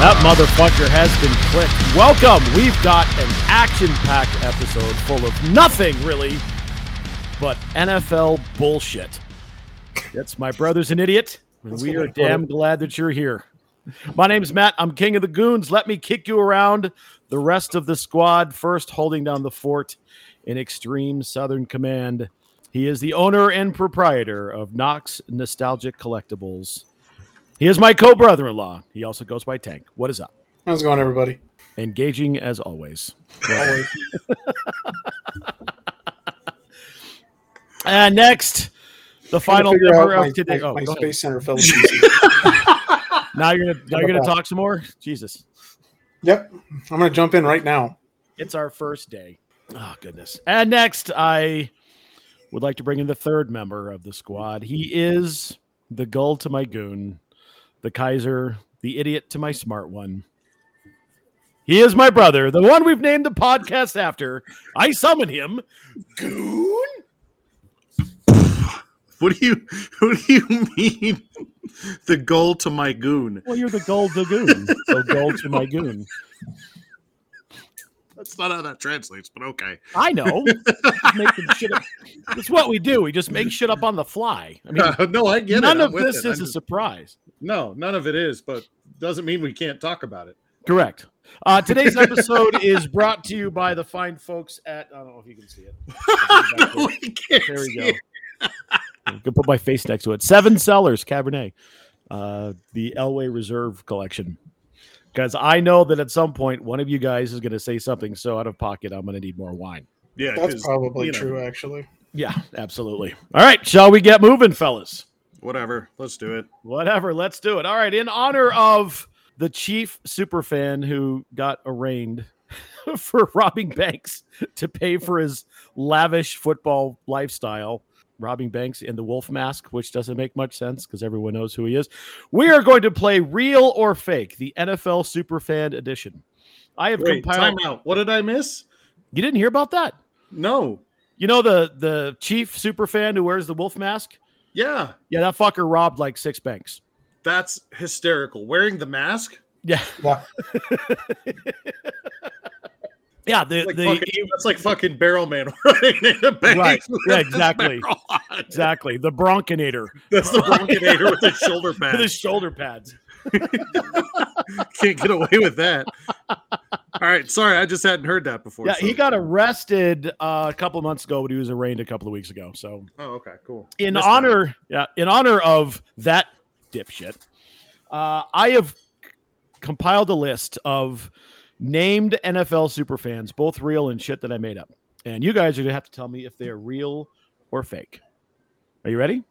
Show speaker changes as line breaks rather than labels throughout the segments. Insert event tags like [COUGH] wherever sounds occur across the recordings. That motherfucker has been clicked. Welcome. We've got an action-packed episode full of nothing really, but NFL bullshit. That's my brother's an idiot, and
That's
we
what
are
I call it.
damn glad that you're here. My name's Matt. I'm king of the goons. Let me kick you around. The rest of the squad first holding down the fort in extreme Southern Command. He is the owner and proprietor of Knox Nostalgic Collectibles. He is my co brother in law. He also goes by Tank. What is up?
How's it going, everybody?
Engaging as always.
Always.
And next, the
Trying to
final
figure
member
out my,
of today.
my-
oh,
my
go ahead.
Space Center Philippines.
now you're gonna now
How
you're gonna
about that?
talk some more. Jesus.
yep, I'm gonna jump in right now.
It's our first day. Oh goodness. And next, I would like to bring in the third member of the squad. He is the gull to my goon, the Kaiser, the idiot to my smart one. He is my brother, the one we've named the podcast after. I summon him.
Goon.
What do you [LAUGHS] what do you mean? The goal to my goon.
Well, you're the gull to goon. So gull to my goon.
That's not how that translates, but okay.
I know. Just making shit up. It's what we do. We just make shit up on the fly. I mean,
Uh, [LAUGHS] no, I get
none
it. I'm
of
with
this
it. I
is a
just-
surprise.
no, none of it is, but doesn't mean we can't talk
[LAUGHS]
about it.
Correct. Uh,
[LAUGHS]
today's episode is brought to you by the fine folks at. I don't know if you can see it.
no, we can't.
There we
[LAUGHS] see
go.
it.
I'm gonna put my face next to it. Seven Cellars Cabernet, uh, the Elway Reserve Collection. Because I know that at some point one of you guys is gonna say something so out of pocket, I'm gonna need more wine.
Yeah,
That's
'cause,
probably
you know,
true, actually.
Yeah, absolutely. All right, shall we get moving, fellas?
Whatever. Let's do it.
Whatever. Let's do it. All right. In honor of the chief superfan who got arraigned [LAUGHS] for robbing banks to pay for his lavish football lifestyle, robbing banks in the wolf mask, which doesn't make much sense because everyone knows who he is. We are going to play real or fake, the NFL superfan edition. I have
Wait,
compiled.
time out. What did I miss?
You didn't hear about that?
No.
You know the the chief superfan who wears the wolf mask?
Yeah.
Yeah, that fucker robbed like six banks.
That's hysterical. Wearing the mask?
Yeah,
Yeah.
yeah. The,
That's like,
the e-
fucking, that's like fucking barrel man [LAUGHS] running in a bank.
Right.
with
Yeah,
his
exactly.
barrel on.
Exactly. The Bronkinator [LAUGHS]
That's the bronchinator with his shoulder
with
pad.
his shoulder pads.
Can't get away with that. All right, sorry, I just hadn't heard that before.
Yeah,
so-
he got arrested uh, a couple months ago, but he was arraigned a couple of weeks ago. So,
Oh, okay, cool.
in
Missed that.
honor, yeah, in honor of that dipshit, uh, I have compiled a list of named NFL superfans, both real and shit that I made up. And you guys are gonna have to tell me if they are real or fake. Are you ready?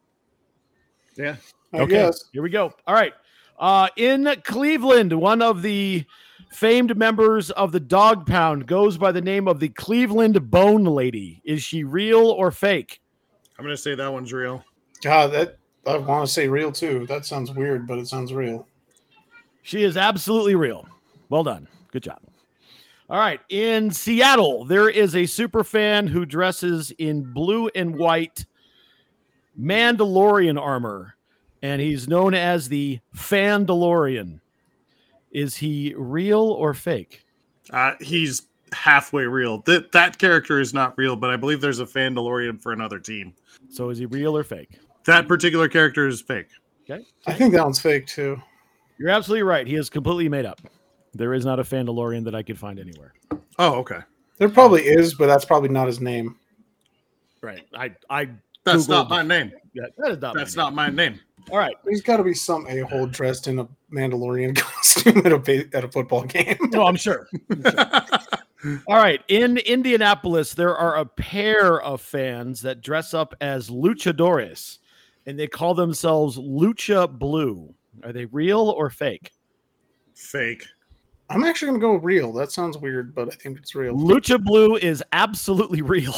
Yeah,
I guess.
Here we go. All right. Uh, in Cleveland, one of the famed members of the Dog Pound goes by the name of the Cleveland Bone Lady. Is she real or fake?
I'm gonna say that one's real.
God, that I want to say real too. That sounds weird, but it sounds real.
She is absolutely real. Well done. Good job. All right. In Seattle, there is a super fan who dresses in blue and white Mandalorian armor, and he's known as the Fandalorian. Is he real or fake?
Uh, he's halfway real. That that character is not real, but I believe there's a Fandalorian for another team.
So is he real or fake?
That particular character is fake.
I think that one's fake too.
You're absolutely right. He is completely made up. There is not a Fandalorian that I could find anywhere.
Oh, okay.
There probably is, but that's probably not his name.
Right. I I
That's
Googled.
not my name.
that, that is not. my
That's
name.
not my name.
All right.
There's got to be some a hole dressed in a Mandalorian [LAUGHS] costume at a ba- at a football game.
No, I'm sure. [LAUGHS] All right. In Indianapolis, there are a pair of fans that dress up as luchadores, and they call themselves Lucha Blue. Are they real or fake?
fake.
I'm actually gonna go real. That sounds weird, but I think it's real.
Lucha Blue is absolutely real.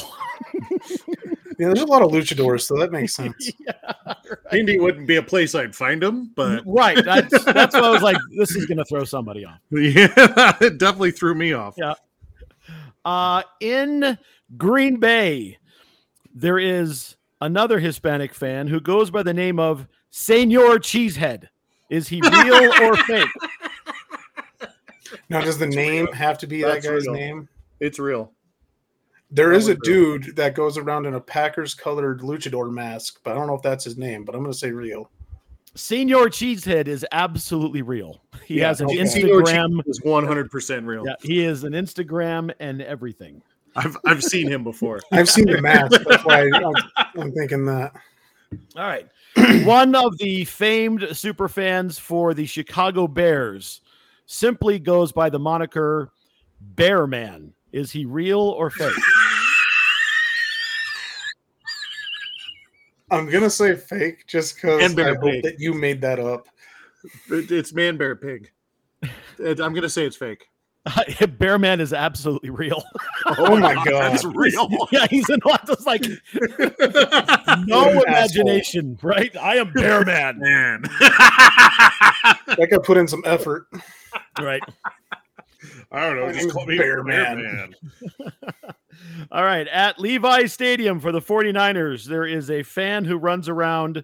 Yeah, there's a lot of luchadors, so that makes
[LAUGHS]
sense.
Indy wouldn't be a place I'd find him,
[LAUGHS]
but [LAUGHS]
right. That's, that's why I was like, this is going to throw somebody off.
yeah, it definitely threw me off.
Yeah. Uh, in Green Bay, there is another Hispanic fan who goes by the name of Senor Cheesehead. Is he real or fake?
Now, does the
That's
name
real.
have to be
That's
that guy's
real.
name?
It's real.
There
That
is a
was real.
dude that goes around in a Packers colored luchador mask, but I don't know if that's his name, but I'm going to say real.
Senior Cheesehead is absolutely real. He
Yeah,
has an
okay.
Senior
Instagram.
It's 100% real.
Yeah, he is an Instagram and everything.
I've I've seen him before.
I've seen the mask. That's why I'm, I'm thinking that.
All right. [CLEARS THROAT] One of the famed super fans for the Chicago Bears simply goes by the moniker Bear Man. Is he real or fake?
I'm going to say fake just because
And bear
I hope
pig.
that you made that up.
It- it's man bear pig. It- I'm gonna say it's fake.
[LAUGHS] Bear Man is absolutely [LAUGHS] real.
Oh
[LAUGHS]
my God.
that's real.
yeah, he's in just [LAUGHS] like no
What an
imagination, right? I am Bear [LAUGHS] Man,
[LAUGHS] man.
That guy put in some effort.
right?
I don't know. Just call me
Bear
bear,
man.
man.
All right. At Levi Stadium for the 49ers, there is a fan who runs around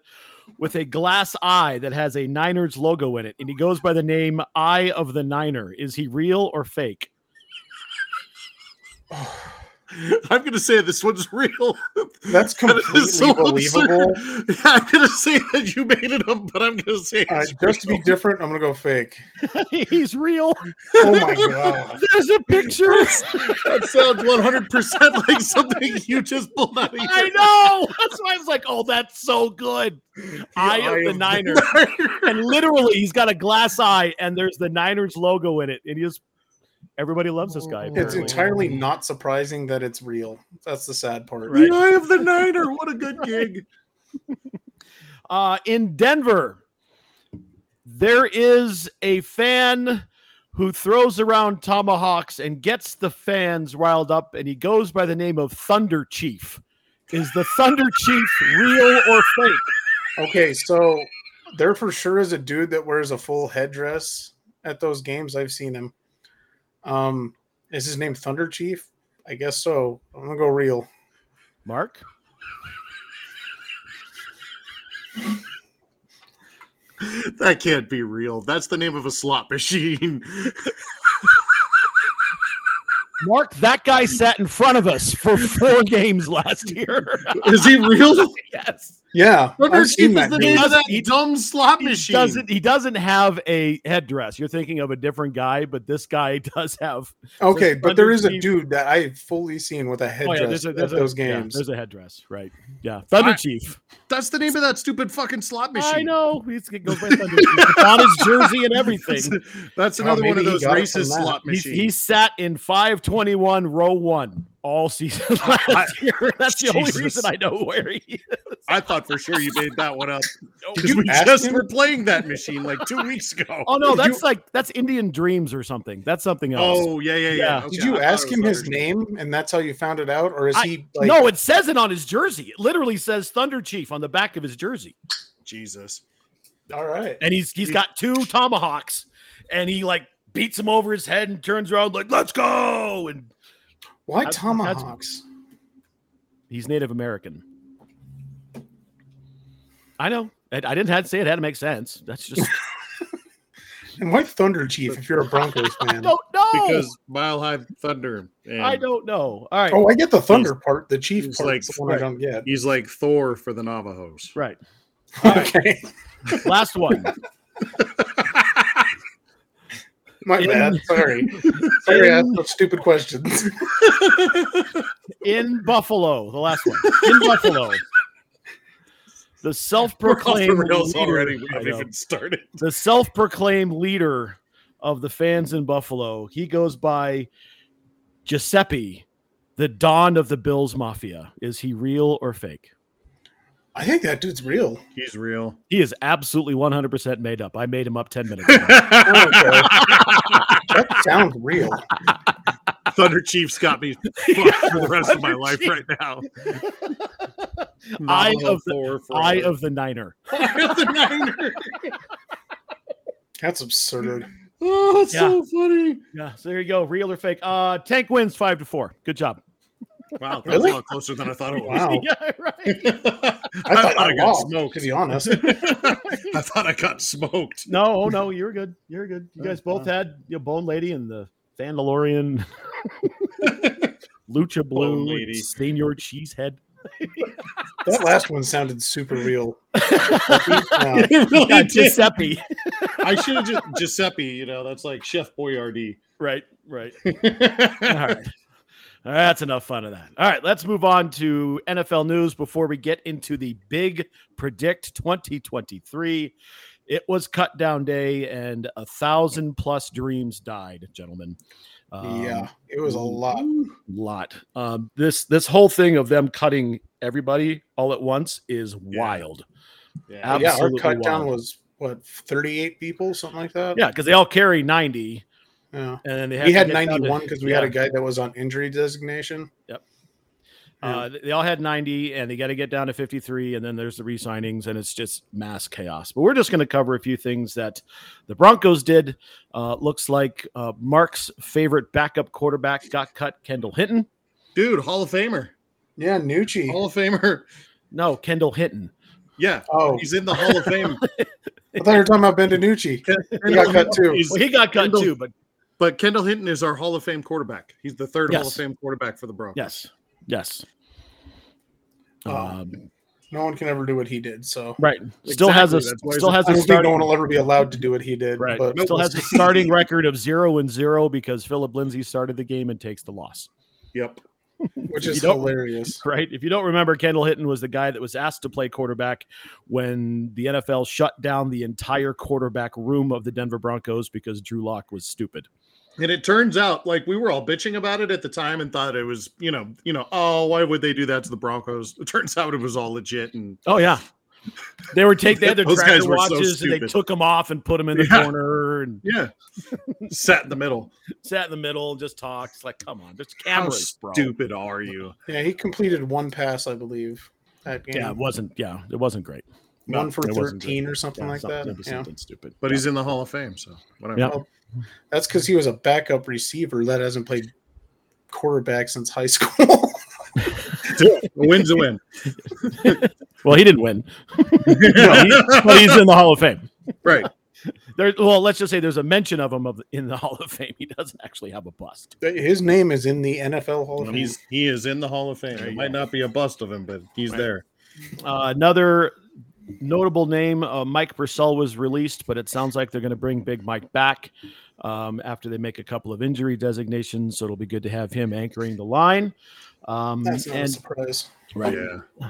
with a glass eye that has a Niners logo in it, and he goes by the name Eye of the Niner. Is he real or fake? [LAUGHS]
I'm gonna say this one's real. [LAUGHS]
That's
That is
completely
so absurd.
believable.
Yeah, I'm gonna say that you made it up, but I'm gonna say
Uh,
it's
just to be
real.
different, I'm going to go fake.
He's real.
Oh my God.
There's a [LAUGHS] picture.
[LAUGHS] that sounds 100 percent like something you just pulled out of your
I know. That's why I was like, oh, that's so good. Eye of
[LAUGHS]
the [LAUGHS] Niner. And literally, he's got a glass eye, and there's the Niners logo in it. And he just, everybody loves this guy.
It's
apparently.
entirely not surprising that it's real. That's the sad part.
Right.
The Eye of the Niner. What a good gig.
uh, in Denver, there is a fan who throws around tomahawks and gets the fans riled up, and he goes by the name of Thunder Chief. Is the Thunder Chief real or fake?
Okay, so there for sure is a dude that wears a full headdress at those games. I've seen him. Um, is his name Thunder Chief? I guess so. I'm gonna go real.
Mark?
That can't be real. That's the name of a slot machine. [LAUGHS]
Mark, that guy sat in front of us for four [LAUGHS] games last year. [LAUGHS]
Is he real?
yes.
Yeah,
Thunder
I've seen
Chief
that
is the
dude.
name of that
He-
dumb slot
He
machine.
doesn't he doesn't have a headdress. You're thinking of a different guy, but this guy [LAUGHS] does have oh,
Okay,
There's
but there is a
Chief.
dude that I've fully seen with a
Oh,
headdress at those
yeah,
games.
there's a headdress, right? Yeah. Thunder
I-
Chief.
That's the name of that stupid fucking slot machine.
I know. He's gonna go
[LAUGHS]
by Thunder Chief. It's on his jersey and
[LAUGHS] That's,
everything.
that's
Oh,
another one
maybe
of
he
those
got it
racist
from that.
slot
He,
machines.
he sat in 521 row one all season [LAUGHS] last
I-
year. That's the only
Jesus.
reason I know where he is.
I thought for sure you made that one up
[LAUGHS] Did
because
you
we
ask
just
him?
were playing that machine like two weeks ago.
Oh
[LAUGHS]
no,
Did
that's
you-
like that's Indian Dreams or something. That's something else.
Oh yeah, yeah, yeah.
Yeah.
Did
Okay, I
you
thought
ask
it was
him his
Thunder Chief.
name and that's how you found it out, or is
I-
he like
no, it says it on his jersey. It literally says Thunder Chief on the back of his jersey,
Jesus.
all right?
and he's he's got two tomahawks, and he like beats him over his head and turns around like "Let's go!" and
Why
that's- that's-
tomahawks?
he's Native American. I know. I, I didn't have to say it had to make sense. That's [LAUGHS] just
And why Thunder Chief if
[LAUGHS]
you're a Broncos fan?
don't know.
Because Mile High Thunder. And
I don't know. All right,
Oh, I get the Thunder part. The Chief
he's
part
like,
is the one I
right.
don't get.
He's like Thor for the Navajos.
right.
Okay,
Last one.
my
In-
bad. Sorry. Sorry, I asked those stupid questions.
in Buffalo, the last one in Buffalo. [LAUGHS] The
We're off the [LAUGHS]
self-proclaimed
rails
leader-
already. We
I
haven't
know.
even started.
the self-proclaimed leader of the fans in Buffalo. He goes by Giuseppe, the Don of the Bills Mafia. Is he real or fake?
[LAUGHS] I think that dude's real.
He's [LAUGHS] real.
He is absolutely 100% made up. I made him up 10 minutes [LAUGHS] ago.
Oh, [LAUGHS] That sounds real.
Thunder Chief's got me fucked for the rest of my life right now. [LAUGHS]
Eye
Navajo
of the-
Thor for
Eye of the Niner.
Eye of the Niner.
That's absurd.
[LAUGHS]
[LAUGHS]
Oh, that's
Yeah.
so funny.
Yeah, so there you go. Real or fake. Uh Tank wins 5 to 4. Good job.
Wow, that's
Really?
a lot closer than I thought it [LAUGHS] was.
Wow.
[LAUGHS] yeah, right.
I thought I lost,
smoked. [LAUGHS]
to be honest.
I thought I got smoked.
No, oh no, you're good. You're good. You guys both
Wow.
had your Bone Lady and the [LAUGHS] Vandalorian, Lucha Blue,
Bone Lady.
Senior [LAUGHS] Cheesehead.
That last one sounded super real. uh,
I
[LAUGHS]
[LAUGHS] Yeah.
really
Got
did.
Giuseppe.
I should have just Giuseppe. You know, that's like Chef [LAUGHS] Boyardee.
Right,
[LAUGHS]
right. All right. All right, That's enough fun of that. All right, let's move on to NFL news before we get into the big predict 2023. It was cut down day, and a thousand plus dreams died, gentlemen. Um,
yeah, it was a lot.
lot. Um, this this whole thing of them cutting everybody all at once is
Yeah.
wild.
Yeah.
Yeah, our
absolutely
cut down
wild.
was what 38 people, something like that.
Yeah, because they all carry ninety,
yeah.
and then they have
We
to
had
get down to-
91 because we
yeah.
had a guy that was on injury designation.
Yep.
Yeah.
Uh, they all had 90 and they got to get down to 53 and then there's the re-signings and it's just mass chaos but we're just going to cover a few things that the broncos did uh, looks like uh, mark's favorite backup quarterback got cut kendall hinton
Dude, Hall of Famer.
yeah, Nucci.
oh,
Hall of Famer.
no kendall hinton
Yeah.
oh,
He's in the Hall of [LAUGHS] Fame.
I thought you were talking about Bendinucci. He got cut too.
He's-
well, he got cut
Kendall-
too but
but Kendall Hinton is our Hall of Fame quarterback. He's the third Hall of
Yes.
Fame quarterback for the Broncos.
yes yes
Wow.
um,
No one can ever do what he did. So
right still has a
Oh, Exactly, that's why
still has
he's
I don't
a
think no
starting
one will ever be allowed to do what he did.
right
But
still has a starting record of zero and zero because philip lindsay started the game and takes the loss
Yep.
which
You
is
don't-
hilarious.
[LAUGHS] right? If you don't remember, Kendall Hinton was the guy that was asked to play quarterback when the NFL shut down the entire quarterback room of the Denver Broncos because Drew Lock was stupid.
And it turns out, like we were all bitching about it at the time and thought it was, you know, you know, oh, why would they do that to the Broncos? It turns out it was all legit and
Oh yeah, they were take they had their
Those
tractor
guys were so
watches and they
stupid.
took them off and put them in the
[LAUGHS] Yeah.
corner and
yeah. [LAUGHS] Sat in the middle.
sat in the middle and just talked. It's like, come on, there's
How
cameras, bro.
stupid are you?
Yeah, he completed one pass, I believe. That game.
Yeah, it wasn't. Yeah, it wasn't great.
one for
it wasn't
13 or something
Yeah,
like
something,
that. Yeah.
something stupid.
But
Yeah.
he's in the Hall of Fame, so whatever.
Yeah.
That's because he was a backup receiver that hasn't played quarterback since high [LAUGHS] school.
A win's
[LAUGHS]
a win.
well, he didn't win, [LAUGHS] but he's in the Hall of Fame.
right.
There, well, let's just say there's a mention of him of, in the [LAUGHS] Hall of Fame. He doesn't actually have a bust.
His name is in the NFL Hall of Fame.
He's he is in the Hall of Fame.
There
It
you
might
go.
not be a bust of him, but he's
Right.
there.
Uh, another notable name, uh, Mike Purcell was released, but it sounds like they're going to bring Big Mike back um, after they make a couple of injury designations. So it'll be good to have him anchoring the line. Um,
That's not a
and
surprise.
right.
Yeah.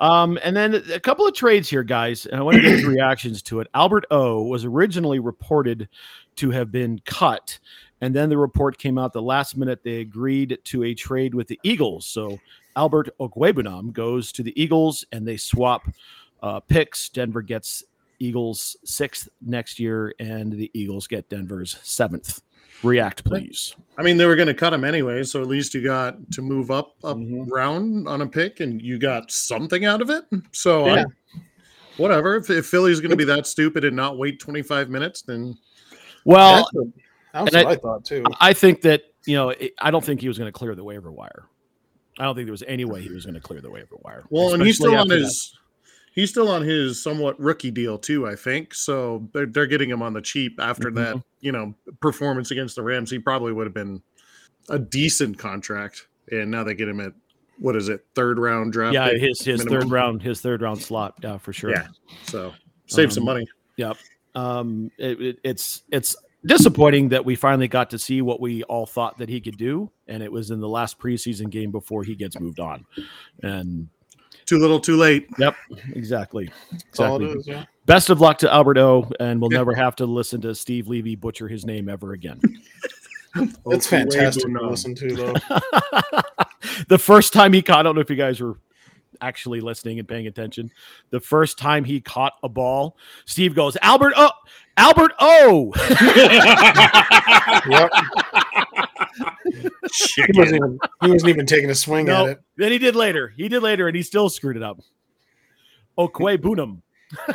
Um, and then a couple of trades here, guys, and I want to get your reactions to it. Albert O was originally reported to have been cut, and then the report came out the last minute they agreed to a trade with the Eagles. So Albert Okwebunam goes to the Eagles, and they swap uh, picks. Denver gets Eagles sixth next year, and the Eagles get Denver's seventh. React, please.
I mean, they were going to cut him anyway, so at least you got to move up up
Mhm.
round on a pick, and you got something out of it. So, I-
Yeah.
whatever. If, if Philly's going to be that stupid and not wait 25 minutes, then
Well,
That's what, that's
and I-
what I, thought too.
I think that you know, it, I don't think he was going to clear the waiver wire. I don't think there was any way he was going to clear the waiver wire.
well, and he's
especially
still on
after that.
his he's still on his somewhat rookie deal too. I think so. They're they're getting him on the cheap after
Mhm.
that. You know, performance against the Rams, he probably would have been a decent contract, and now they get him at what is it third round draft?
yeah,
pick?
his his
minimum.
third round his third round slot. Yeah, for sure.
Yeah. so save some
Um,
money.
Um, it, it, it's it's disappointing that we finally got to see what we all thought that he could do, and it was in the last preseason game before he gets moved on. And
Too little, too late.
exactly,
That's all
exactly.
it is. Yeah.
Best of luck to Albert O, and we'll
Yeah.
never have to listen to Steve Levy butcher his name ever again.
It's
Oku
fantastic to
Webunam.
listen to
[LAUGHS]
though.
the first time he caught, I don't know if you guys were actually listening and paying attention. The first time he caught a ball, Steve goes, Albert O, Albert O. [LAUGHS]
yep. He
Chicken.
wasn't, even, he wasn't even taking a swing
No.
at it.
then he did later. He did later, and he still screwed it up. Okwe Bunum.
[LAUGHS]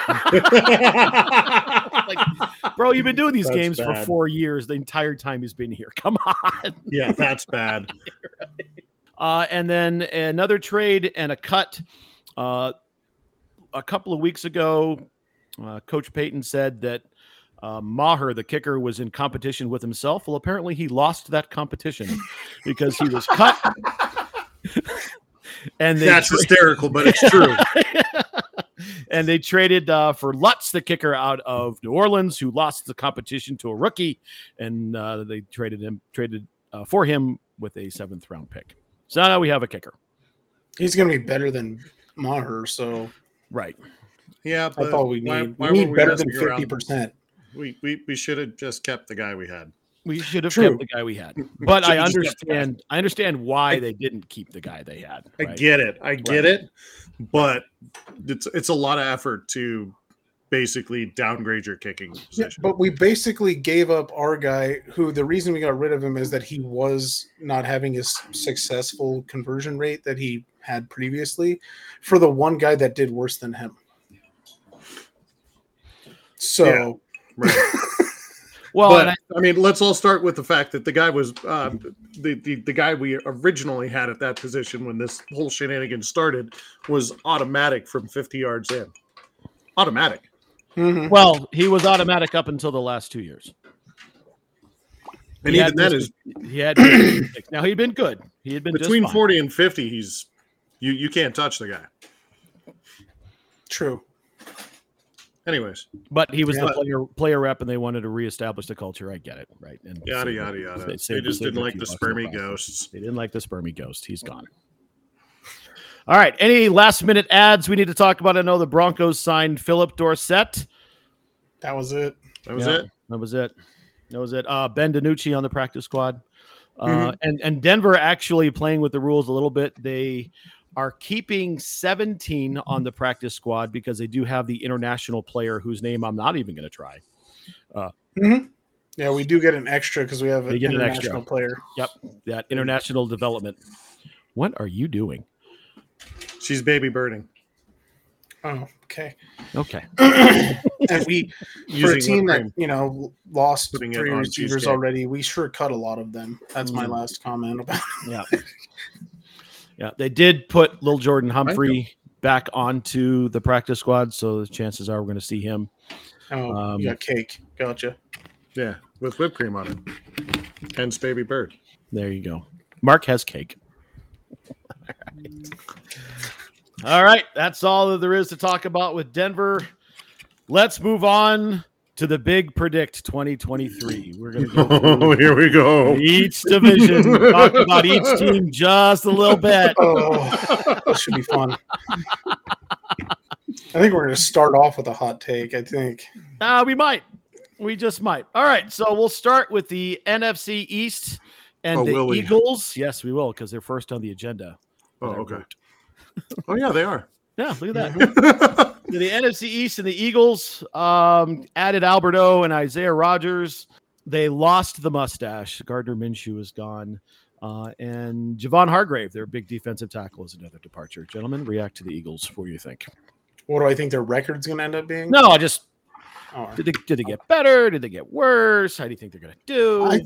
[LAUGHS] like, bro, you've been doing these
That's
games for
bad.
[LAUGHS] four years. The entire time he's been here. Come on.
yeah, that's bad.
Uh, and then another trade and a cut. Uh, a couple of weeks ago, uh, Coach Payton said that uh, Maher, the kicker, was in competition with himself. Well, apparently he lost that competition because he was cut. [LAUGHS] and they
[LAUGHS] That's hysterical, but it's true.
[LAUGHS] and they traded uh, for Lutz, the kicker out of New Orleans, who lost the competition to a rookie, and uh, they traded him traded uh, for him with a seventh round pick. So now we have a kicker,
He's going to be better than Maher, so
right?
[LAUGHS] Yeah, but
that's all we need.
why- why
we
were
need better than
messing around?
fifty percent.
We, we we should have just kept the guy we had.
We should have
True.
kept the guy we
[LAUGHS]
had, but I
Should've just kept
understand. I understand why they didn't keep the guy they had.
I
right?
get it. I get
Right.
it. But it's it's a lot of effort to basically downgrade your kicking
Yeah,
position.
but we basically gave up our guy, who the reason we got rid of him is that he was not having his successful conversion rate that he had previously, for the one guy that did worse than him. So
Yeah. right.
Well,
but
and I-
I, mean, let's all start with the fact that the guy was uh, the, the the guy we originally had at that position when this whole shenanigan started was automatic from 50 yards in. Automatic.
mhm.
well, he was automatic up until the last two years.
And
He
even
had
that
this-
is
He had now he'd been good. He had been just
between
fine.
40 and 50 he's you you can't touch the guy.
true.
Anyways,
But he was
Yeah.
the player player rep, and they wanted to reestablish the culture. I get it, right? And
yada
save-
yada yada. They,
saved-
just
saved
didn't
a
like
few
the
bucks in
spermy
process.
ghosts.
They didn't like the spermy ghost. He's gone. All right. Any last minute ads we need to talk about? I know the Broncos signed Philip Dorsett.
That was it.
That was
Yeah,
it.
That was it. That was it. Uh, ben DiNucci on the practice squad, uh,
Mm-hmm.
and and Denver actually playing with the rules a little bit. They are keeping 17 on the practice squad because they do have the international player whose name I'm not even going to try.
Yeah, we do get an extra because we have an
We get an extra.
international player.
That international development. What are you doing?
She's baby birding.
Oh, okay.
Okay.
And
[LAUGHS]
we for
Using
a team
whipped
that
cream.
you know lost
Putting it
three
on
receivers
cheesecake. Mm.
already, we sure cut a lot of them. That's my
Mhm.
last comment about. [LAUGHS]
[LAUGHS]
Yeah, they did put Lil Jordan Humphrey back onto the practice squad, so the chances are we're going to see him.
Oh,
Um,
yeah, cake. Gotcha.
Yeah, with whipped cream on it. Hence baby bird.
[LAUGHS] There you go. Mark has cake. All right. All right, that's all that there is to talk about with Denver. Let's move on to the big predict 2023. We're going to go
Oh, here we go. [LAUGHS]
through each division, talk about each team just a little bit.
[LAUGHS] Oh, this should be [LAUGHS] fun. I think we're going to start off with a hot take. I think.
Uh, we might. We just might. All right. So we'll start with the NFC East and
Oh,
the
will we?
Eagles. Yes, we will, because they're first on the agenda.
Oh,
that I
okay.
wrote.
Oh yeah, they are. [LAUGHS]
Yeah, look at that. the NFC East and the Eagles um, added Alberto and Isaiah Rogers. They lost the mustache. Gardner Minshew is gone. Uh, and Javon Hargrave, their big defensive tackle, is another departure. Gentlemen, react to the Eagles. What do you think?
What do I think their record's going to end up being?
No, I just
Oh,
did they, did they get better? Did they get worse? How do you think they're going to do?
I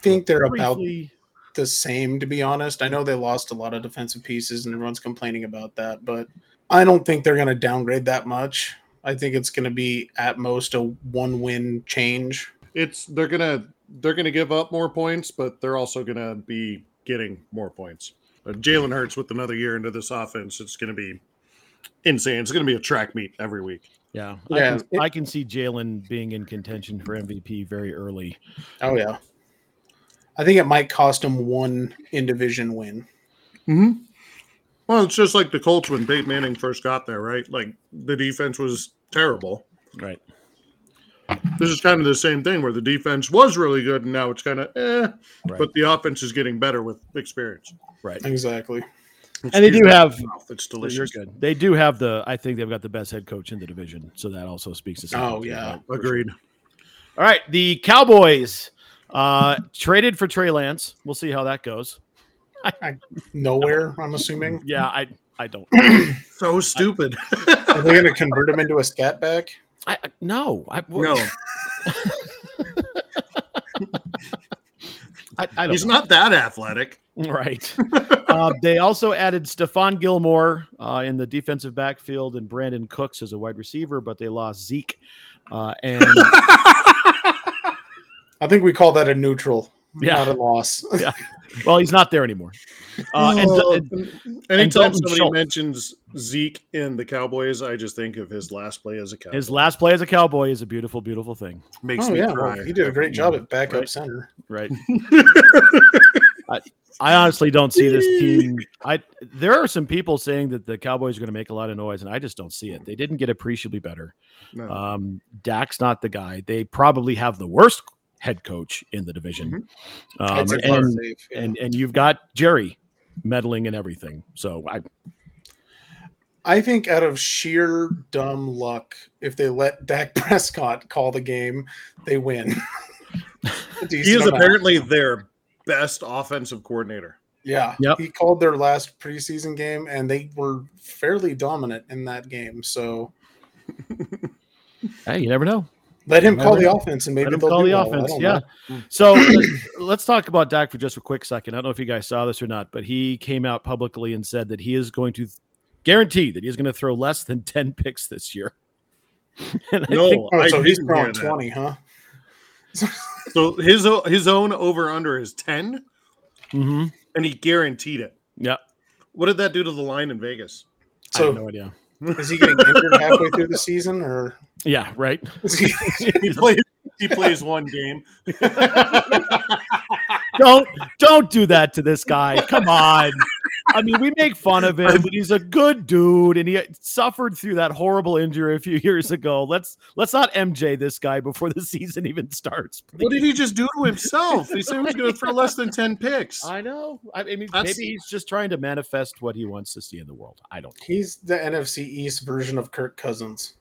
think they're about
Briefly.
the same, to be honest. I know they lost a lot of defensive pieces, and everyone's complaining about that, but I don't think they're going to downgrade that much. I think it's going to be at most a one win change.
it's they're gonna they're gonna give up more points, but they're also gonna be getting more points. Uh, Jalen Hurts with another year into this offense, it's gonna be insane. It's gonna be a track meet every week.
Yeah, I,
Yeah.
can, I can see Jalen being in contention for MVP very early.
Oh, yeah. I think it might cost them one in division win.
Mm-hmm. Well, it's just like the Colts when Peyton Manning first got there, right? Like the defense was terrible.
Right.
This is kind of the same thing where the defense was really good and now it's kind of eh,
Right.
but the offense is getting better with experience.
Right.
Exactly.
And they do
Excuse my
have-
mouth, it's
Well, You're
delicious.
good. They do have the. I think they've got the best head coach in the division, so that also speaks to. something.
Oh, yeah.
Agreed.
All right, the Cowboys uh traded for Trey Lance. We'll see how that goes.
Nowhere, I'm assuming.
Yeah, I I don't.
So stupid.
Are they going to convert him into a scat back?
I I- no. I
no.
[LAUGHS] I, I don't
He's
know.
not that athletic.
Right. uh, they also added Stephon Gilmore uh, in the defensive backfield and Brandon Cooks as a wide receiver, but they lost Zeke. Uh, and
I think we call that a neutral,
Yeah.
not a loss.
well, he's not there anymore. Uh, and,
Oh.
and
Anytime
Dalton
somebody
Schultz.
mentions Zeke in the Cowboys, I just think of his last play as a Cowboy.
his last play as a Cowboy is a beautiful, beautiful thing.
makes
oh
me
yeah,
cry.
well, he did a great job at backup
Right.
center.
Right. I honestly don't see this team. I there are some people saying that the Cowboys are going to make a lot of noise, and I just don't see it. They didn't get appreciably better.
No.
Um, Dak's not the guy. They probably have the worst head coach in the division. Um,
That's a clear
and,
save, yeah.
and and you've got Jerry meddling in everything. So I
I think out of sheer dumb luck, if they let Dak [LAUGHS] Prescott call the game, they win. [LAUGHS] A
He
decent
is
amount.
apparently their best offensive coordinator.
yeah.
Yep.
He called their last preseason game, and they were fairly dominant in that game. So
hey, you never know.
let him
Let
call
him-
the offense, and maybe
Let him
they'll
call
do
the
well. I
offense.
don't
Yeah.
know.
So let's, let's talk about Dak for just a quick second. I don't know if you guys saw this or not, but he came out publicly and said that he is going to guarantee that he's going to throw less than 10 picks this year. [LAUGHS] And I think-
No,
Oh,
I
so he's
didn't hear
throwing
that.
twenty, huh?
So his o- his own over under is ten,
Mhm.
and he guaranteed it.
Yeah.
What did that do to the line
[LAUGHS]
in Vegas?
I have
So
no idea.
is he getting
[LAUGHS]
injured halfway through the season, or
Yeah, right.
is he? [LAUGHS]
He plays he plays one game.
Don't don't do that to this guy. Come on. I mean, we make fun of him, but he's a good dude, and he suffered through that horrible injury a few years ago. Let's let's not MJ this guy before the [LAUGHS] season even starts.
What did he just do to himself? He said he was going to throw less than ten picks.
I know. I mean,
That's-
maybe he's just trying to manifest what he wants to see in the world. I don't.
He's the NFC East version of Kirk Cousins.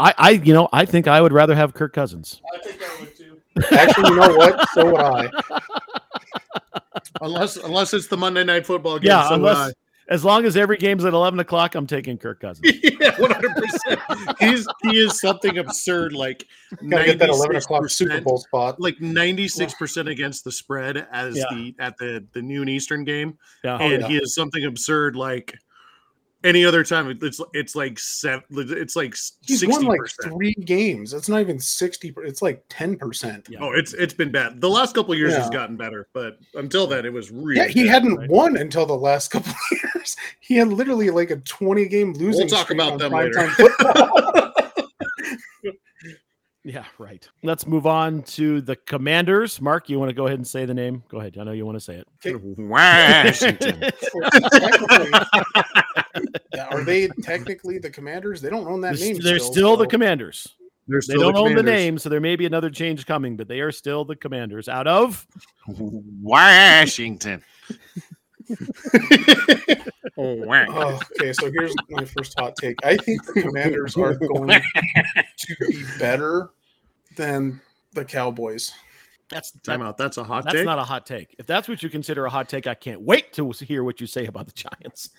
I, I, you know, I think I would rather have Kirk Cousins.
Actually, you know what? So would I.
Unless unless it's the Monday night football game.
Yeah,
so uh, would I.
[LAUGHS]
unless as long as every game's at eleven o'clock, I'm taking Kirk Cousins.
yeah, one hundred percent. He's he is something absurd. Like
Gotta get that eleven o'clock Super
96%,
Bowl spot.
Like ninety six percent against the spread as
Yeah.
the at the the noon Eastern game,
Yeah.
and
yeah.
he is something absurd. Like any other time, it's it's like seven. It's like
He's
sixty
won like
percent.
three games. It's not even sixty. per- It's like ten percent.
Yeah.
Oh, it's it's been bad. The last couple of years has
Yeah.
gotten better, but until then, it was really.
Yeah, he
bad,
hadn't
right?
won until the last [LAUGHS] couple of years. He had literally like a twenty-game losing.
talk
streak
about
on
them
primetime
later.
football.
[LAUGHS]
[LAUGHS]
Yeah, right. Let's move on to the Commanders. Mark, you want to go ahead and say the name? Go ahead. I know you want to say it. [LAUGHS]
Washington.
Technically- Yeah, Are they technically the Commanders? They don't own that
They're,
name.
st- they're still the
so-
Commanders.
They're
They
still
don't own the
Commanders.
name, so there may be another change coming, but they are still the Commanders out of
Washington. Washington.
Oh, okay, so here's my first hot take. I think the Commanders
[LAUGHS]
are going to be better than the Cowboys.
that's
Time out. That's a hot
That's
take.
not a hot take. If that's what you consider a hot take, I can't wait to hear what you say about the Giants.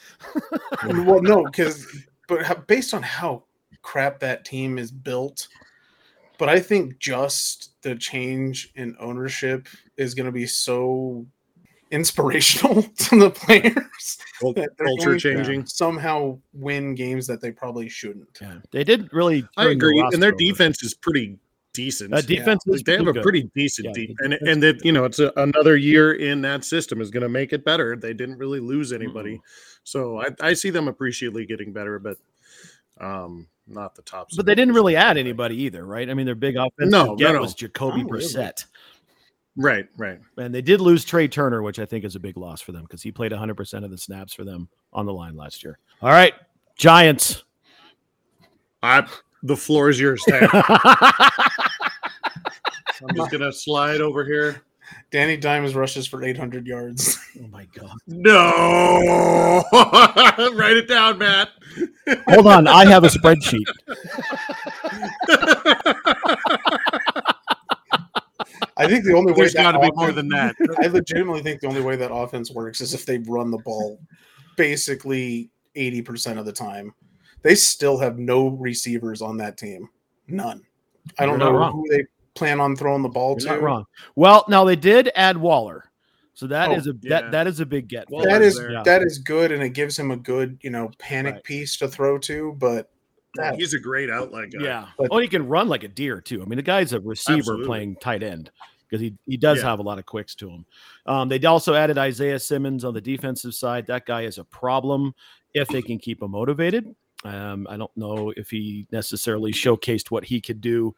Well, no, because but how, based on how crap that team is built, but I think just the change in ownership is going to be so inspirational [LAUGHS] to the players
[LAUGHS]
Cul-
that they're
culture
going to
changing.
somehow win games that they probably shouldn't.
Yeah, they did really.
I
turn the
agree, and their
roster over.
defense is pretty decent.
Uh, defense is
Like, they have
pretty
a
good.
pretty decent
Yeah, the
deep, and
defense
and that you know it's a, another year in that system is going to make it better. They didn't really lose anybody,
Mm-hmm.
so I, I see them appreciably getting better, but um, not the top.
but they didn't
scorers.
really add anybody either, right? I mean, their big offense
No, no, no.
was Jacoby
Not really.
Brissett,
Right, right.
and they did lose Trey Turner, which I think is a big loss for them because he played 100 percent of the snaps for them on the line last year. All right, Giants. [LAUGHS]
I the floor is
[LAUGHS]
yours. Stan.
I
I'm just gonna slide over here.
Danny Dimes rushes for 800 yards. [LAUGHS]
Oh my god!
No, [LAUGHS] write it down, Matt.
Hold on, I have a spreadsheet.
[LAUGHS]
I think the only way
There's
that
got to be more
offense-
than that.
[LAUGHS] I legitimately think the only way that offense works is if they run the ball basically 80% of the time. They still have no receivers on that team. None. I don't
You're not
know
wrong.
who they plan on throwing the ball
You're
to.
not wrong. Well, now they did add Waller, so that
Oh,
is a
yeah.
that that is a big get.
Waller's
That is
there.
Yeah.
that is good, and it gives him a good you know panic
Right.
piece to throw to. But that,
He's a great outlet guy.
yeah.
But-
oh, he can run like a deer too. I mean, the guy's a receiver
Absolutely.
playing tight end because he he does
Yeah.
have a lot of quicks to him. Um, they also added Isaiah Simmons on the defensive side. That guy is a problem if they can keep him motivated. Um, I don't know if he necessarily showcased what he could do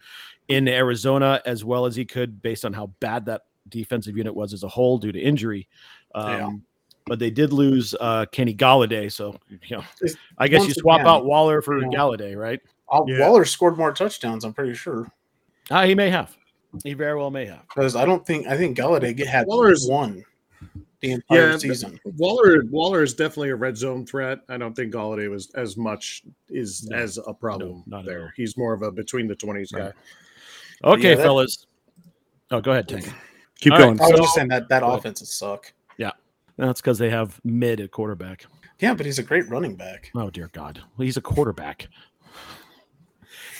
in Arizona as well as he could based on how bad that defensive unit was as a whole due to injury. Um,
Yeah.
But they did lose uh, Kenny Galladay, so you know,
It's-
I guess you
once
swap
again,
out Waller for
you know,
Galladay, right?
uh,
Yeah.
Waller scored more touchdowns. I'm pretty sure
Ah, he may have. He very well may have.
because I don't think I think Galladay had
Waller's-
one the entire
but-
season.
Waller Waller is definitely a red zone threat. I don't think Galladay was as much is
No,
as a problem
no, not at all.
there. He's more of a between the twenties guy.
Right. Okay,
that-
fellas. Oh, go ahead, Tank.
Keep
All
going.
right.
I was
So-
just saying that that
Go ahead.
offenses suck.
That's because they have mid at quarterback.
Yeah, but he's a great running back.
Oh dear God, he's a quarterback.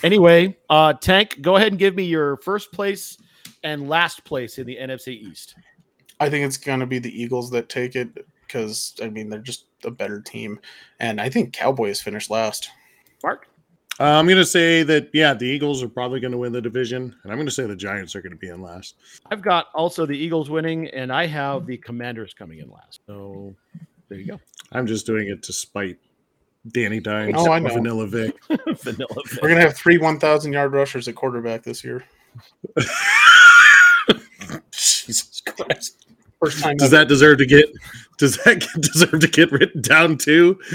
Anyway, uh, Tank, go ahead and give me your first place and last place in the NFC East.
I think it's going to be the Eagles that take it because I mean they're just a better team, and I think Cowboys finished last.
Mark.
Uh, I'm going to say that yeah, the Eagles are probably going to win the division, and I'm going to say the Giants are going to be in last.
I've got also the Eagles winning, and I have the Commanders coming in last. So there you go. [LAUGHS]
I'm just doing it to spite Danny Dimes,
Oh, I know.
Vanilla Vic.
Vanilla. Vic.
We're gonna have three one thousand yard rushers at quarterback this year.
Jesus Christ!
First time
Does that deserve to get? Does that get, [LAUGHS] deserve to get written down too? [LAUGHS]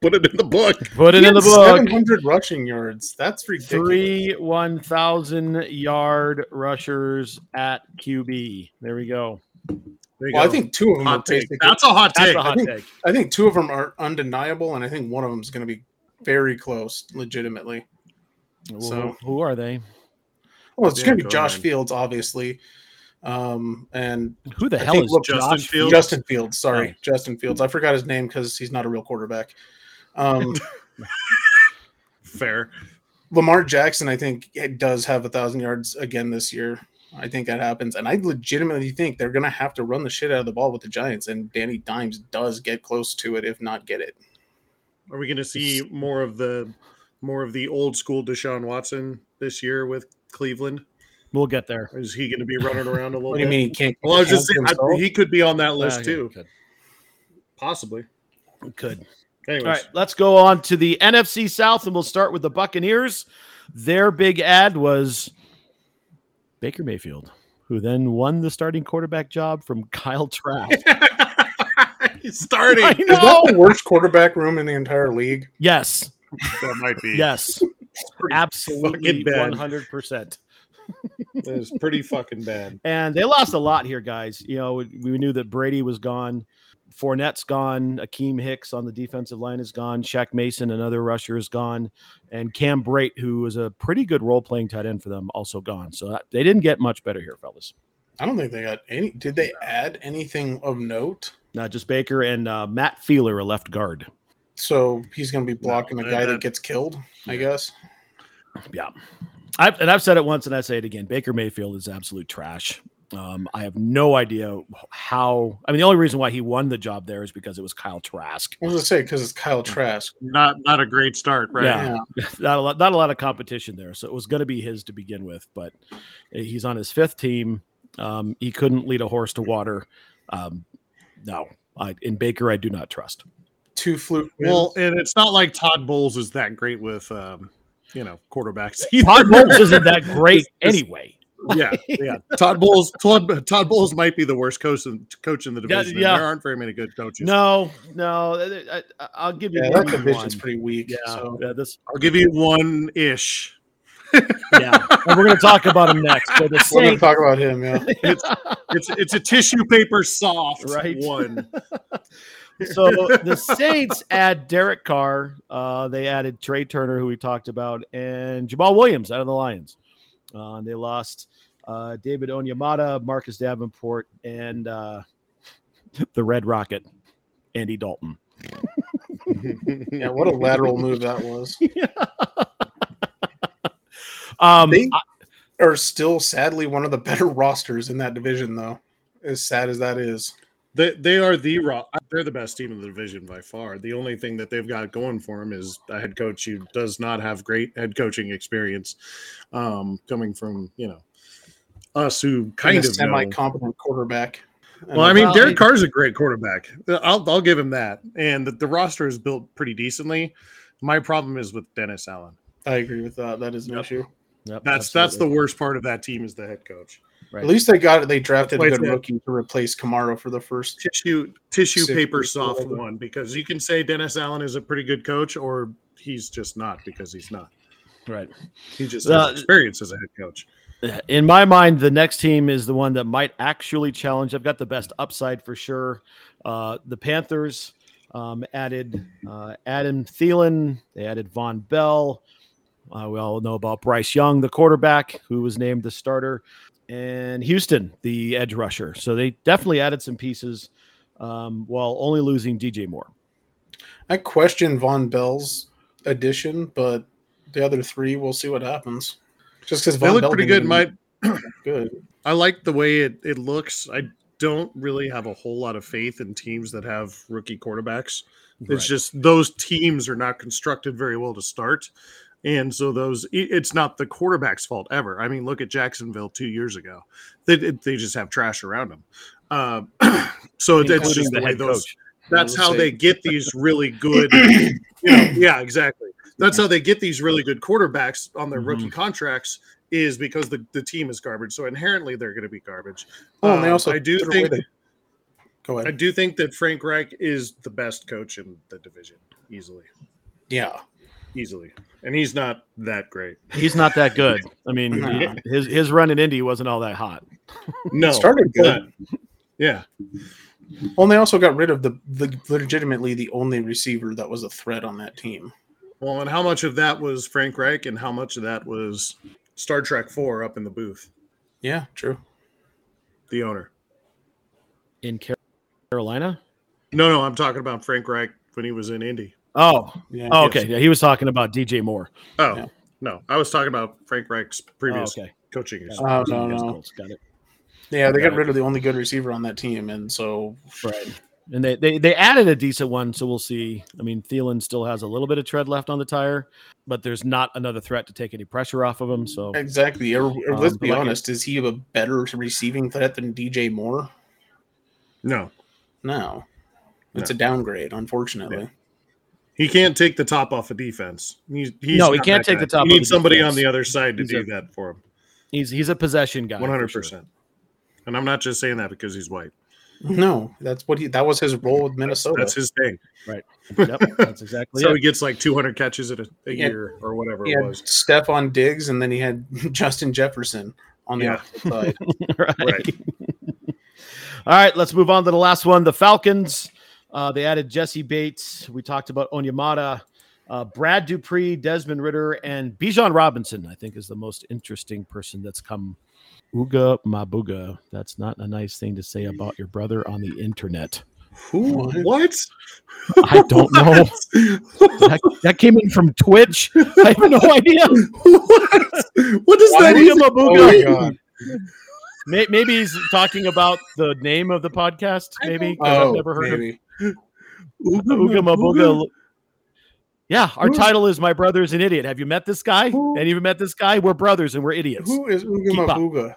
Put it in the book.
Put it in the book.
Seven hundred rushing yards. That's ridiculous.
Three 1,000 yard rushers at QB. There we go.
There you
Well, I
go.
think two of them are
hot take.
basically.
That's a hot
That's
take.
a hot
think-
take.
I think two of them are undeniable, and I think one of them is going to be very close, legitimately.
So,
So-
who are they?
Well, it's
Yeah,
going to
go
be Josh
ahead.
Fields, obviously, um, and
Who the
I
hell
think
is
look,
Justin
Josh
Fields-
Justin Fields. Sorry,
Oh.
Justin Fields. I forgot his name because he's not a real quarterback. Um, [LAUGHS]
Fair.
Lamar Jackson, I think, it does have a thousand yards again this year. I think that happens, and I legitimately think they're going to have to run the shit out of the ball with the Giants, and Danny Dimes does get close to it, if not get it.
Are we going to see more of the more of the old school Deshaun Watson this year with Cleveland?
We'll get there.
Is he going to be running around a little
What
bit?
do you mean he can't?
Well, I was just saying I,
Himself?
he could be on that list
Uh,
too,
yeah,
possibly.
Could. could.
Anyways,
All right, let's go on to the NFC South, and we'll start with the Buccaneers. Their big ad was Baker Mayfield, who then won the starting quarterback job from [LAUGHS] Kyle Trask.
[LAUGHS] He's starting.
I
Is that
know.
the worst quarterback room in the entire league?
Yes,
That might be.
yes,
pretty
absolutely,
fucking bad.
one hundred percent.
It's pretty fucking bad.
And they lost a lot here, guys. You know, we we knew that Brady was gone, Fournette's gone, Akeem Hicks on the defensive line is gone, Shaq Mason, another rusher, is gone, and Cam Brate, who was a pretty good role playing tight end for them, also gone. So that, they didn't get much better here, fellas.
I don't think they got any. Did they add anything of note?
Not just Baker and uh, Matt Feeler, a left guard.
So he's going to be blocking
No,
a guy
that-
that gets killed, I guess.
Yeah. I've, and I've said it once and I say it again. Baker Mayfield is absolute trash. Um, I have no idea how. I mean, the only reason why he won the job there is because it was Kyle Trask.
I was going to say because it's Kyle Trask.
Not not a great start, right?
Yeah.
Yeah.
not a lot, not a lot of competition there. So it was going to be his to begin with, but eh, he's on his fifth team. Um, he couldn't lead a horse to water. Um, no, I, in Baker, I do not trust.
Two fluke.
Well,
wins.
and it's not like Todd Bowles is that great with um, you know, quarterbacks. [LAUGHS] either.
Todd Bowles isn't that great
This-
anyway. [LAUGHS]
yeah, yeah. Todd Bowles, Todd, Todd Bowles might be the worst coach in, coach in the
Yeah,
division. and
yeah.
There aren't very many good coaches.
No, no, eh, I, will give you
yeah, that
maybe
division's
one.
pretty weak.
yeah,
So
yeah, this,
I'll give you one ish.
yeah. And we're going to talk about him next. So the
we're going to
Saints,
talk about him.
[LAUGHS]
Yeah.
It's it's a tissue paper soft
Right.
one.
so the Saints add Derek Carr. Uh, they added Trey Turner, who we talked about, and Jamal Williams out of the Lions. Uh, they lost uh, David Onyemata, Marcus Davenport, and uh, [LAUGHS] the Red Rocket, Andy Dalton.
[LAUGHS] Um,
yeah. What a lateral move that was.
Um,
They-
I-
Are still sadly one of the better [LAUGHS] rosters in that division, though. As sad as that is,
They they are the raw. They're the best team in the division by far. The only thing that they've got going for them is a head coach who does not have great head coaching experience, um, coming from you know us who kind
And a
of know.
semi-competent quarterback. And
Well, I mean,
Well,
Derek
it-
Carr's a great quarterback. I'll I'll give him that. And the, the roster is built pretty decently. My problem is with Dennis Allen.
I agree with that. That is an
Yep.
issue.
Yep,
That's that's the
absolutely.
worst part of that team is the head coach.
Right.
At least they got it. They drafted a
Replace
good
it.
rookie to replace Kamara for the first.
tissue tissue
Sick.
paper soft one because you can say Dennis Allen is a pretty good coach or he's just not because he's not.
right.
He just
Uh,
has experience as a head coach.
In my mind, the next team is the one that might actually challenge. I've got the best upside for sure. Uh, the Panthers um, added uh, Adam Thielen. They added Von Bell. Uh, we all know about Bryce Young, the quarterback, who was named the starter, and Houston, the edge rusher. So they definitely added some pieces um, while only losing DJ Moore.
I question Von Bell's addition, but the other three, we'll see what happens. Just because
They look pretty good. My
good.
I like the way it, it looks. I don't really have a whole lot of faith in teams that have rookie quarterbacks. It's
Right.
just those teams are not constructed very well to start. And so those it- it's not the quarterback's fault ever. I mean, look at Jacksonville 2 years ago. They they just have trash around them. Uh, [CLEARS THROAT] so that's
Including
just the, way those
I
that's
would
how
say-
they get these really good you know, yeah exactly that's how they get these really good quarterbacks on their rookie contracts is because the, the team is garbage so inherently they're going to be garbage
Oh, and they
Um,
also
i do
threw
think
away the- Go
i
ahead.
do think that frank reich is the best coach in the division easily
Yeah,
easily and he's not that great
He's not that good. I mean,
No.
his his run in Indy wasn't all that hot.
no
started good.
but- yeah
Well, and they also got rid of the, the legitimately the only receiver that was a threat on that team.
well and how much of that was frank reich and how much of that was star trek 4 up in the booth
Yeah, true.
the owner
in Car- Carolina.
no no i'm talking about frank reich when he was in indy
Oh,
Yeah.
oh, okay. Yeah, he was talking about DJ Moore.
Oh
Yeah.
no, I was talking about Frank Reich's
Oh,
previous
okay.
coaching.
Yeah.
years.
Oh, no,
Yes,
no.
Colts, Got it.
Yeah, they
Got
got
it.
rid of the only good receiver on that team, and so
Right. And they, they they added a decent one, so we'll see. I mean, Thielen still has a little bit of tread left on the tire, but there's not another threat to take any pressure off of him. So
exactly. Or, or
Um,
let's be
but like-
honest, is he a better receiving threat than DJ Moore?
No,
No, it's
No.
a downgrade, unfortunately.
he can't take the top off of defense. He's, he's
No, he
not
can't
that
take the
guy.
top
You
off
need
of
somebody
defense.
on the other side to
He's
do
a-
that for him.
he's he's a possession guy. for
One
sure.
hundred percent. And I'm not just saying that because he's white.
No, that's what he. That was his role with
Oh,
Minnesota.
That's his thing.
Yep, that's [LAUGHS] exactly
So
it.
he gets like 200 catches in a, a
Yeah.
year or whatever
he
it
had
was.
Stephon Diggs, and then he had [LAUGHS] Justin Jefferson on the
Yeah.
opposite
[LAUGHS]
side.
right. [LAUGHS]
Right.
All right, let's move on to the last one. The Falcons. Uh, they added Jesse Bates. We talked about Onyemata, uh, Brad Dupree, Desmond Ritter, and Bijan Robinson. I think is the most interesting person that's come. Ooga Mabuga. That's not a nice thing to say about your brother on the internet.
Who?
What?
What?
I don't know.
know.
That, that came in from Twitch. I have no idea.
[LAUGHS] what? What does
Why
that
would
even
you-
Oh
Yeah.
my [LAUGHS] god!
May- Maybe he's talking about the name of the podcast. Maybe 'cause
Oh,
I've never heard of
maybe.
Ooga Mabuga. Yeah, our title is My Brother is an Idiot. Have you met this guy?
Who-
And you met this guy? We're brothers and we're idiots.
Who is Uga
Keep up.
Mabuga?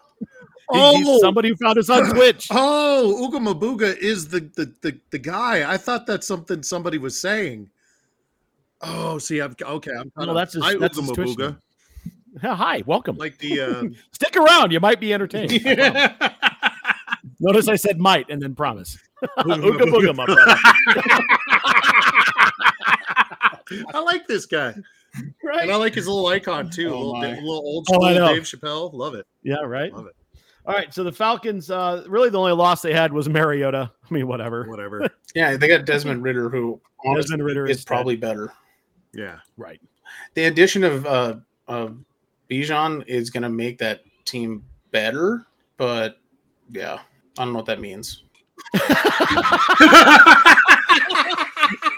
He- he's
Oh,
somebody who found us on Twitch.
Oh, Uga Mabuga is the, the the the guy. I thought that's something somebody was saying. Oh, see, I'm okay. I'm kind
No,
of
that's his-
I
that's
Uga
his Twitch
Mabuga,
name. Yeah, hi, welcome.
like the
[LAUGHS]
uh,
Stick around. You might be entertained. Notice I said might and then promise. Ooga Booga, my brother.
[LAUGHS] I like this guy, and I
Right?
like his little icon too.
Oh,
little,
my.
little old
Oh,
school
I know.
Dave Chappelle, love it,
Yeah, right.
love it.
All right. So the Falcons, uh, really the only loss they had was Mariota. [LAUGHS] I mean, whatever. [LAUGHS]
Whatever.
Yeah, they got Desmond Ritter, who honestly
Desmond Ritter
is
dead.
probably better.
Yeah,
right.
The addition of uh, of Bijan is going to make that team better, but yeah, I don't know what that means.
[LAUGHS]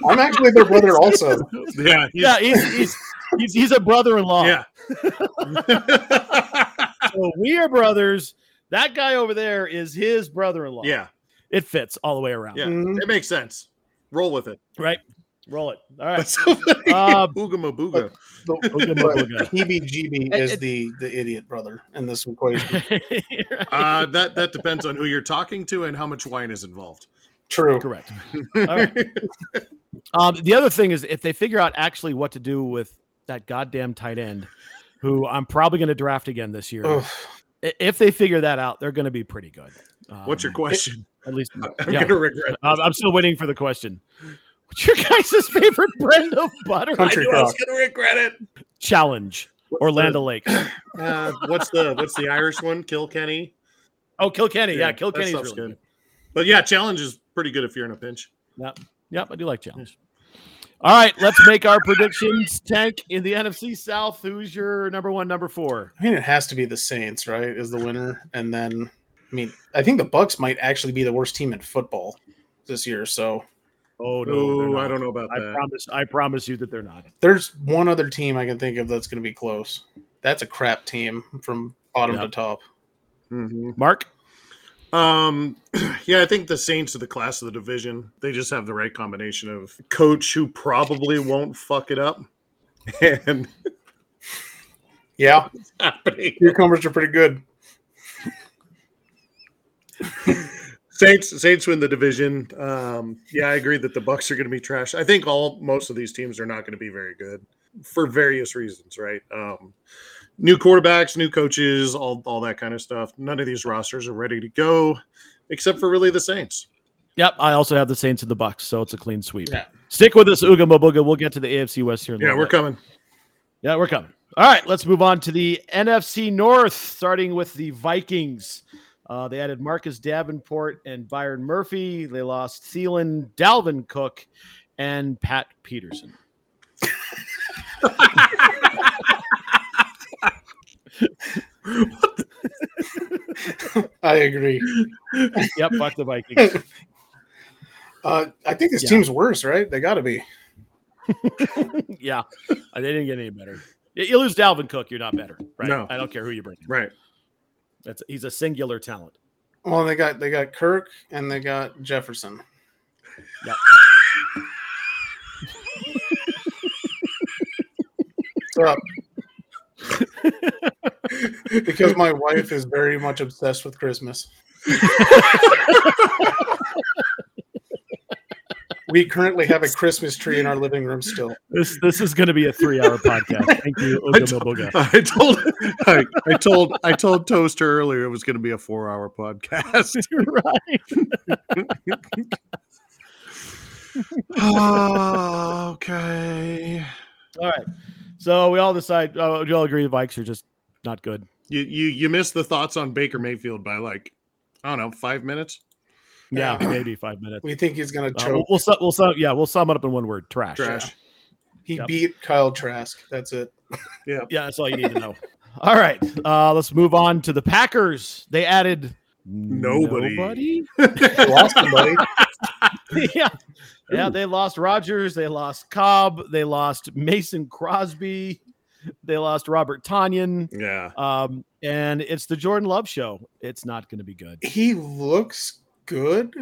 I'm actually their brother, also. [LAUGHS]
yeah, he's,
Yeah, he's, he's He's, he's a brother-in-law.
Yeah. [LAUGHS]
So we are brothers. That guy over there is his brother-in-law.
yeah.
It fits all the way around.
Yeah.
Mhm.
It makes sense. Roll with [LAUGHS] it.
Right? Roll it. All
That's [LAUGHS]
right.
so funny. [LAUGHS]
Uh,
Ooga ma booga.
The-
Ooga
but
Booga.
EBGB
It-
is
it-
the the idiot brother in this equation.
Uh, that that depends on who you're talking to and how much wine is involved.
True.
Correct. All right. Um, the other thing is if they figure out actually what to do with that goddamn tight end, who I'm probably going to draft again this year.
Ugh.
I- If they figure that out, they're going to be pretty good.
What's your uh,
Um,
question?
At least
[LAUGHS] I'm
[LAUGHS] yeah.
gonna regret.
Um, I'm still waiting for the question. What's your guys' favorite brand of butter?
Country
I knew I was
Crock.
gonna regret it.
Challenge.
What's
Orlando Lake.
The, uh, what's the what's the Irish one? Kill Kenny.
Oh, Kilkenny. Yeah,
that
Kilkenny's
stuff's
really good.
But yeah, challenge is pretty good if you're in a pinch.
Yep, I do like challenge. All right, let's make our predictions. Tank in the NFC South. Who's your number one, number four?
I mean, it has to be the Saints, right? Is the winner, and then I mean, I think the Bucks might actually be the worst team in football this year. So
Oh
Oh, I don't know about
I
that.
promise. I promise you that they're not.
there's one other team I can think of that's going to be close. That's a crap team from bottom
Yeah.
to top.
Mhm.
Mark.
Um, [CLEARS THROAT] yeah, I think the Saints are the class of the division. They just have the right combination of coach who probably won't fuck it up, [LAUGHS] and
Yeah,
happening.
cucumbers are pretty good.
Saints Saints win the division. Um, yeah, I agree that the Bucks are going to be trash. I think all most of these teams are not going to be very good for various reasons, right? Um, new quarterbacks, new coaches, all all that kind of stuff. None of these rosters are ready to go, except for really the Saints.
Yep, I also have the Saints and the Bucks, so it's a clean sweep.
Yeah.
Stick with us, Uga Mabuga. We'll get to the AFC West here. In a
Yeah,
little
we're
bit.
coming.
Yeah, we're coming. All right, let's move on to the NFC North, starting with the Vikings. Uh, they added Marcus Davenport and Byron Murphy. They lost Thielen, Dalvin Cook, and Pat Peterson.
I agree.
Yep, fuck the Vikings.
Uh, I think this
Yeah.
team's worse, right? They got to be.
[LAUGHS] yeah, uh, they didn't get any better. You- You lose Dalvin Cook, you're not better, right?
No.
I don't care who you bring. in.
Right.
That's he's a singular talent.
Well, they got they got Kirk and they got Jefferson.
Yep.
So- because my wife is very much obsessed with Christmas. we currently have a Christmas tree in our living room still.
This this is going to be a three [LAUGHS] hour podcast. Thank you,
I
Uga
told-
Mabuga.
[LAUGHS] I told I, I told I told Toaster earlier it was going to be a four hour podcast.
right.
[LAUGHS] okay.
[LAUGHS] All right. So we all decide. Uh, we all agree the bikes are just not good.
You you you missed the thoughts on Baker Mayfield by like I don't know five minutes.
Yeah,
Yeah.
maybe five [LAUGHS] minutes.
We think he's going to
Uh,
choke.
we'll, we'll su- we'll sum yeah we'll sum it up in one word trash.
Trash.
he
Yep.
beat Kyle Trask. That's it.
Yeah, that's all you need to know. all right, uh, let's move on to the Packers. They added
Nobody.
nobody?
They lost him, buddy.
[LAUGHS] yeah, yeah. They lost Rogers. They lost Cobb. They lost Mason Crosby. They lost Robert Tanyan.
Yeah.
Um, and it's the Jordan Love show. It's not going to be good.
He looks good.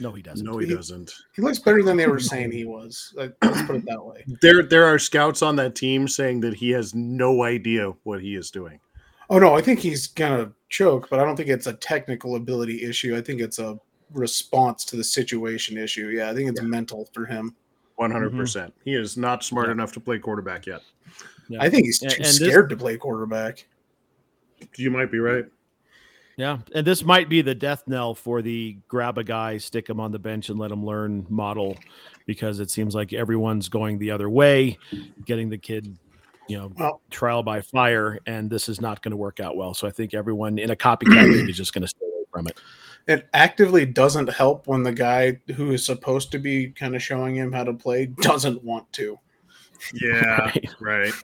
No, he doesn't.
No, he doesn't.
He looks better than they were saying he was. Like, let's put it that way.
There there are scouts on that team saying that he has no idea what he is doing.
Oh no, I think he's gonna choke, but I don't think it's a technical ability issue. I think it's a response to the situation issue. Yeah, I think it's mental for him.
One hundred percent. He is not smart
Yeah.
enough to play quarterback yet.
Yeah.
I think he's
And-
too
and this-
scared to play quarterback.
You might be right.
Yeah, and this might be the death knell for the grab a guy, stick him on the bench, and let him learn model, because it seems like everyone's going the other way, getting the kid, you know,
Well-
trial by fire, and this is not going to work out well. So I think everyone in a copycat league is just going to stay away from it.
It actively doesn't help when the guy who is supposed to be kind of showing him how to play doesn't want to.
Yeah.
Right.
Right.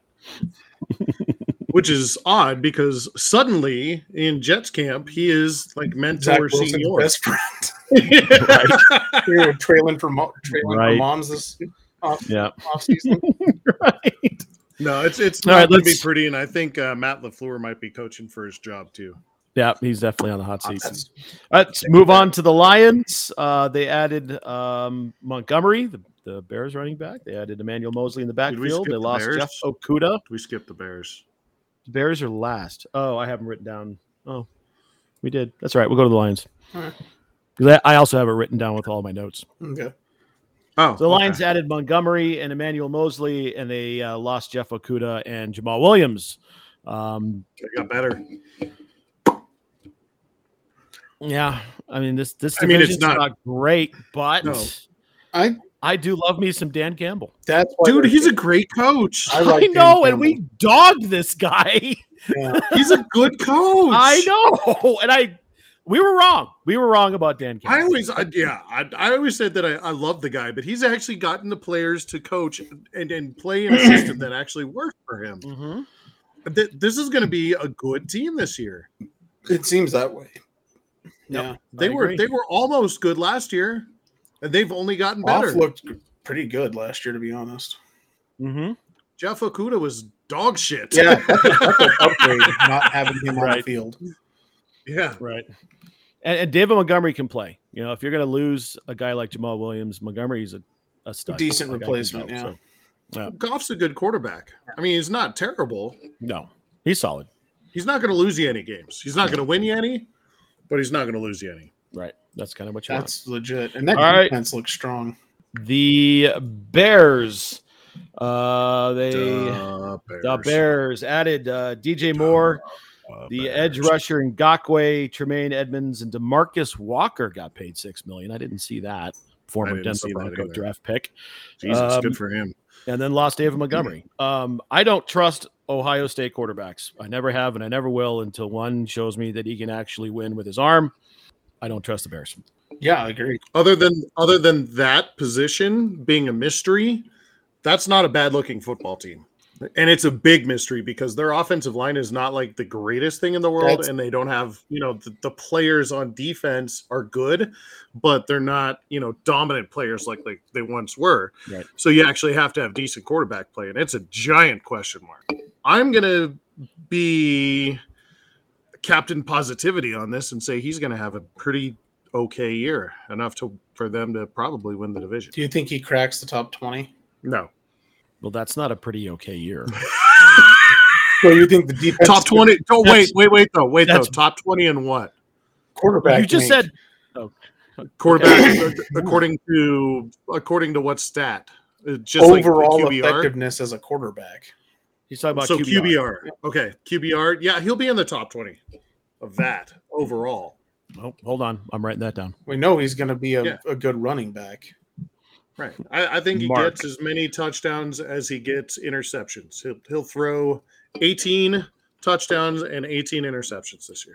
Which is odd because suddenly in Jets camp he is like
Zach
mentor
Wilson's
senior. [LAUGHS]
best friend. [LAUGHS] we were trailing for mo- trailing for
Right.
moms this off
Yeah,
offseason.
right.
No, it's it's
All
not
right,
going to be
let's-
pretty, and I think uh, Matt Lafleur might be coaching for his job too.
Yeah, he's definitely on the
Ah,
hot seat.
That's-
Let's move on to the Lions. Uh, they added um, Montgomery, the, the Bears running back. They added Emmanuel Mosley in the
Did we
backfield.
skip
They
the
lost
Bears?
Jeff Okuda.
We skipped the Bears.
The Bears are last. Oh, I have them written down. Oh, we did. That's all right. We'll go to the Lions.
All right.
'Cause I I also have it written down with all my notes.
Okay.
Oh,
So the Lions
okay.
added Montgomery and Emmanuel Mosley, and they uh, lost Jeff Okuda and Jamal Williams. Um,
They got better.
yeah, I mean this this
I mean, it's
division's
not-
not, great, but
No.
I
I do love me some Dan Campbell.
that's why
Dude,
they're
he's a
good.
great coach.
I like
[LAUGHS] I
Dan
know, and we
Campbell.
dogged this guy.
Yeah.
He's a good coach.
I know, and I we were wrong. We were wrong about Dan
I
Campbell.
always, I, yeah, I, I always said that I, I love the guy, but he's actually gotten the players to coach and, and play in a
[CLEARS THROAT]
system that actually worked for him.
Mhm.
Th- This is going to be a good team this year.
It seems that way. Yeah.
They
I
were
agree.
they were almost good last year, and they've only gotten better.
Off looked pretty good last year, to be honest.
Mhm.
Jeff Okuda was dog shit.
Yeah, [LAUGHS] that's, a, that's an upgrade. Not having him on the
Right.
field.
yeah.
right. And, and David Montgomery can play. You know, if you're going to lose a guy like Jamal Williams, Montgomery's a a stud.
Decent
Like, I can
replacement,
tell,
yeah.
so-
Goff's a good quarterback. I mean, he's not terrible.
no, he's solid.
He's not going to lose you any games. He's not going to win you any, but he's not going to lose you any.
Right. That's kind of what you want.
That's legit. And that
All right.
defense looks strong.
The Bears. Uh, they
Duh,
the Bears added uh, DJ Moore,
Duh,
the
Bears.
edge rusher in Gakwe, Tremaine Edmonds, and Demarcus Walker got paid six million. I didn't see that former
didn't
Denver
see that
Bronco
either.
draft pick,
Jesus,
Um,
good for him.
and then lost David Montgomery. Um, I don't trust Ohio State quarterbacks. I never have, and I never will until one shows me that he can actually win with his arm. I don't trust the Bears.
Yeah, I agree.
Other than other than that position being a mystery, that's not a bad looking football team. And it's a big mystery because their offensive line is not like the greatest thing in the world,
That's-
and they don't have you know the, the players on defense are good, but they're not you know dominant players like like they once were.
Right.
So you actually have to have decent quarterback play, and it's a giant question mark. I'm gonna be captain positivity on this and say he's going to have a pretty okay year, enough to for them to probably win the division.
Do you think he cracks the top 20?
No,
Well, that's not a pretty okay year.
So you think the defense
top twenty. Oh, wait,
that's-
wait, wait though. Wait though.
that's-
Top twenty and what
quarterback?
you just
rank?
said
quarterback uh, according to according to what stat? Uh, Just like the
overall
QBR.
effectiveness as a quarterback.
he's talking about
So
QBR.
QBR. Okay, QBR. Yeah, he'll be in the top twenty of that overall.
Oh, hold on, I'm writing that down.
We know he's going to be a,
Yeah.
a good running back.
Right. I, I think he
Mark.
gets as many touchdowns as he gets interceptions. He'll he'll throw 18 touchdowns and 18 interceptions this year.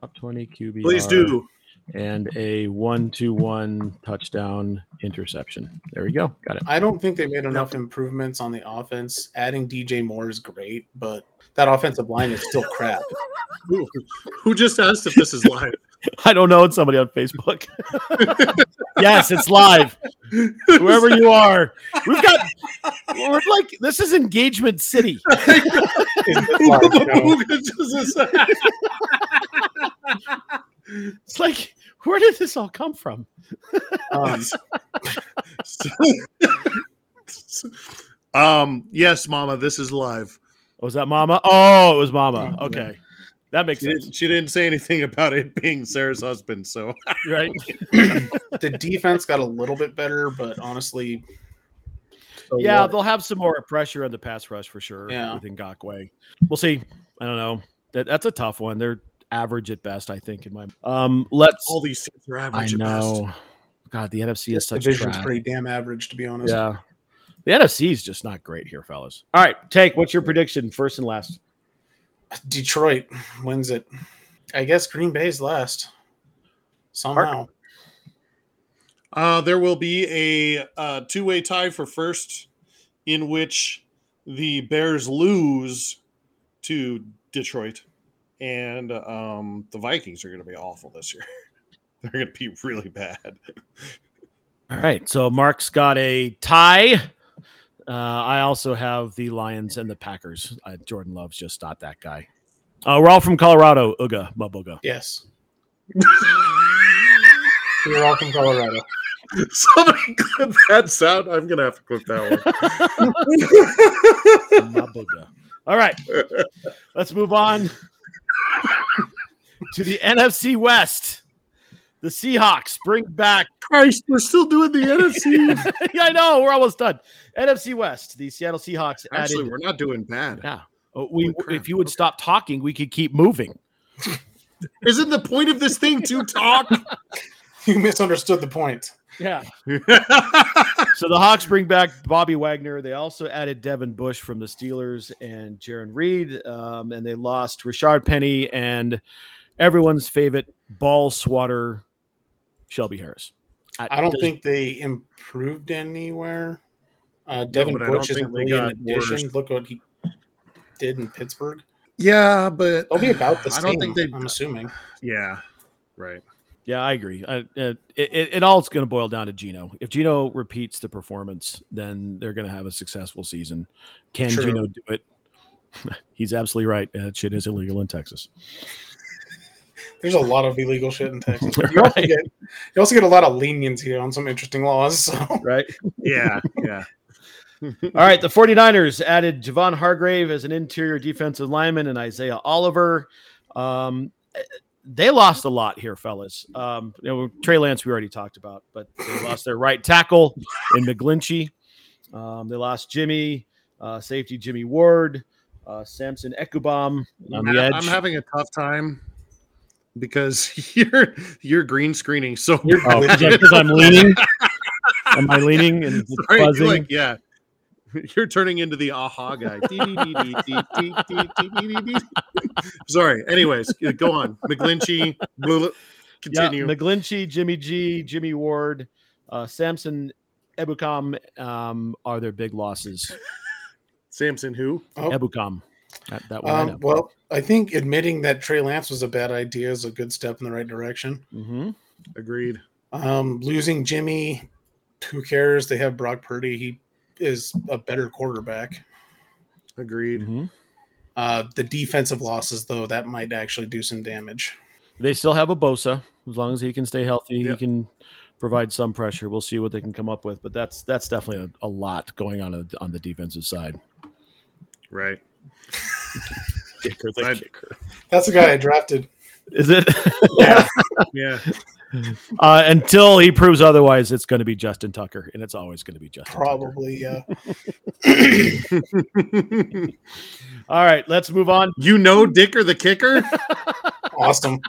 Top twenty QBR.
Please do.
and a one-to-one touchdown interception. There we go. Got it.
I don't think they made enough improvements on the offense. Adding DJ Moore is great, but that offensive line is still
[LAUGHS]
crap.
Who, who just asked if this is live?
[LAUGHS] [LAUGHS] I don't know. It's somebody on
[LAUGHS]
Facebook. yes, it's live. Whoever you are, we've got. We're like this is engagement city.
Is this live? No.
Who [LAUGHS] just asked?
It's like where did this all come from?
Um,
[LAUGHS] um. Yes, Mama. This is live.
Was that Mama? Oh, it was Mama.
Oh,
Okay, that makes
She
sense,
didn't, she didn't say anything about it being Sarah's husband. So
right?
the defense got a little bit better, but honestly, so
Yeah,
what?
they'll have some more pressure on the pass rush for sure.
Yeah.
with Ngakwe. We'll see. I don't know. That, that's a tough one. They're average at best, I think. In my um, let's
all these teams are
I
average. at best.
know. God, the NFC is such
division's
trash.
pretty damn average, to be honest.
Yeah. The NFC is just not great here, fellas. All right, take what's your prediction first and last?
Detroit wins it. I guess Green Bay's last. Somehow.
Uh, there will be a uh, two-way tie for first, in which the Bears lose to Detroit, and um, the Vikings are going to be awful this year. [LAUGHS] They're going to be really bad.
All right, so Mark's got a tie. Uh, I also have the Lions and the Packers. Uh, Jordan Love's just not that guy. Uh, we're all from Colorado. Uga, Mabuga.
[LAUGHS]
Yes. we are all from Colorado.
[LAUGHS]
[LAUGHS]
Somebody clip that sound. I'm gonna have to clip that one.
[LAUGHS]
Mabuga. All right. Let's move on [LAUGHS] to the NFC West. The Seahawks bring back
[LAUGHS] Christ, we're still doing the NFC.
[LAUGHS] yeah, I know. We're almost done. NFC West, the Seattle Seahawks.
[LAUGHS] Actually,
added,
we're not doing bad.
yeah. Oh, we,
Holy crap.
if you would stop talking, we could keep moving.
Isn't the point of this thing to [LAUGHS] talk?
You misunderstood the point.
Yeah. [LAUGHS] So the Hawks bring back Bobby Wagner. They also added Devin Bush from the Steelers and Jaron Reed. Um, and they lost Richard Penny and everyone's favorite ball swatter, Shelby Harris.
I don't think they improved anywhere. Uh, Devin
but I don't
Bush isn't
think
really
they
an
got worse.
addition. Look what he did in Pittsburg.
yeah, but
They'll be about the
I
same. I
don't think they-
am assuming.
yeah, right.
Yeah, I agree. I, uh, it, it, it all is going to boil down to Gino. If Gino repeats the performance, then they're going to have a successful season. Can
True.
Gino do it? [LAUGHS] He's absolutely right. Uh, shit is illegal in Texas.
There's a lot of illegal shit in
[LAUGHS]
Texas. You, also
right.
get, you also get a lot of leniency on some interesting laws. So.
right.
Yeah, yeah.
All right, the 49ers added Javon Hargrave as an interior defensive lineman and Isaiah Oliver. Um, they lost a lot here, fellas. Um, you know, Trey Lance, we already talked about, but they lost their right tackle in McGlinchey. Um, they lost Jimmy, uh, safety Jimmy Ward, uh, Samson Ekubam on the edge.
I'm- I'm having a tough time because [LAUGHS] you're you're green screening so
Oh,
much.
because I'm leaning. Am I leaning and it's
[LAUGHS] Sorry, you're
buzzing?
like, yeah. [LAUGHS] You're turning into the aha guy. Dee-dee-dee-dee-dee-dee-dee-dee-dee-dee. [LAUGHS] Sorry. Anyways, go on. McGlinchey, blah, blah. continue.
Yeah, McGlinchey, Jimmy G, Jimmy Ward, uh, Samson Ebukam um, are their big losses.
Samson, who?
Oh,
Ebukam. That, that one Oh, I know.
um, well, I think admitting that Trey Lance was a bad idea is a good step in the right direction.
hmm
Agreed.
Um, losing Jimmy, who cares? They have Brock Purdy. He is a better quarterback.
Agreed.
mm-hmm.
Uh, the defensive losses, though, that might actually do some damage.
They still have a Bosa. As long as he can stay healthy,
Yeah.
he can provide some pressure. We'll see what they can come up with. But that's that's definitely a, a lot going on on- on the defensive side. Mm-hmm.
Right.
I-
I-
That's the guy I drafted.
Is it [LAUGHS]
yeah.
uh, until he proves otherwise? It's going to be Justin Tucker, and it's always going to be Justin. Tucker.
Probably, uh, yeah.
All right, let's move on
you know Dick or
[LAUGHS]
the kicker?
awesome.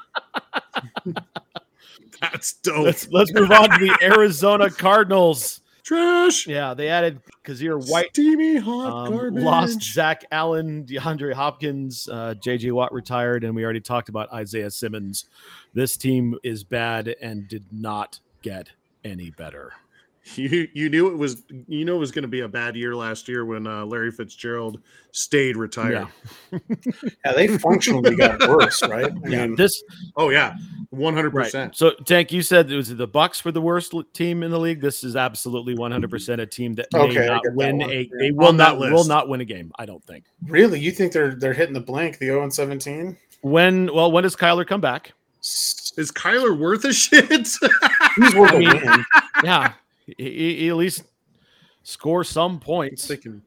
That's dope.
let's let's move on to
[LAUGHS]
the Arizona Cardinals.
Trash.
Yeah, they added Kazir White,
Steamy hot
um,
garbage.
lost Zach Allen, DeAndre Hopkins, uh, J.J. Watt retired, and we already talked about Isaiah Simmons. This team is bad and did not get any better.
[LAUGHS] You you knew it was you know it was going to be a bad year last year when uh, Larry Fitzgerald stayed retired.
Yeah.
Yeah, they functionally
[LAUGHS]
got worse, right? I
Yeah,
mean,
this
Oh yeah, one hundred
right.
percent.
So, Tank, you said it was the Bucks were the worst l- team in the league. This is absolutely 100 percent a team that
Okay, I
may not
get that
win
one.
a.
Yeah.
They will
On that
not
list.
will not win a game. I don't think.
really, you think they're they're hitting the blank? The 0 and 17.
When well, when does Kyler come back?
Is Kyler worth a [LAUGHS] shit?
He's worth
I
a
mean-
win.
yeah, he, he at least score some points.
if they can,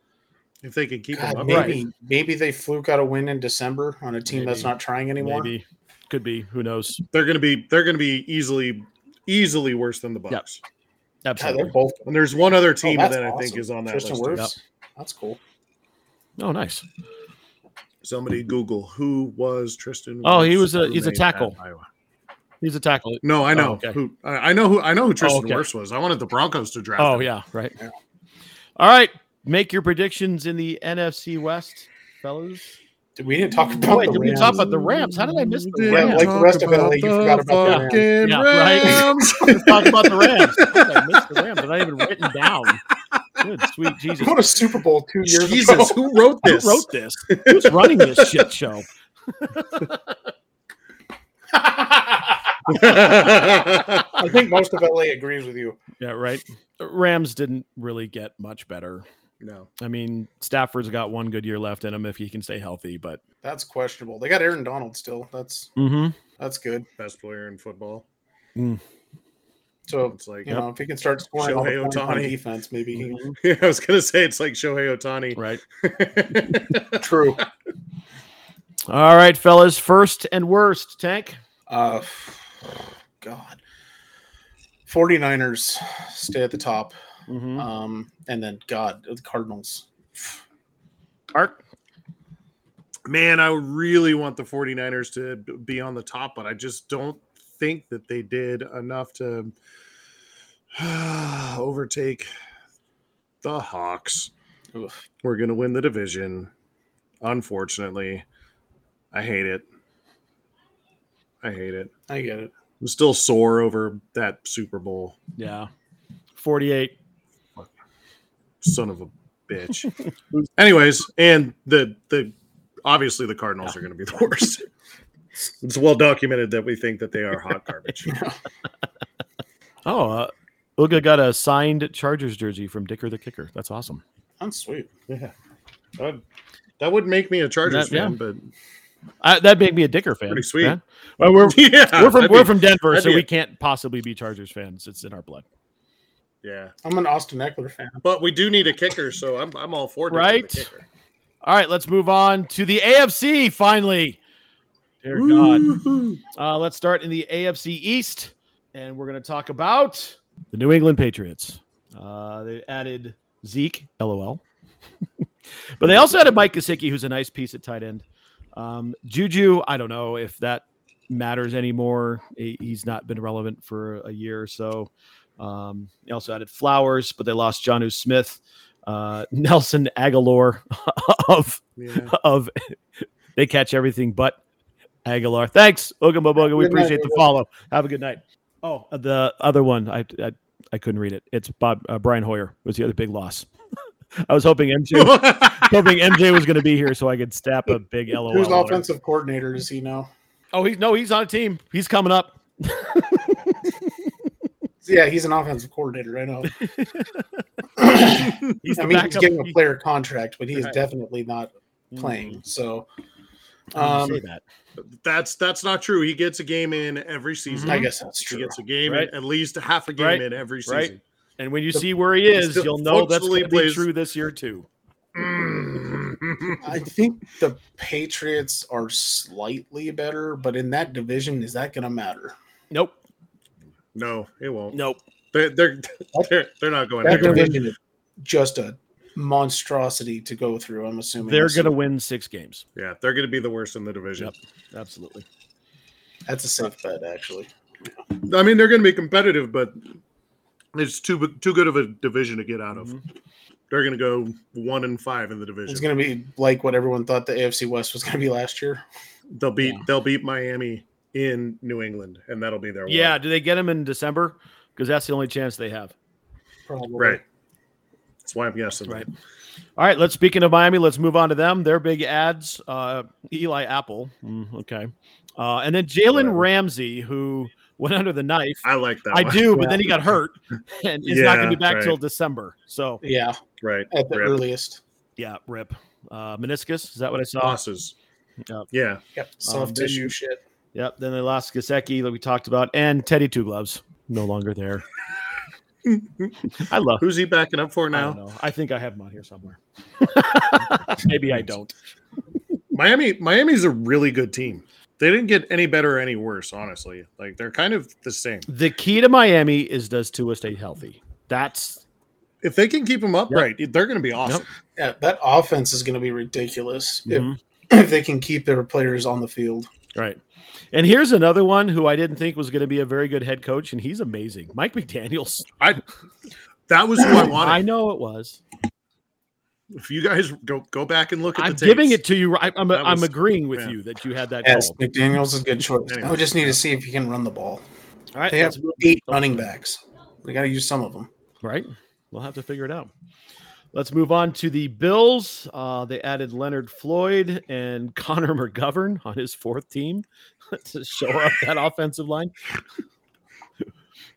if they can keep him
God,
up,
maybe maybe they fluke out a win in December on a team that's
Maybe.
not trying anymore.
Maybe could be. Who knows?
they're going to be they're going to be easily easily worse than the
Yep.
Bucks.
God, they're
Absolutely.
both.
And there's one other
Oh,
team
that's
that I
awesome.
think is on that
Tristan Wirfs?
list.
That's cool.
Oh, nice.
Somebody Google who was Tristan.
Oh, he
Wirfs
was a-
who
he's a
made that
tackle.
Iowa?
He's a tackle.
No, I know
Oh, okay. Oh,
who I I know who I know who Tristan
okay.
Wirfs was. I wanted the Broncos to draft.
Oh
him.
yeah, right.
Yeah.
All right, make your predictions in the NFC West,
[LAUGHS]
fellas.
Did- We didn't talk about
Oh, wait,
the
did we
Rams.
talk about the Rams? How did I miss the
Didn't
Rams?
Yeah, like the rest of
talk
LA, you forgot about
the
Yeah, right. [LAUGHS]
fucking Rams.
Let's talk about the Rams. How did I missed the Rams. They're not even written down. Good sweet Jesus.
What a Super Bowl two years [LAUGHS] ago.
Jesus, who wrote
Who
this?
wrote this?
[LAUGHS]
Who's running this shit show?
I think most of LA agrees with you.
Yeah, right. The Rams didn't really get much better.
[LAUGHS] No.
I mean, Stafford's got one good year left in him if he can stay healthy, but
That's questionable. They got Aaron Donald still. That's
mm-hmm.
that's good.
Best player in football.
So
It's like,
you know, if he can start scoring all
Shohei
the points on
Ohtani.
defense, maybe he can.
[LAUGHS] I was going to say it's like Shohei Otani.
right.
[LAUGHS]
True.
All right, fellas, first and worst tank.
Uh, God. 49ers stay at the top.
Mm-hmm.
Um, and then God, the Cardinals.
Man, I really want the 49ers to b- be on the top, but I just don't think that they did enough to [SIGHS] overtake the Hawks.
Oof.
We're going to win the division. Unfortunately, I hate it. I hate it.
I get it.
I'm still sore over that Super Bowl.
Yeah, forty-eight.
son of a bitch. Anyways, and the the obviously the Cardinals are going to be the worst. It's well documented that we think that they are hot
[LAUGHS]
garbage.
Oh, uh, Uga got a signed Chargers jersey from Dicker the Kicker. That's awesome.
That's sweet.
yeah, that, that would make me a Chargers
That- yeah.
fan, but
I, that'd make me a Dicker fan.
Pretty sweet.
man. Well, we're
yeah,
we're from
that'd
we're
be-
from Denver,
that'd
so
be
we
it.
can't possibly be Chargers fans. It's in our blood,
yeah.
I'm an Austin Eckler fan.
But we do need a kicker, so I'm I'm all for Dick and the
Right?
kicker.
All right, let's move on to the AFC finally. Dear God.
Woo-hoo.
Uh, let's start in the AFC East, and we're going to talk about the New England Patriots. Uh, they added Zeke, lol. [LAUGHS] but they also added Mike Kosicki, who's a nice piece at tight end. Um, Juju, I don't know if that matters anymore. He- he's not been relevant for a year or so. Um, they also added Flowers, but they lost Johnu Smith, uh, [LAUGHS] Nelson Aguilar [LAUGHS] of
Yeah.
of they catch everything but Aguilar. Thanks, Ogumba Boga. We
Good night,
appreciate the
Ogumba.
follow. Have a good night. Oh, the other one, I I, I couldn't read it. It's Bob uh, Brian Hoyer was the other big loss. [LAUGHS] I was hoping
[LAUGHS]
MJ hoping MJ was going to be here so I could stab a big LOL.
Who's
on her.
offensive coordinator does he know?
Oh, he's no, he's on a team. He's coming up.
Yeah, he's an offensive coordinator. I know.
[LAUGHS] He's the
I mean, he's
backup.
getting a player contract, but he is
Right.
definitely not playing. So,
I
um,
didn't Oh, say that.
that's that's not true. He gets a game in
Mm-hmm.
every season.
I guess that's
he
true.
gets a game
Right.
in, at least half a game
Right.
in every season.
Right. And when you see where he is,
still
you'll know that's
functionally
going to be
plays-
true this year too. Mm.
I think the Patriots are slightly better, but in that division, is that going to matter?
Nope,
[LAUGHS] no, it won't.
nope.
They're they're [LAUGHS] they're, they're not going
That
they're
anywhere.
gonna-
division is just a monstrosity to go through. I'm assuming
They're
So
going to win six games.
Yeah, they're going to be the worst in the division.
Absolutely.
That's a safe bet, actually.
I mean, they're going to be competitive, but it's too too good of a division to get out of.
Mm-hmm.
They're going to go one and five in the
It's
division.
going to be like what everyone thought the AFC West was going to be last year.
they'll beat
Yeah.
they'll beat Miami in New England, and that'll be their
Yeah,
One.
do they get him in December? Because that's the only chance they have.
Probably.
Right. That's why I'm guessing.
Right. All right, let's speaking of Miami, let's move on to them. Their big ads, uh, Eli Apple. Mm, okay. Uh, and then Jalen
Whatever.
Ramsey, who went under the knife.
I like that.
I
one.
do, but then he got
[LAUGHS]
hurt and is not going to
Yeah,
be back
right.
till December. So,
Yeah,
Right.
at the
Rip.
earliest.
yeah, rip. Uh, meniscus, is that what I saw?
Losses.
Yeah.
Yeah.
Yep. Soft
Um, then-
tissue shit.
Yep. Then they lost Gasecki that we talked about and Teddy Two Gloves, no longer
[LAUGHS]
there. I love
Who's he backing up for
I don't
now?
know. I think I have him on here
[LAUGHS]
somewhere. Maybe I don't.
Miami. Miami's a really good team. They didn't get any better or any worse, honestly. Like they're kind of the same.
The key to Miami is does Tua stay healthy? That's
If they can keep them upright, they're going to be awesome.
Yeah, that offense is going to be ridiculous if-
Mhm.
if, they can keep their players on the field.
right. And here's another one who I didn't think was going to be a very good head coach, and he's amazing. Mike McDaniels.
I that was who I [LAUGHS] wanted.
I know it was.
if you guys go go back and look at
I'm
the
giving it
tapes,
to you. I, I'm,
That
I'm
was-
agreeing with
yeah.
you that you had that
Yes,
call.
McDaniel's is a good choice.
Anyway.
I would just need to see if he can run the ball.
All right.
They have
let's move-
eight running backs. They got to use some of them.
Right. We'll have to figure it out. Let's move on to the Bills. Uh, they added Leonard Floyd and [LAUGHS] Connor McGovern on his fourth team [LAUGHS] to show up that
[LAUGHS]
offensive line.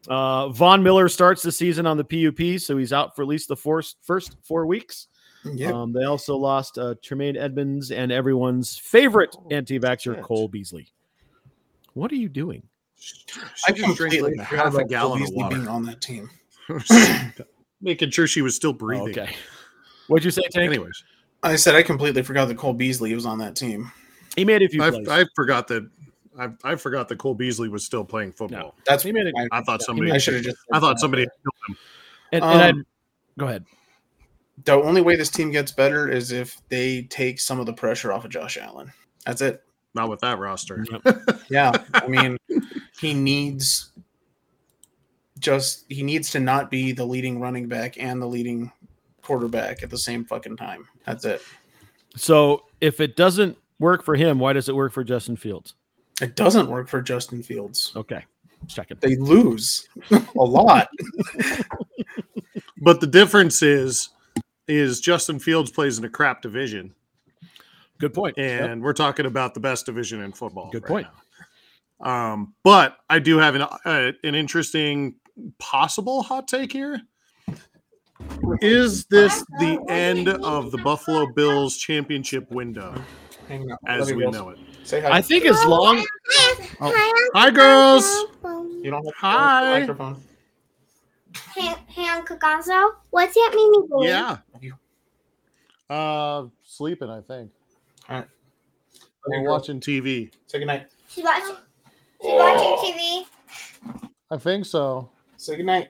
Uh, Von Miller starts the season on the PUP, so he's out for at least the first first four weeks.
Yeah.
Um, they also lost uh, Tremaine Edmonds and everyone's favorite anti-vaxxer
Oh, shit.
Cole Beasley. What are you doing?
She just drank like a half a gallon of
being
water,
on that team.
making sure she was still breathing.
okay. What'd you say, Tank?
Anyways,
I said I completely forgot that Cole Beasley was on that team.
He made a few
I,
plays.
I forgot that. I, I forgot that Cole Beasley was still playing football.
That's
He made it-
I,
I thought somebody.
I should have just.
I thought somebody.
and, and
Um,
I, go
[LAUGHS]
ahead.
The only way this team gets better is if they take some of the pressure off of Josh Allen. That's it.
Not with that roster.
Yeah, I mean, he needs just he needs to not be the leading running back and the leading quarterback at the same fucking time. That's it.
So if it doesn't work for him, why does it work for Justin Fields?
It doesn't work for Justin Fields.
Okay, let's check it.
They lose a lot.
But the difference is, is Justin Fields plays in a crap division,
Good point.
and we're talking about the best division in football.
Good
right
point.
now. Um, but I do have an uh, an interesting possible hot take here. Is this the end of the Buffalo Bills championship window
Hang on.
as
Let
we
me go.
know it?
Say hi.
I think
Oh,
as long
Hi, girls.
you don't have to
Hi.
hold the microphone.
Hey, hey, Uncle Gonzo, what's that meaning? boy?
Yeah. Uh, sleeping, I think.
Okay,
We're
girl.
watching TV.
Say goodnight.
She's watching. She's watching TV.
I think so.
Say goodnight.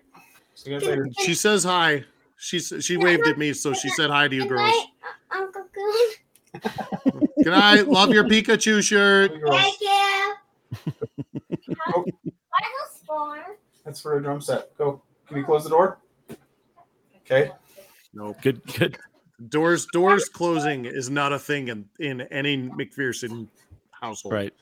Say goodnight later.
She says hi. She's she waved at me, so she said hi to you
Good
girls.
night, Un- Uncle Goon.
Good night. Love your Pikachu shirt.
Hey, girls.
[LAUGHS]
Thank you.
Oh.
What are those for?
That's for a drum set. Go. Can you close the door? Okay.
Nope.
[LAUGHS] good, good.
Doors doors closing is not a thing in, in any McPherson household.
Right.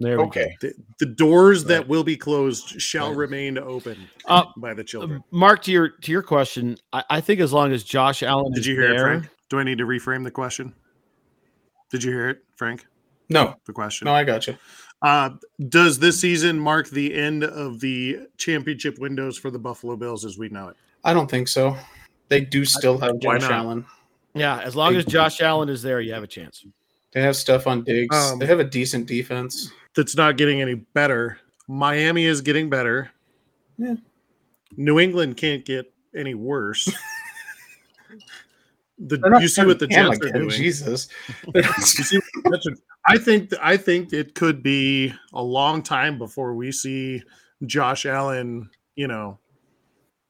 There we go.
Okay.
The, the doors that
Right.
will be closed shall
Right.
remain open
Uh,
by the
Um,
children.
Mark, to your to your question, I, I think as long as Josh Allen
Did
is
you hear it,
there-
Frank? Do I need to reframe the question? Did you hear it, Frank?
No.
The question.
No, I got you.
Uh, does this season mark the end of the championship windows for the Buffalo Bills as we know it?
I don't think so. They do still have
Why
Josh
not?
Allen.
Yeah, as long as Josh Allen is there, you have a chance.
They have stuff on Diggs.
Um,
they have a decent defense.
That's not getting any better. Miami is getting better.
Yeah.
New England can't get any worse. [LAUGHS] the,
They're not
you see what the
starting
Jets are
Cam again,
doing.
Jesus. They're not-
You see what the Jets are- I think I think it could be a long time before we see Josh Allen, you know,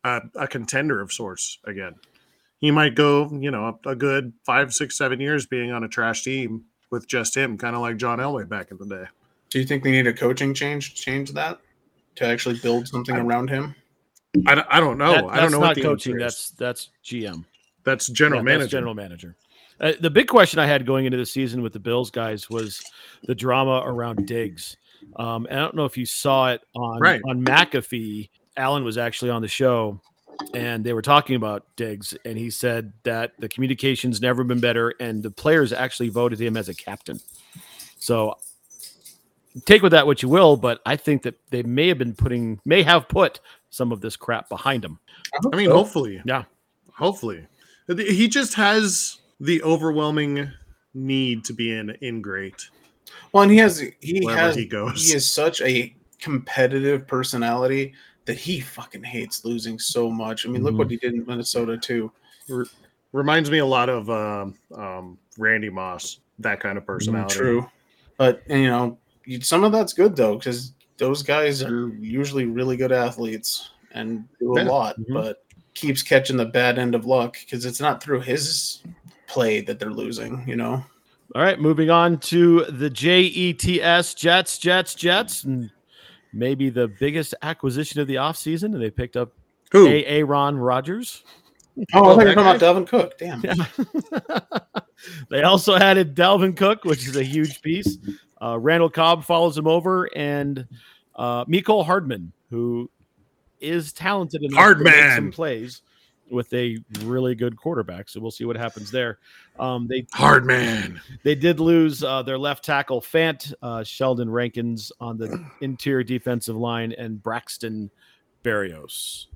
a, a contender of sorts again. He might go, you know, a, a good five, six, seven years being on a trash team with just him, kind of like John Elway back in the day.
[LAUGHS] do you think they need a coaching change to change that? To actually build something around him?
I, don't- I don't know.
That-
Oh, I don't
that's
know
not
what the
coaching.
answer is.
That's that's GM.
that's general
Yeah, that's
manager.
general manager. Uh, the big question I had going into the season with the Bills guys was the drama around Diggs. Um, and I don't know if you saw it on
Right.
on McAfee. Allen was actually on the show, and they were talking about Diggs, and he said that the communication's never been better, and the players actually voted him as a captain. So take with that what you will, but I think that they may have been putting, may have put some of this crap behind them.
I mean, hopefully.
Yeah.
Hopefully. Th- He just has the overwhelming need to be an ingrate
Well, and he has he
wherever
has
he goes.
he is such a competitive personality that he fucking hates losing so much. I mean, look
Mhm.
Mm-hmm.
what he did in Minnesota too.
[LAUGHS] Reminds me a lot of um, um, Randy Moss, that kind
Mm,
of personality.
True, but and, you know, you, some of that's good though because those guys are usually really good athletes and do a
Yeah.
lot,
Mhm.
but keeps catching the bad end of luck because it's not through his play that they're losing. You know,
All right, moving on to the JETS Jets, Jets, Jets, and Mm-hmm. maybe the biggest acquisition of the offseason. And they picked up
Who?
Aaron Rodgers. [LAUGHS]
oh, I thought you were
that
talking about Dalvin Cook. Damn,
they also added Dalvin Cook, which is a huge piece. Uh, Randall Cobb follows him over, and uh, Miko Hardman, who is talented enough to make some
Hardman.
plays with a really good quarterback. So we'll see what happens there. Um, they
Hard man.
They did lose uh, their left tackle Fant, uh, Sheldon Rankins on the interior defensive line, and Braxton Berrios.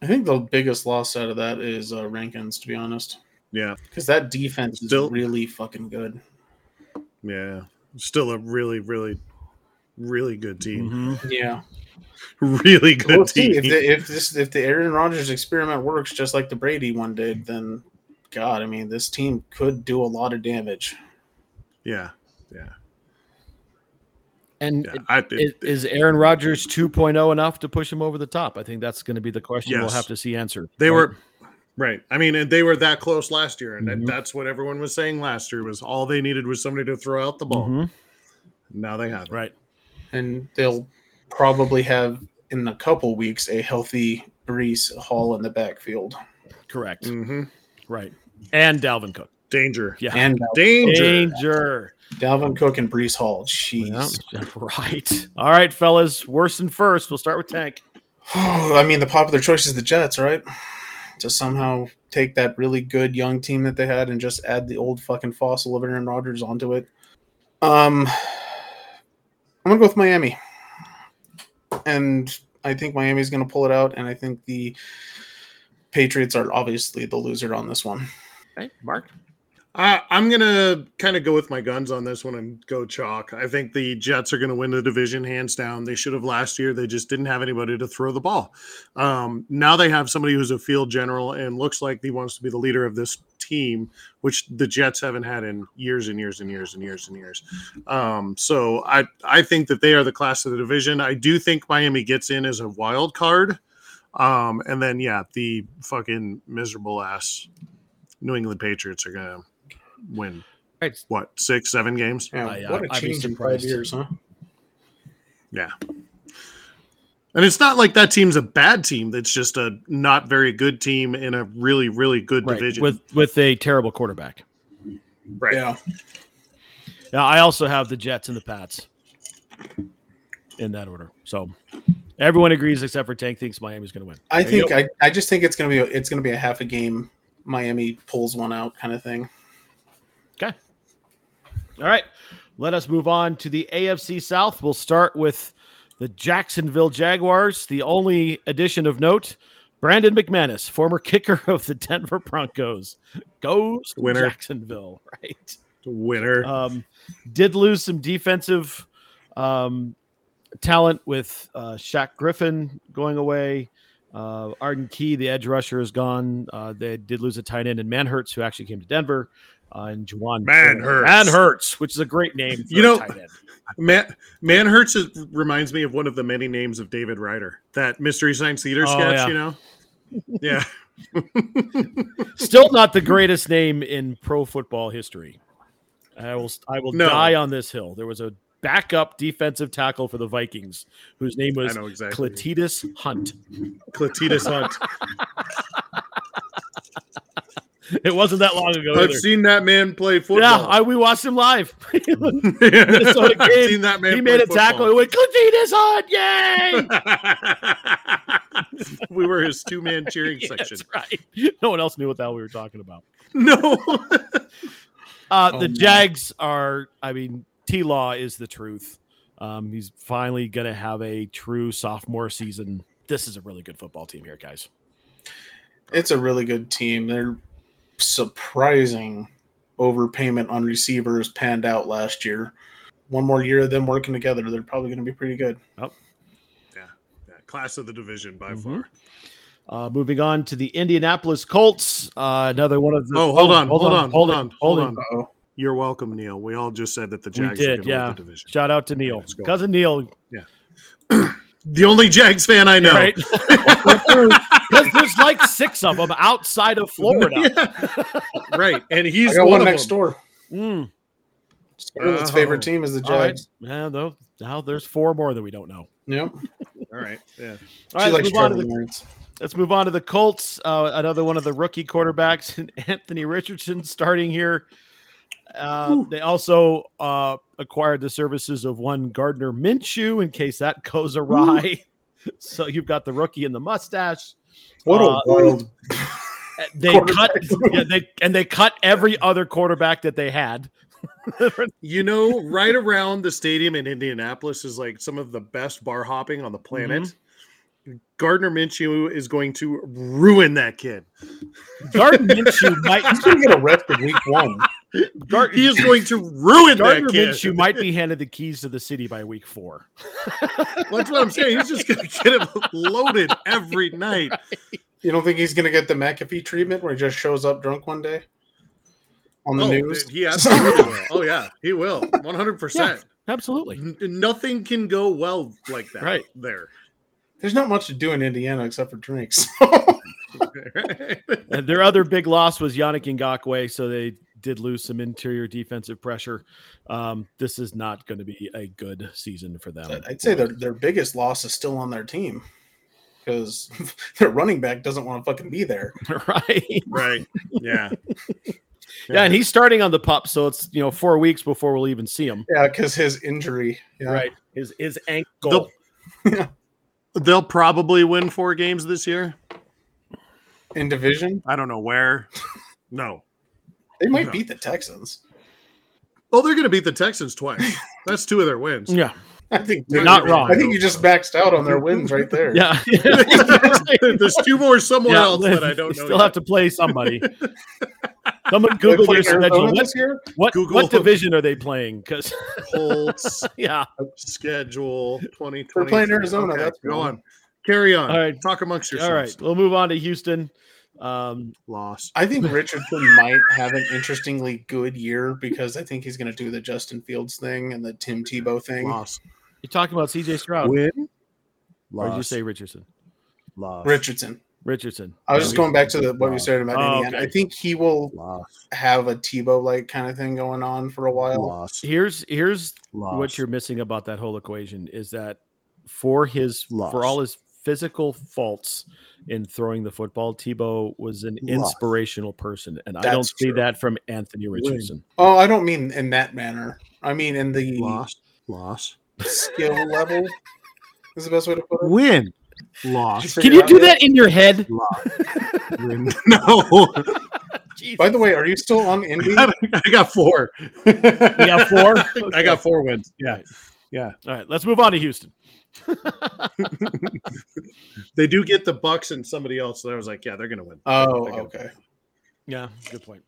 I think the biggest loss out of that is uh, Rankins, to be honest.
Yeah,
because that defense is
Still-
really fucking good.
yeah. Still a really, really, really good team.
Yeah,
Mm-hmm.
[LAUGHS] Really
[LAUGHS]
good
we'll see
team.
if, the, if this if the Aaron Rodgers experiment works just like the Brady one did, then God, I mean, this team could do a lot of damage.
yeah,
And
yeah. I, it,
is, is Aaron Rodgers 2.0 enough to push him over the top? I think that's going to be the question we'll
Yes.
have to see answered.
They
right?
were right. I mean, and they were that close last year, and that-
Mhm.
that's what everyone was saying last year was all they needed was somebody to throw out the ball.
Mhm.
Now they have it.
right.
and they'll probably have in a couple weeks a healthy Brees Hall in the backfield
Correct.
hmm
Right. And Dalvin Cook.
Danger.
Yeah.
and
Danger.
Danger.
Dalvin Cook and Brees Hall. Jeez,
Yeah, [LAUGHS] Right. All right, fellas. Worst and first. We'll start with Tank.
[SIGHS] I mean the popular choice is the Jets, right? To somehow take that really good young team that they had and just add the old fucking fossil of Aaron Rodgers onto it. Um, I'm gonna go with Miami, and I think Miami's gonna pull it out, and I think the Patriots are obviously the loser on this one.
Okay, Mark.
I, I'm gonna kind of go with my guns on this one and go chalk. I think the Jets are gonna win the division hands down. They should have last year. They just didn't have anybody to throw the ball. Um, now they have somebody who's a field general and looks like he wants to be the leader of this team, which the Jets haven't had in years and years and years and years and years. Um, so I I think that they are the class of the division. I do think Miami gets in as a wild card. Um, and then yeah, the fucking miserable ass New England Patriots are gonna win
Right.
what six seven games
Yeah,
I- uh,
what a
I'd be
change in five
surprised.
years, huh?
and it's not like that team's a bad team that's just a not very good team in a really really good
Right.
division
With with a terrible quarterback.
Right.
Yeah.
Yeah, I also have the Jets and the Pats in that order. So everyone agrees except for Tank thinks Miami's going to win.
I
There you
think I, I just think it's gonna be a, it's gonna be a half a game Miami pulls one out kind of thing.
All right. Let us move on to the AFC South. We'll start with the Jacksonville Jaguars. The only addition of note Brandon McManus, former [LAUGHS] kicker of the Denver Broncos, goes to
Winner.
Jacksonville. [LAUGHS] Right.
winner
Um, did lose some defensive um, talent with uh, Shaq Griffin going away. Uh, Arden Key, the edge rusher, is gone. Uh, they did lose a tight end in Manhurts, who actually came to Denver. Uh, and Juwan
Manhurts.
Manhurts, which is a great name. For
You
a
know-
tight end.
man man hurts is, reminds me of one of the many names of david ryder that mystery science theater
Oh,
sketch
yeah.
you know yeah
still not the greatest name in pro football history. I will I will
No.
die on this hill. There was a backup defensive tackle for the Vikings whose name
i
was
know exactly [LAUGHS]
Cletitus Hunt.
clotilde hunt
It wasn't that long ago.
i've
either.
seen that man play
Yeah,
football [LAUGHS]
I, we watched him live. [LAUGHS] he Minnesota
I've
game,
seen that man
made
play
a tackle. He went, Cletitus Hunt!
[LAUGHS]
[LAUGHS] Yay!
football. we were his two-man
[LAUGHS]
cheering
Yeah,
section
That's right. No one else knew what the hell we were talking about.
no
Uh,
Oh,
the
man.
Jags are, I mean, T Law is the truth. Um, he's finally going to have a true sophomore season. This is a really good football team here, guys.
It's a really good team. Their surprising overpayment on receivers panned out last year. One more year of them working together, they're probably gonna be pretty good.
Yeah, class of the division by
Mhm.
far
Uh, moving on to the Indianapolis Colts. Uh, another one of the.
Oh, hold on, hold on, hold
it,
on, hold
it.
on.
Oh,
You're welcome, Neil. We all just said that the
We
Jags
did,
are going to
yeah.
win the division.
Shout out to Neil.
Let's go.
Cousin Neil.
The only Jags fan I know.
Right? [LAUGHS] 'Cause there's like six of them outside
[LAUGHS]
of Florida.
Yeah. [LAUGHS] right. And
I
he's
got
one,
one
of
next
them.
door.
Mm,
Scarlett's
Oh.
favorite team is the
Uh-huh. all right.
Jags.
Yeah, though. Now there's four more that we don't know.
Yep.
All right. Yeah.
All
she
right, let's
likes
move on to
Trevor
the
Lawrence.
Let's move on to the Colts. Uh, another one of the rookie quarterbacks, [LAUGHS] Anthony Richardson, starting here. Uh, they also uh, acquired the services of one Gardner Minshew in case that goes awry. [LAUGHS] so you've got the rookie and the mustache.
What a
Uh,
wild
They cut, yeah, they and they cut every other quarterback that they had.
You know, right around the stadium in Indianapolis is like some of the best bar hopping on the planet. Gardner Minshew is going to ruin that kid.
Gardner Minshew
[LAUGHS]
might
He's going to get arrested week one.
Gar-
He [LAUGHS] is going to ruin
Gardner
that kid.
Minshew might be handed the keys to the city by week four.
Well, That's what I'm saying. He's just going to get him loaded every night.
You don't think he's going to get the McAfee treatment where he just shows up drunk one day on the
Oh,
news?
dude,
[LAUGHS]
he absolutely will. Oh yeah, he will. One hundred percent.
Absolutely.
Nothing can go well like that.
Right.
there. [LAUGHS]
There's not much to do in Indiana except for drinks. [LAUGHS]
And their other big loss was Yannick Ngakwe, so they did lose some interior defensive pressure. Um, this is not going to be a good season for them.
I'd say their, their biggest loss is still on their team because [LAUGHS] their running back doesn't want to fucking be there.
[LAUGHS] right.
right. Yeah.
Yeah, and he's starting on the pup, so it's you know four weeks before we'll even see him.
Yeah, because his injury. Yeah.
Right. His his ankle.
The- They'll probably win four games this year.
In division,
I don't know where. No.
they might
No.
beat the Texans. [LAUGHS]
Oh, they're going to beat the Texans twice. That's two of their wins.
yeah.
I think
You're not wrong.
I think you just maxed out on their wins right there.
[LAUGHS] Yeah.
[LAUGHS] There's two more somewhere
Yeah,
else
[LAUGHS]
that I don't
they
know.
Still have to play
[LAUGHS]
somebody.
Do
Someone
they
Google
play
their schedule.
Arizona
What,
this year?
what,
Google.
what division are they playing? Because
yet. Colts
[LAUGHS] yeah,
schedule 2020.
We're playing Arizona,
Okay,
that's
go
wrong.
on. Carry on.
All right.
Talk amongst yourselves.
all right. We'll move on to Houston. Um,
Loss.
I
[LAUGHS]
think Richardson might have an interestingly good year because I think he's going to do the Justin Fields thing and the Tim Tebow thing.
Loss.
you're talking about C.J. Stroud,
Win.
or
Loss.
did you say Richardson?
loss.
Richardson.
Richardson.
I was just going back to the, what we said about
Oh,
Indiana.
okay.
I think he will
Loss.
have a Tebow like kind of thing going on for a while.
Loss.
Here's here's
Loss.
what you're missing about that whole equation is that for his
Loss.
for all his physical faults in throwing the football, Tebow was an
Loss.
inspirational person, and I don't
That's
see
true.
that from Anthony Richardson.
Oh, I don't mean in that manner. I mean in the
loss.
[LAUGHS]
Loss.
skill level. Is the best way to put it.
Win.
[LAUGHS]
Loss.
Can
Figure
you
out
do
yet?
that in your head?
Loss. Win. No.
By the way, are you still
[LAUGHS]
on Indy?
I got four.
we have
[LAUGHS]
four.
[LAUGHS] I got four wins. Yeah.
All right, let's move on to Houston.
They do get the Bucks and somebody else. So I was like, yeah, they're going to win.
Oh, okay.
Yeah, good point.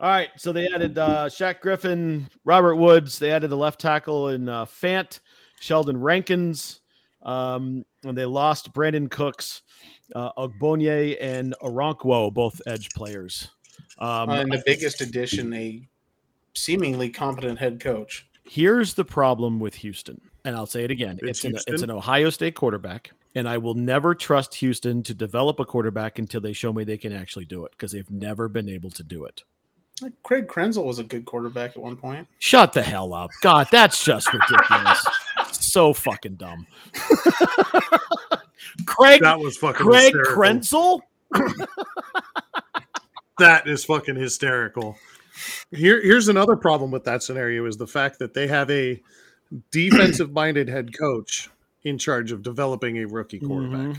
All right, so they added uh, Shaq Griffin, Robert Woods. They added the left tackle in uh, Fant, Sheldon Rankins, um, and they lost Brandon Cooks, uh, Ogbonye, and Aronkwo, both edge players. Um,
Uh, and the biggest addition, a seemingly competent head coach.
Here's the problem with Houston, and I'll say it again: it's,
It's
an, it's
Houston?
an Ohio State quarterback, and I will never trust Houston to develop a quarterback until they show me they can actually do it because they've never been able to do it.
Like, Craig Krenzel was a good quarterback at one point.
Shut the hell up. God, that's just
[LAUGHS]
ridiculous. so fucking dumb. [LAUGHS] Craig
That was fucking
Craig
hysterical.
Krenzel?
That is fucking hysterical. Here, here's another problem with that scenario is the fact that they have a [CLEARS THROAT] defensive minded head coach in charge of developing a rookie
Mhm.
quarterback.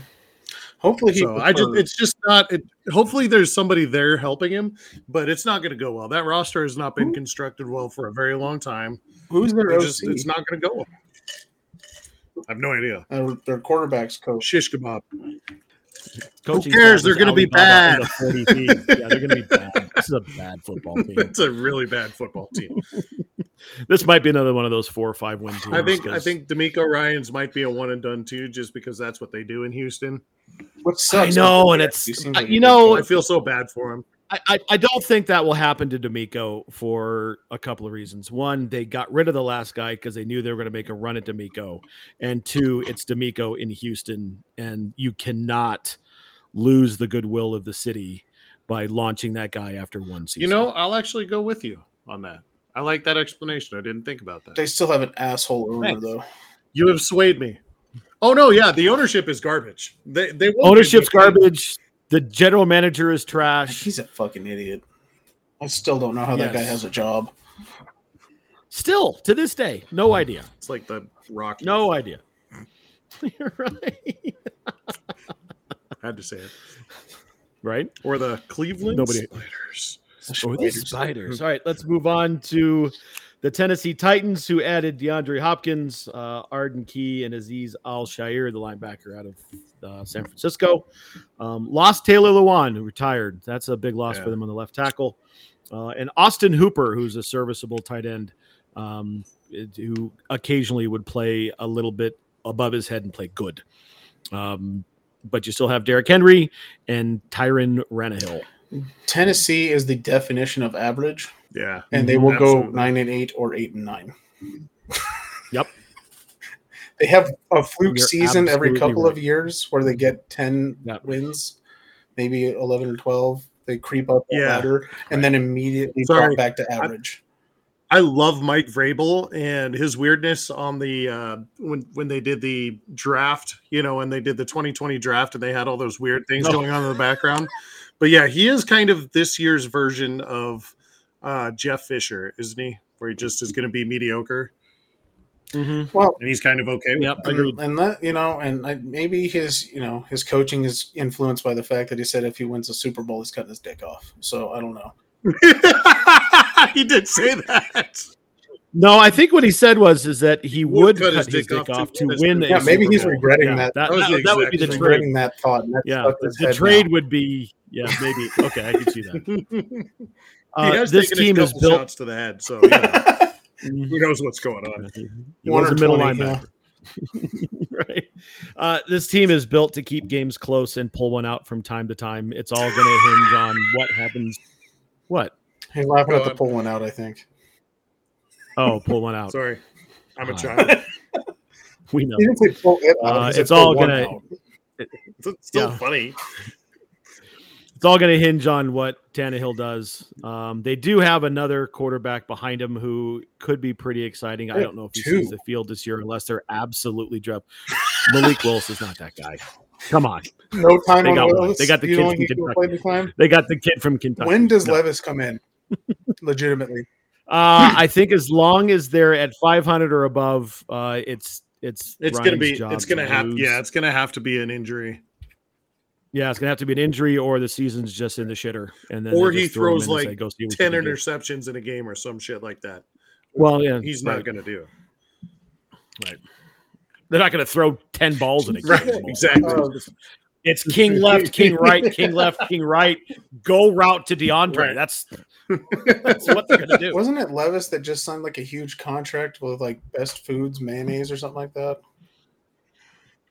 Hopefully, he
[LAUGHS] So I just
prefers-
it's just not it, hopefully there's somebody there helping him, but it's not gonna go well. That roster has not been constructed well for a very long time.
who's their
It
OC?
just- it's not gonna go well. I have no idea.
Uh, their quarterbacks coach.
Shish kebab.
Coaching
cares?
staff
They're
is
gonna be
Alibaba in the 40 team. yeah, they're going to be bad. This is a bad football team.
[LAUGHS] It's a really bad football [LAUGHS] team.
This might be another one of those four or five win teams.
I think I
'cause
think D'Amico Ryan's might be a one and done too, just because that's what they do in Houston.
What
I
sucks?
know, and
He
it's
seems
I-
like a
you
good
know
I feel so bad for him.
I, I, I don't think that will happen to D'Amico for a couple of reasons. One, they got rid of the last guy because they knew they were going to make a run at D'Amico, and two, it's D'Amico in Houston, and you cannot lose the goodwill of the city by launching that guy after one season.
You know, I'll actually go with you on that. I like that explanation. I didn't think about that.
They still have an asshole owner
Thanks.
though.
You have swayed me. Oh no, yeah, the ownership is garbage. They they won't
ownership's
give me-
garbage. The general manager is trash.
He's a fucking idiot. I still don't know how that guy
Yes.
has a job.
Still to this day, no idea.
It's like the rock.
No idea. [LAUGHS] You're right.
I had to say it.
Right.
Or the Cleveland
Nobody-
Spiders.
Oh, the spiders. All right, let's move on to The Tennessee Titans, who added DeAndre Hopkins, uh, Arden Key, and Aziz Al Shair, the linebacker out of uh, San Francisco, um, lost Taylor Lewan, who retired. That's a big loss
Yeah.
for them on the left tackle, uh, and Austin Hooper, who's a serviceable tight end, um, it- who occasionally would play a little bit above his head and play good. Um, but you still have Derrick Henry and Tyron Ranahill.
Tennessee is the definition of average,
Yeah.
and they will go
Absolutely.
nine and eight or eight and
[LAUGHS]
nine.
Yep.
They have a fluke
You're
season every
absolutely
couple of
right.
years where they get ten
Yep.
wins, maybe eleven or twelve. They creep up the
Yeah.
ladder and then immediately
Sorry.
drop back to average.
I love Mike Vrabel and his weirdness on the uh, when when they did the draft, you know, and they did the 2020 draft, and they had all those weird things
Oh.
going on in the background. But yeah, he is kind of this year's version of uh, Jeff Fisher, isn't he? Where he just is going to be mediocre,
Mm-hmm.
well,
and he's kind of okay. with
Yep.
that.
Agreed.
and, and that you know, and I, maybe his you know his coaching is influenced by the fact that he said if he wins the Super Bowl, he's cutting his dick off. So I don't know.
[LAUGHS] he did say that.
No, I think what he said was is that he would cut his, dick, off, to
win
win.
the
a
Yeah,
Yeah, maybe
Super
he's
Bowl.
regretting
Yeah,
that.
That,
That was the
that- that would be the
exact
He's
thing.
trade.
regretting that thought. and that's
Yeah,
stuck in
the,
his
the
head
trade
now.
would be. Yeah, maybe. Okay, I can see that.
he
Uh,
has
this
taken a
team is
couple
built.
shots to the head, so you know,
Mhm.
who knows what's going on.
He
One
was
or
a middle
20,
linebacker. [LAUGHS] right. Uh, this team is built to keep games close and pull one out from time to time. It's all going to hinge on what happens. What?
He's laughing at
Go
the
on.
pull one out. I think
Oh, pull one out.
[LAUGHS] Sorry, I'm a
Uh,
child.
We know.
he didn't say pull it out.
Uh,
he said
it's all
pull one
gonna-
out.
It's still
Yeah.
funny.
it's all going to hinge on what Tannehill does. Um, they do have another quarterback behind him who could be pretty exciting. I
Oh,
Yeah,
don't know if he
two.
sees the field this year unless they're absolutely dropped. Malik Willis is not that guy. Come on,
No time.
They
on
got one.
Willis.
They got the
You
kid
don't
from
think he'll
Kentucky.
play this time?
they got the kid from Kentucky.
When does
No.
Levis come
[LAUGHS]
in? Legitimately,
Uh, I think as long as they're at 500 or above, uh, it's it's
It's
Ryan's
gonna be.
job
It's gonna
to
have.
lose.
Yeah, it's gonna have to be an injury,
yeah, it's gonna have to be an injury or the season's just in the shitter, and then
Or
they just
he
throw him
throws,
in and
like,
say, Go see what you
ten
can do."
interceptions in a game or some shit like that.
Well, yeah,
He's
right.
not gonna do.
They're not gonna throw 10 balls in a game.
[LAUGHS] Right,
anymore.
exactly.
Uh,
It's king left, king right, king left, king right. Go route to DeAndre.
Right.
That's that's what they're gonna do.
wasn't it Levis that just signed like a huge contract with like Best Foods mayonnaise or something like that?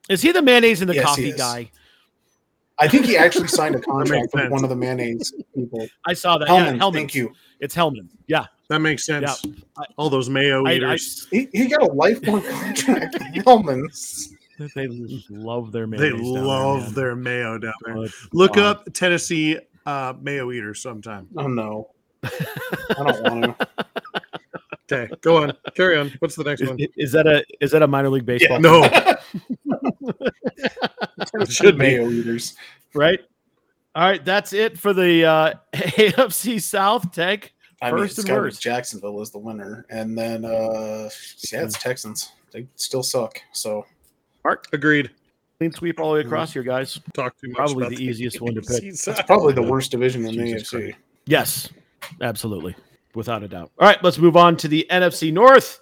Is he the mayonnaise and the
Yes, he
coffee
is.
guy?
I think he
[LAUGHS]
actually signed a contract
makes
with
sense.
one of the mayonnaise people.
I saw that.
Hellman,
yeah, Hellman.
thank you.
It's Hellman. Yeah,
That makes sense. All those mayo
I, I,
eaters.
He, he got a lifelong [LAUGHS] contract. with Hellman's.
they love their
they
mayonnaise. down there,
love
man.
their mayo down there.
But-
Look
um,
up Tennessee uh, mayo eaters sometime.
Oh no, I don't want
[LAUGHS]
to.
Okay, go on. Carry on. What's the next
Is,
one?
is that a is that a minor league baseball? [LAUGHS]
No, it should be.
mayo eaters.
right. All right, that's it for the uh, [LAUGHS] AFC South. Tank.
I mean,
First
it's
and
gotta be
worst.
Jacksonville is the winner, and then uh, yeah, it's Texans. They still suck. So
Agreed.
clean sweep all the way across here, guys.
Talk too much.
Probably
about
the easiest one to pick.
AFC
that's
South.
probably the worst division in the
Jesus
AFC.
Christ.
Yes, absolutely. Without a doubt. All right, let's move on to the NFC North.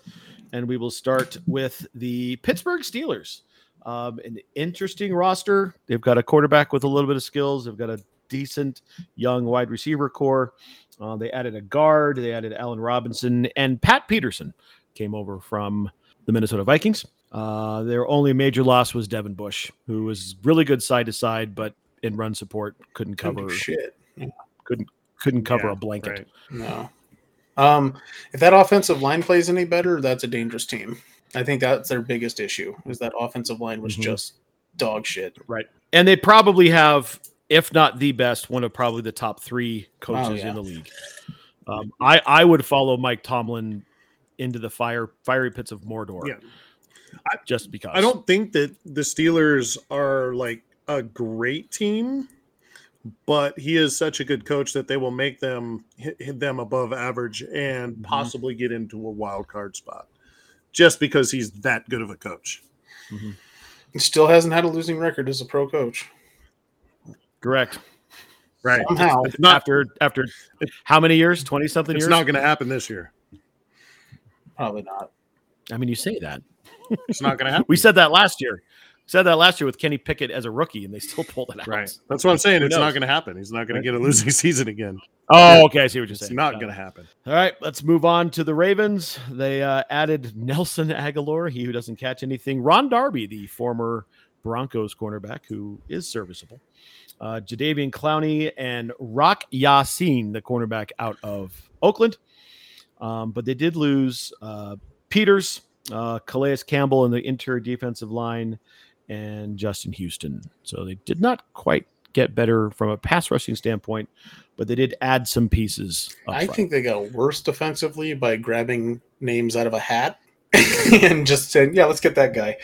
And we will start with the Pittsburgh Steelers. Um, an interesting roster. They've got a quarterback with a little bit of skills, they've got a decent young wide receiver core. Uh, they added a guard, they added Allen Robinson, and Pat Peterson came over from the Minnesota Vikings. Uh, their only major loss was Devin Bush, who was really good side to side, but in run support couldn't
Couldn't do
cover
shit.
couldn't cover
Yeah,
a blanket.
right.
No. Um, if that offensive line plays any better, that's a dangerous team. I think that's their biggest issue. Is that offensive line was
Mhm.
just dog shit.
and they probably have, if not the best, one of probably the top three coaches
Oh, yeah.
in the league. Um, I I would follow Mike Tomlin into the fire fiery pits of Mordor.
Yeah.
just because
I don't think that the Steelers are like a great team, but he is such a good coach that they will make them hit, hit them above average and
Mhm.
possibly get into a wild card spot just because he's that good of a coach.
Still hasn't had a losing record as a pro coach.
correct
Right.
Somehow
Not
after after how many years? Twenty something
it's
years.
not going to happen this year.
Probably not.
I mean, you say that.
It's not going [LAUGHS] to happen.
We said that last year. Said that last year with Kenny Pickett as a rookie, and they still pulled it out.
Right. That's what I'm saying.
Who
It's
knows?
not going to happen. He's not going to get a losing [LAUGHS] season again.
Oh, okay. I see what you're
It's
saying.
not
Yeah.
going to happen.
All right, let's move on to the Ravens. They uh, added Nelson Aguilar, he who doesn't catch anything. Ron Darby, the former Broncos cornerback, who is serviceable. Uh, Jadavian Clowney and Rock Yassine, the cornerback out of Oakland. Um, but they did lose uh, Peters, uh, Calais Campbell in the interior defensive line, and Justin Houston. So they did not quite get better from a pass rushing standpoint, but they did add some pieces. up
I
front.
think they got worse defensively by grabbing names out of a hat [LAUGHS] and just saying, "Yeah, let's get that guy,"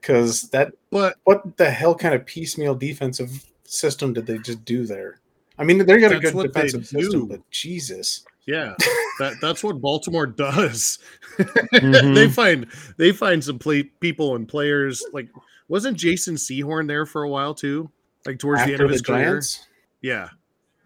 because that.
But
What the hell kind of piecemeal defensive system did they just do there? I mean, they got a
That's
good
what they
defensive
do.
system, but Jesus,
yeah, that, that's what Baltimore does. [LAUGHS]
Mhm.
they find they find some play, people and players. Like wasn't Jason Seahorn there for a while too? Like towards the end
after
of
the,
his career.
Giants,
Yeah.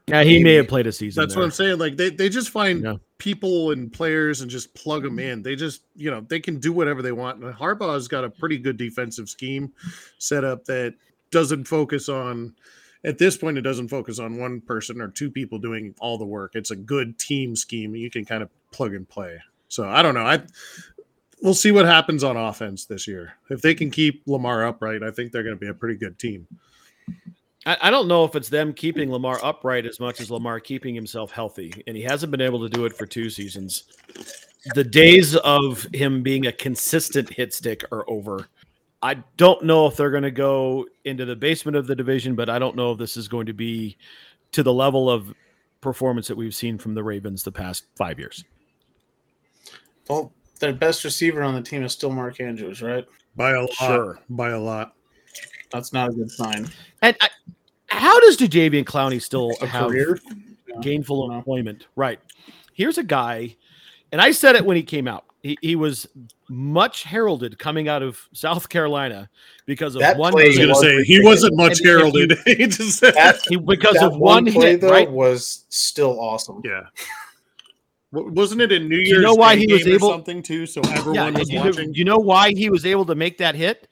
Yeah, he may
Maybe.
have played a season.
That's what I'm saying. Like they, they just find
Yeah.
people and players and just plug them in. They just you know they can do whatever they want. And Harbaugh's got a pretty good defensive scheme set up that doesn't focus on. At this point, it doesn't focus on one person or two people doing all the work. It's a good team scheme. You can kind of plug and play. So I don't know. I we'll see what happens on offense this year. If they can keep Lamar upright, I think they're going to be a pretty good team.
I, I don't know if it's them keeping Lamar upright as much as Lamar keeping himself healthy, and he hasn't been able to do it for two seasons. The days of him being a consistent hit stick are over. I don't know if they're going to go into the basement of the division, but I don't know if this is going to be to the level of performance that we've seen from the Ravens the past five years.
well, their best receiver on the team is still Mark Andrews, right?
By a lot.
Sure.
By a lot.
That's not a good sign.
And I, how does Jadavian Clowney still
A
have
[LAUGHS]
career. Uh-huh.
gainful
Wow.
employment. Right. Here's a guy, and I said it when he came out. He, he was much heralded coming out of South Carolina because of
That
one
play
I was
hit.
gonna
was
say he
ridiculous.
wasn't much
And if you-
heralded. [LAUGHS] he just
That,
He- because
that
of one,
play
hit,
though
right?
was still awesome.
yeah. W- Wasn't it in New Year's?
you know why
Day
he was
game or
able-
something too? So
Yeah,
everyone
and
was
you, know,
watching.
you know why he was able to make that hit?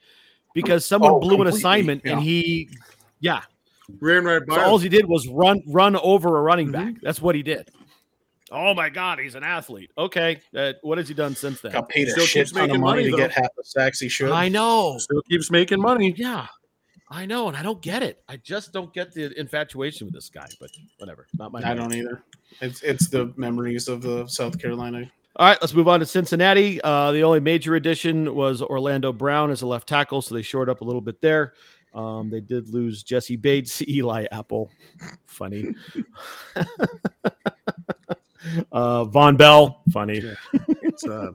Because someone
Oh,
blew an
completely,
assignment
yeah.
and he yeah.
Ran right by.
So
him.
all he did was run run over a running
Mm-hmm.
back. That's what he did. Oh my god, he's an athlete. Okay. Uh, what has he done since then?
Got paid a
Still
shit
keeps
ton of
making
money,
money,
to
though.
get half the sacks he should.
I know.
Still keeps
[LAUGHS]
making money.
Yeah, I know, and I don't get it. I just don't get the infatuation with this guy. But whatever, not my.
I don't either. It's it's the memories of the South Carolina.
All right, let's move on to Cincinnati. Uh, the only major addition was Orlando Brown as a left tackle, so they shored up a little bit there. Um, they did lose Jesse Bates, [LAUGHS] Eli Apple, funny. [LAUGHS] uh, Von Bell, funny.
Yeah. It's, uh,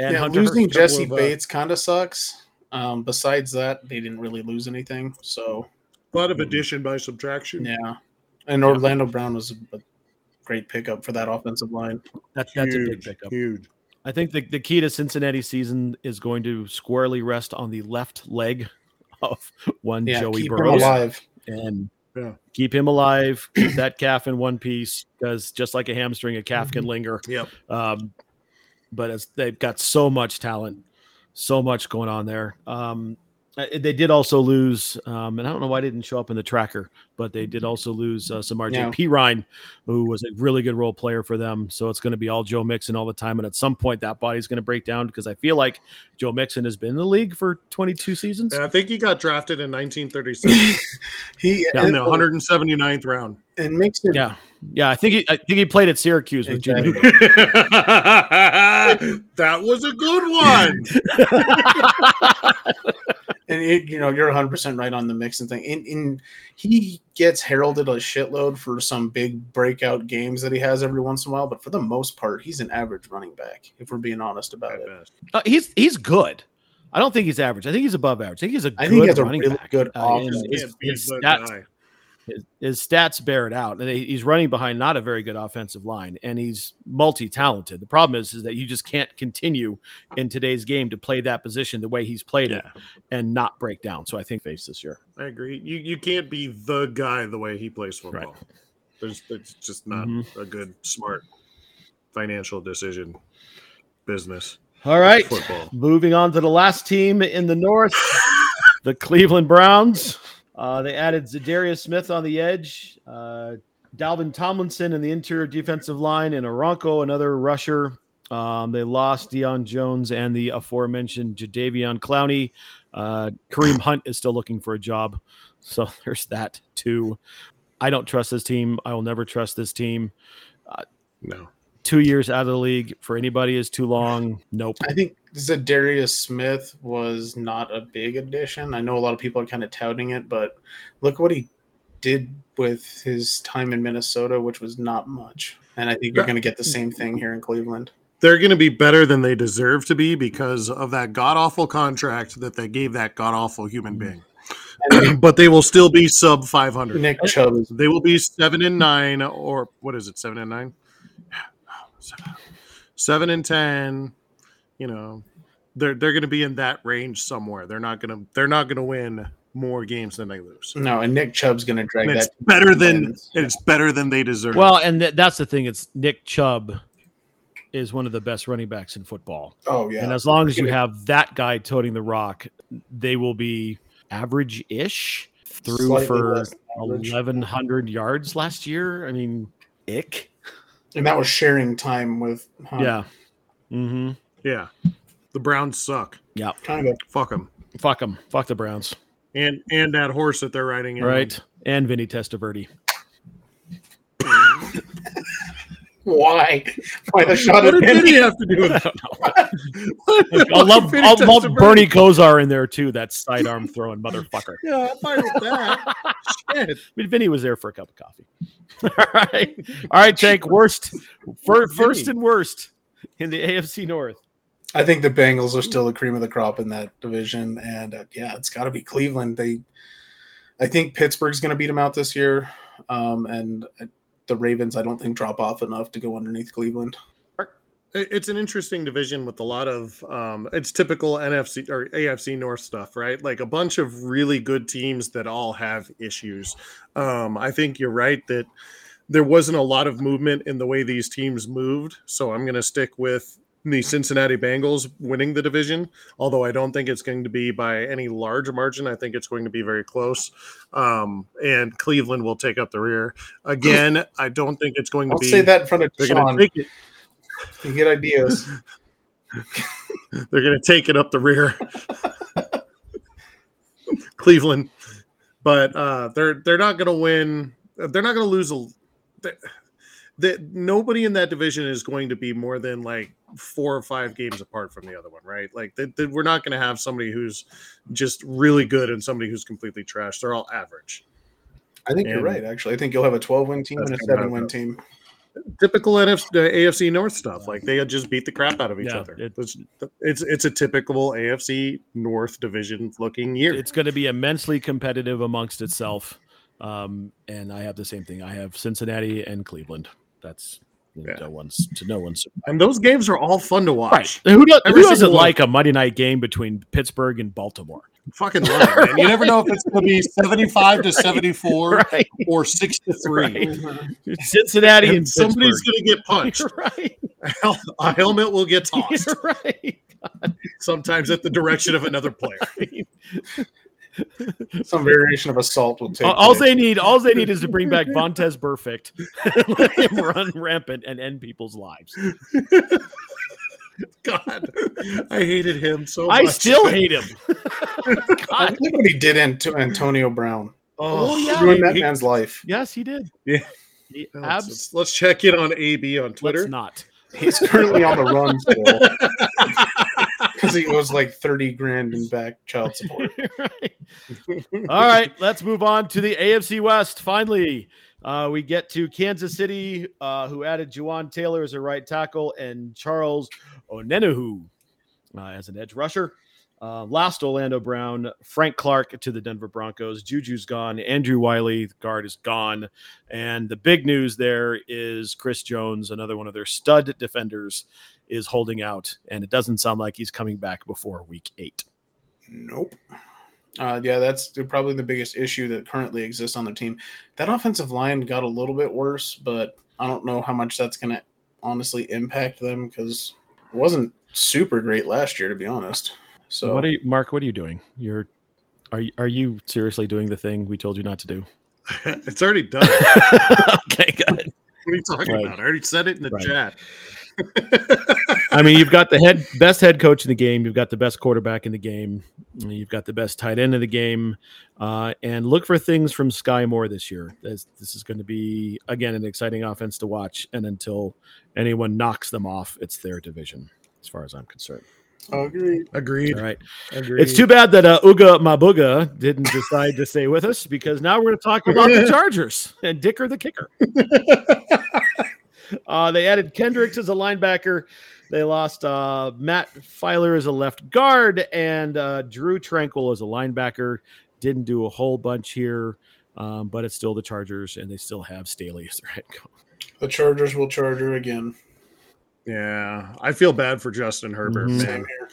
And
yeah,
Hunter
losing
Hurst, couple
Jesse
of, uh,
Bates kind of sucks. Um, besides that, they didn't really lose anything. So
a lot of addition by subtraction.
yeah, and Orlando Brown was a great pickup for that offensive line.
that- that's a big pickup.
Huge.
I think the, the key to Cincinnati's season is going to squarely rest on the left leg of one
Yeah,
Joey
keep him
Burrows
alive.
and
Yeah.
keep him alive, keep that calf in one piece because just like a hamstring, a calf can linger.
Yep.
Um, but as they've got so much talent, so much going on there. Um, uh, they did also lose, um, and I don't know why I didn't show up in the tracker, but they did also lose uh, some
Yeah.
RJ P. Ryan, who was a really good role player for them. So it's going to be all Joe Mixon all the time. And at some point, that body's going to break down because I feel like Joe Mixon has been in the league for 22 seasons.
And I think he got drafted
[LAUGHS]
in 1936
He
Yeah,
in
and,
the
[LAUGHS]
179th round.
and makes it
Yeah. Yeah. I think he, I think he played at Syracuse with Jimmy.
Exactly.
that was a good one.
and it, you know you're 100 percent right on the mixing thing. And, and he gets heralded a shitload for some big breakout games that he has every once in a while, but for the most part, he's an average running back. If we're being honest about it,
Uh, he's he's good. I don't think he's average. I think he's above average. I think he's a good
I think he has a
running
really
back.
good
Uh, and
offense.
his,
Can't be a
his
good
stats,
guy.
his, his stats bear it out. And he- he's running behind not a very good offensive line, and he's multi-talented. The problem is, is that you just can't continue in today's game to play that position the way he's played it and not break down. So I think face this year.
I agree. You you can't be the guy the way he plays football.
Mm-hmm.
There's it's just not
Mhm.
a good smart financial decision. business.
All right.
Football.
Moving on to the last team in the North, the Cleveland Browns. Uh, they added Zadarius Smith on the edge, uh, Dalvin Tomlinson in the interior defensive line, and Aronco, another rusher. Um, they lost Deion Jones and the aforementioned Jadavion Clowney. Uh, Kareem Hunt is still looking for a job. So [LAUGHS] there's that, too. I don't trust this team. I will never trust this team.
No.
Two years out of the league for anybody is too long. Nope.
I think Zadarius Smith was not a big addition. I know a lot of people are kind of touting it, but look what he did with his time in Minnesota, which was not much. And I think you're going to get the same thing here in Cleveland.
They're going to be better than they deserve to be because of that god awful contract that they gave that god awful human being. [CLEARS THROAT]
And
but they will still be sub 500.
Nick Chubb is
They will be seven and nine, or what is it, seven and nine? Seven, seven and ten. You know, they're they're going to be in that range somewhere. They're not going to they're not going to win more games than they lose.
no, and Nick Chubb's going to drag
And it's
that.
better than
wins.
and it's better than they deserve.
Well, and th- that's the thing. It's Nick Chubb is one of the best running backs in football,
Oh
and as long as you have that guy toting the rock, they will be average-ish through
Slightly
for
less than average.
eleven hundred yards last year. I mean, ick.
and that was sharing time with Hunt.
Yeah. Mm-hmm.
yeah, the Browns suck.
kind of.
Fuck them.
Fuck them. Fuck the Browns.
And and that horse that they're riding in.
Right. And Vinny Testaverde.
Why? [LAUGHS] Why the shot
What
at
did Vinny
Penny?
have to do with
I
it?
don't know. I love, I love Bernie Kosar in there too. That sidearm throwing motherfucker.
[LAUGHS] Yeah, I'm fine with that. Shit.
I mean, Vinny was there for a cup of coffee. [LAUGHS] All right. All right, Jake. Worst, fir- first and worst in the AFC North.
I think the Bengals are still the cream of the crop in that division, and uh, yeah, it's got to be Cleveland. They, I think Pittsburgh's going to beat them out this year, um, and uh, the Ravens. I don't think drop off enough to go underneath Cleveland.
It- It's an interesting division with a lot of um, it's typical NFC or AFC North stuff, right? Like a bunch of really good teams that all have issues. Um, I think you're right that there wasn't a lot of movement in the way these teams moved, so I'm going to stick with the Cincinnati Bengals winning the division. Although I don't think it's going to be by any large margin, I think it's going to be very close. Um, and Cleveland will take up the rear again. I don't think it's going to
I'll
be.
say that in front of
They're going
Sean.
to take it.
You get
[LAUGHS]
ideas.
They're going to take it up the rear. [LAUGHS] Cleveland, but uh, they're they're not going to win. They're not going to lose a. That nobody in that division is going to be more than like four or five games apart from the other one, right? Like that that we're not going to have somebody who's just really good and somebody who's completely trash. They're all average.
I think you're
And-
right. Actually, I think you'll have a 12 win team
That's
and a
kinda how it
seven win
goes.
team.
Typical NFC, AFC North stuff. Like they just beat the crap out of each
Yeah,
other.
it-
It's, it's it's a typical AFC North division looking year.
It's going to be immensely competitive amongst itself. Um, and I have the same thing. I have Cincinnati and Cleveland. That's
Yeah.
no one's to no one's
And those games are all fun to
right.
watch.
Who, does, who
Every single
doesn't
one.
like a Monday night game between Pittsburgh and Baltimore?
Fucking love it, man. You never know if it's going
[LAUGHS]
to be 75 to 74
Right.
or 6 to 3.
Right. [LAUGHS] Cincinnati and
And somebody's going to get punched. [LAUGHS]
Pittsburgh. [LAUGHS] Right.
Hel- A helmet will get tossed
You're [LAUGHS] right.
sometimes at the direction of
[LAUGHS]
another player. [LAUGHS]
Some variation of assault will take.
All- all
place.
they need, all they need, is to bring
[LAUGHS]
back Vontez Burfict, and [LAUGHS] let him run rampant and end people's lives.
God, I hated him so
I
much.
still hate him.
I
God.
think what he did into Antonio Brown
Oh, yeah.
ruined that
He-
man's life.
Yes, he did.
Yeah.
He
Let's-
abs-
let's check in on AB on
let's
Twitter.
not.
He's currently on the run still [LAUGHS] because he owes like 30 grand in back child support.
Right. All right, let's move on to the AFC West. Finally, uh, we get to Kansas City, uh, who added Juwan Taylor as a right tackle and Charles Onenahu uh, as an edge rusher. Uh, last Orlando Brown, Frank Clark to the Denver Broncos. Juju's gone. Andrew Wiley, the guard, is gone. And the big news there is Chris Jones, another one of their stud defenders, is holding out. And it doesn't sound like he's coming back before week eight.
Nope. Uh, yeah, that's probably the biggest issue that currently exists on the team. That offensive line got a little bit worse, but I don't know how much that's going to honestly impact them because It wasn't super great last year, to be honest. So
what are you, Mark? What are you doing? You're are you, are you seriously doing the thing we told you not to do?
[LAUGHS] it's already done. what
[LAUGHS] okay, good.
are you talking
Right.
about? I already said it in the
Right.
chat.
I mean, you've got the head best head coach in the game. You've got the best quarterback in the game. You've got the best tight end in the game. Uh, and look for things from Sky Moore this year. This, this is going to be again an exciting offense to watch. And until anyone knocks them off, it's their division, as far as I'm concerned.
agreed.
Agreed.
All right.
Agreed.
It's too bad that uh, Uga Mabuga didn't decide to stay with us because now we're going to talk about the Chargers and Dicker the kicker. uh, they added Kendricks as a linebacker. They lost uh, Matt Filer as a left guard and uh, Drew Tranquil as a linebacker. Didn't do a whole bunch here, um, but it's still the Chargers and they still have Staley as their head coach.
The Chargers will charge her again.
Yeah, I feel bad for Justin Herbert,
Mhm.
man.
Same here.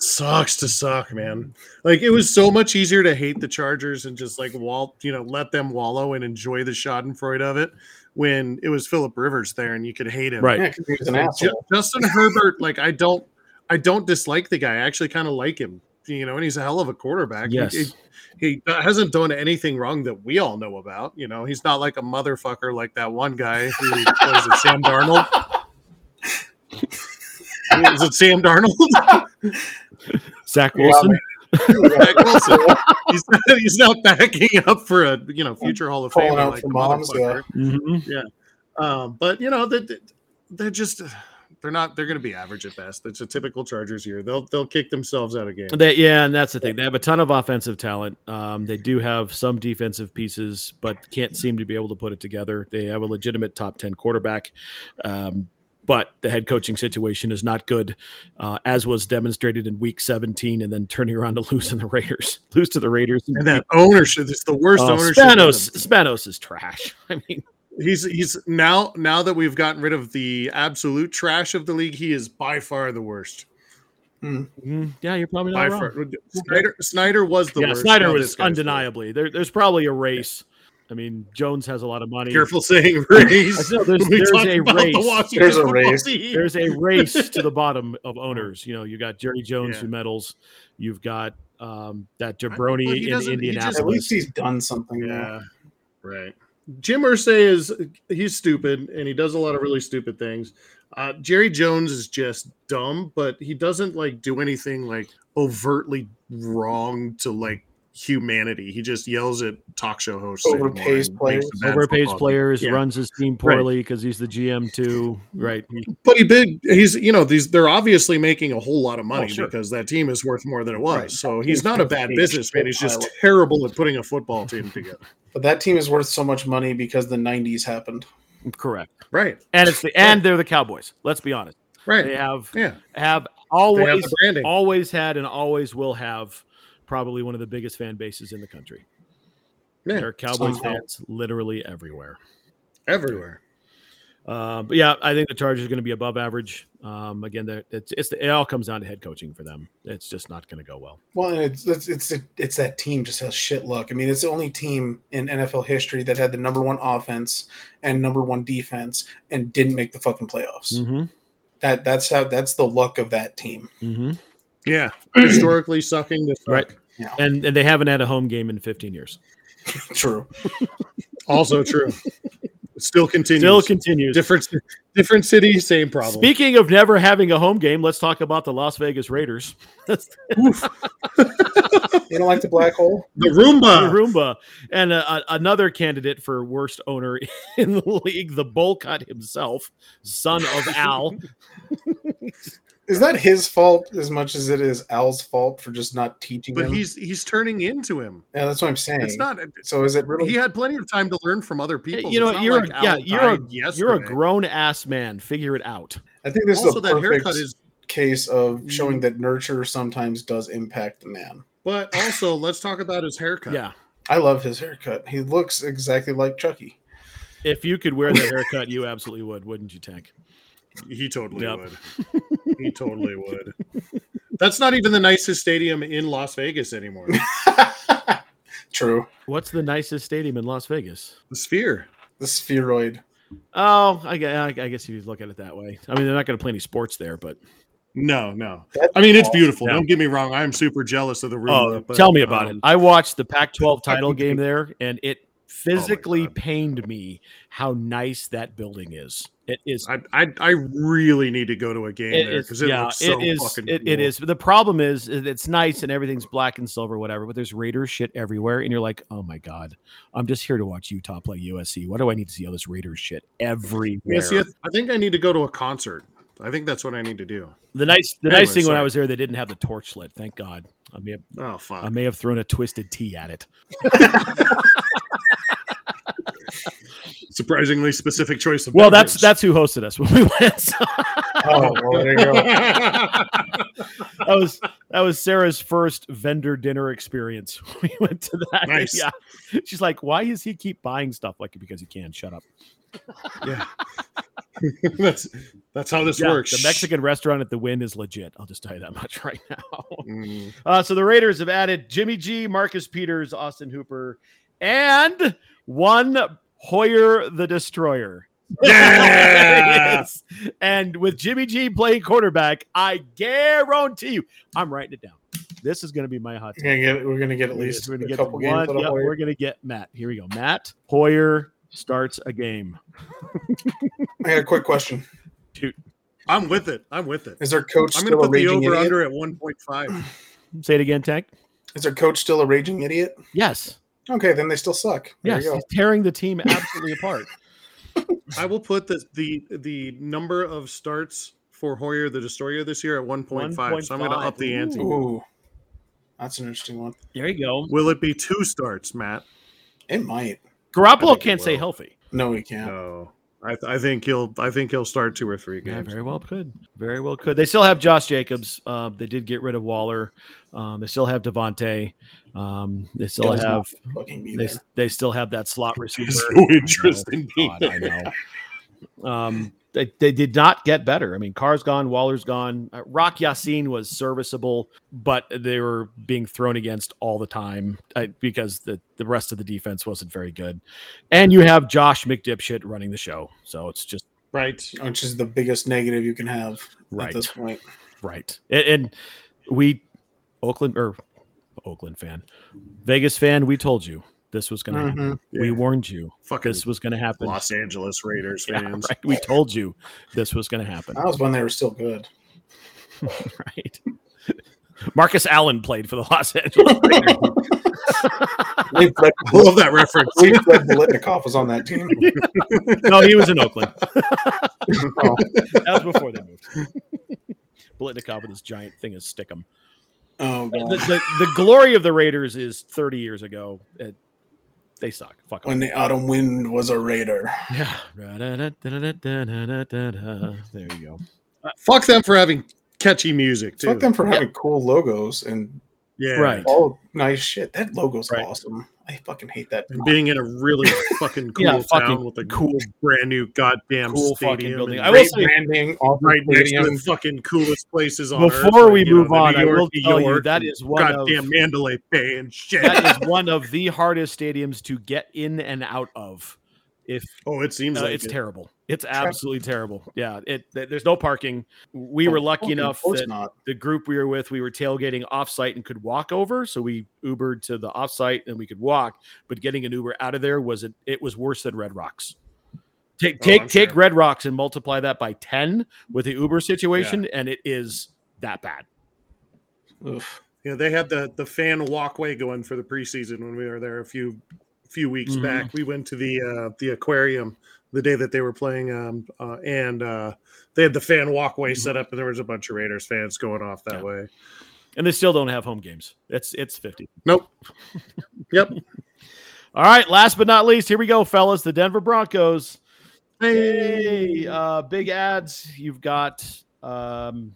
Sucks to suck, man. Like it was so much easier to hate the Chargers and just like wall, you know, let them wallow and enjoy the Schadenfreude of it when it was Philip Rivers there and you could hate him.
Yeah, 'cause he was an
Like, Ju-
asshole.
Justin Herbert, like I don't, I don't dislike the guy. I actually kind of like him, you know, and he's a hell of a quarterback. He-
Yes.
He, he hasn't done anything wrong that we all know about. You know, he's not like a motherfucker like that one guy who was it Sam Darnold. Is it Sam Darnold?
Zach
Yeah,
Wilson.
Zach Wilson. He's [LAUGHS] not, he's not backing up for a you know future Hall of
Calling
Famer
out
like
for
a
moms, yeah.
motherfucker.
Mhm.
Um, but you know that they're just they're not they're going to be average at best. It's a typical Chargers year. They'll they'll kick themselves out of games.
They, yeah, and that's the thing. They have a ton of offensive talent. Um, they do have some defensive pieces, but can't seem to be able to put it together. They have a legitimate top 10 quarterback, um, but the head coaching situation is not good, uh, as was demonstrated in week 17 and then turning around to lose in the Raiders. [LAUGHS] Lose to the Raiders.
And that ownership is the worst
Uh,
ownership.
Spanos, Spanos is trash. [LAUGHS] I mean,
He's he's now now that we've gotten rid of the absolute trash of the league, he is by far the worst.
mm, yeah, you're probably
By
not wrong.
far, Snyder Snyder was the
yeah,
worst.
Snyder
Now
was
this guy's the worst.
undeniably. There, there's probably a race. I mean, Jones has a lot of money.
Careful saying [LAUGHS]
[LAUGHS]
race.
I know, there's-
When we
there's
talk
a
about
race.
Washington
There's a
football
race.
team.
there's a race to
[LAUGHS]
the bottom of owners. You know, you got Jerry Jones
Yeah.
who medals. You've got um, that
know, but he
jabroni in
doesn't- he just-
At least
Indianapolis.
he's done something. Yeah.
Yeah, right. Jim Irsay is he's stupid and he does a lot of really stupid things. Uh, Jerry Jones is just dumb, but he doesn't like do anything like overtly wrong to like humanity. He just yells at talk show hosts. anymore
Overpays
and makes them
players.
bad
Overpays
football
players
Yeah.
runs his team poorly because he's the GM too,
[LAUGHS]
right?
But he did. He's you know these. They're obviously making a whole lot of money
sure.
because that team is worth more than it was.
Oh, Right.
So
team's
he's not a
worth
bad
a
businessman.
shit
He's just
pile of-
terrible at putting a football team together.
But that team is worth so much money because the 90s happened.
Correct.
Right.
And it's the and they're the Cowboys. Let's be honest. They
Right.
have
Yeah.
have
They have
always
the branding.
always had and always will have probably one of the biggest fan bases in the country.
Yeah.
There are Cowboys
somehow.
fans literally everywhere.
Everywhere.
Uh, but yeah, I think the Chargers are going to be above average. Um, again, they're- it's, it's it all comes down to head coaching for them. It's just not going to go well.
Well, and it's it's it's, it's that team just has shit luck. I mean, it's the only team in NFL history that had the number one offense and number one defense and didn't make the fucking playoffs.
Mm-hmm.
That that's how that's the luck of that team. [LAUGHS]
Mm-hmm.
[CLEARS THROAT] Yeah, historically sucking to suck.
Right.
Yeah,
And and they haven't had a home game in 15 years.
true.
Also true. Still continues.
Still continues.
different different city, same problem.
Speaking of never having a home game, let's talk about the Las Vegas Raiders. That's
You don't like the black hole?
the
the
Roomba.
Roomba and uh, uh, another candidate for worst owner [LAUGHS] in the league, the Bolcott himself, son
[LAUGHS]
of Al.
Is that his fault as much as it is Al's fault for just not teaching
but
him?
he's he's turning into him.
yeah, that's what I'm saying.
It's not.
So is it really?
He had plenty of time to learn from other people.
you know,
It's not
you're a-
Al
yeah, you're a-
died
You're a
yesterday.
grown ass man. Figure it out.
I think this is
Also,
a
that
perfect
haircut is. Mm.
case of showing that nurture sometimes does impact the man.
But also, let's talk about his haircut.
Yeah.
I love his haircut. He looks exactly like Chucky. [LAUGHS]
If you could wear the haircut, you absolutely would, wouldn't you, Tank?
he totally
Yep.
would.
[LAUGHS]
He totally would. That's not even the nicest stadium in Las Vegas [LAUGHS] anymore.
True.
What's the nicest stadium in Las Vegas?
The Sphere.
The spheroid.
Oh, I guess, I guess if you look at it that way. I mean, they're not going to play any sports there, but
No, no. I mean, it's beautiful.
Yeah.
Don't get me wrong. I'm super jealous of the room. uh,
Oh, tell me
um,
about it. I watched the Pac-12 title game there, and it physically
Oh God.
pained me how nice that building is. It is.
I, I I really need to go to a game
It
there
is
because it
yeah,
looks so
it is.
fucking
It, it
cool.
is. But the problem is, is it's nice and everything's black and silver, whatever. But there's Raiders shit everywhere, and you're like, oh my god, I'm just here to watch Utah play USC. What do I need to see all this Raiders shit everywhere?
Yeah, see, I, I think I need to go to a concert. I think that's what I need to do.
the nice, the
Anyway,
nice thing when I
sorry.
was there, they didn't have the torch lit. Thank God. I may have,
Oh
I
fuck!
may have thrown a twisted T at it.
Surprisingly specific choice of.
Well, that's that's who hosted us when we [LAUGHS] went. so-
[LAUGHS] Oh, well, there you go.
[LAUGHS] that's.
that was that was Sarah's first vendor dinner experience. [LAUGHS] We went to that.
Nice.
Yeah. She's like, why does he keep buying stuff? Like because he can. Shut up.
yeah. that's that's how this
Yeah,
works.
The Mexican restaurant at the Win is legit. I'll just tell you that much [LAUGHS] right now.
Mm.
Uh, so the Raiders have added Jimmy G, Marcus Peters, Austin Hooper, and one Hoyer
[LAUGHS]
the Destroyer.
Yeah.
Yes. [LAUGHS] And with Jimmy G playing quarterback, I guarantee you, I'm writing it down. This is going to be my hot
We're
take.
gonna get, we're gonna get at
We're
least
gonna
a
get
couple
one-
games. out of
yep,
Hoyer.
we're gonna get Matt. Here we go. Matt Hoyer starts a game.
I got a quick question.
I'm with it. I'm with it.
Is their coach
I'm going to
still a
put the
raging
over
idiot?
under at 1.5.
Say it again, Tank.
Is their coach still a raging idiot?
Yes,
Okay, then they still suck. There
yes,
you go.
he's tearing the team absolutely apart.
I will put the the the number of starts for Hoyer the Destroyer this year at 1.5. So I'm going to
1.5.
up the ante.
Ooh.
Ooh, that's an interesting one.
[LAUGHS] There you go.
Will it be two starts, Matt?
It might.
I
Garoppolo
think he
can't stay
will.
healthy.
No, we can't.
No. I, I think he'll I think he'll start two or three
Yeah, [LAUGHS]
games.
very well could. Very well could. They still have Josh Jacobs. Uh, they did get rid of Waller. Um, they still have Devontae. Um, they still
Gilmore's
have
not fucking be
they,
there.
they still have that slot receiver.
There's
I
no [LAUGHS]
know.
interest in [LAUGHS] being
God, I know. Um, they, they did not get better. I mean, Carr's gone, Waller's gone. Uh, Rock Yassin was serviceable, but they were being thrown against all the time uh, because the, the rest of the defense wasn't very good. And you have Josh McDipshit running the show. So it's just
Right.
Which is the biggest negative you can have
right.
at this point.
Right. And, and we, Oakland or Oakland fan, Vegas fan, we told you this was going to happen.
Mhm.
We warned you
Fucking
this was going to happen.
Los Angeles Raiders
Yeah,
fans.
right. We told you this was going to happen.
That was when they were still good.
right. Marcus Allen played for the Los Angeles.
We fled,
I love
[LAUGHS]
that reference.
[LAUGHS] we fled Bolitnikoff was on that team.
no, he was in Oakland.
Oh,
That was before they moved. Blitnikoff with this giant thing is stick 'em.
[LAUGHS] oh
The,
god.
the, the glory of the Raiders is 30 years ago. It- they suck. Fuck 'em.
When the autumn wind was a raider.
Yeah. There you go.
Fuck them for having catchy music too.
Fuck them for having cool logos and
Yeah.
Right.
all nice shit. That logo's
Oh, Right.
awesome. I fucking hate that.
And being in a really fucking
[LAUGHS]
cool
Yeah,
town
fucking
with a
cool-
cool brand new goddamn
cool fucking
stadium
building.
and
I will
right,
say-
branding off the
right next to
stadium.
the fucking coolest places on earth.
Before
like,
we
you know,
move
the
on,
New
I
York,
will
New
tell you
York,
that
and
is one of,
goddamn Mandalay Bay and
[LAUGHS]
shit.
that is one of the hardest stadiums to get in and out of. If
oh, it seems
Uh,
like
it's
it.
terrible. It's absolutely terrible. Yeah, it th- there's no parking. We were lucky
Fucking
enough
course
that
not.
the group we were with, we were tailgating offsite and could walk over, so we Ubered to the offsite and we could walk. But getting an Uber out of there was it, it was worse than Red Rocks. Take
Oh,
take
I'm
take
sure.
Red Rocks and multiply that by ten with the Uber situation, and it is that bad.
Oof.
You know, they had the the fan walkway going for the preseason when we were there a few few weeks
Mhm.
back. We went to the uh, the aquarium the day that they were playing, um, uh, and uh, they had the fan walkway set up, and there was a bunch of Raiders fans going off that
Mm-hmm. Yeah.
way.
And they still don't have home games. It's it's fifty.
Nope.
[LAUGHS]
yep.
All right. Last but not least, here we go, fellas. The Denver Broncos. Hey, uh, big ads. You've got um,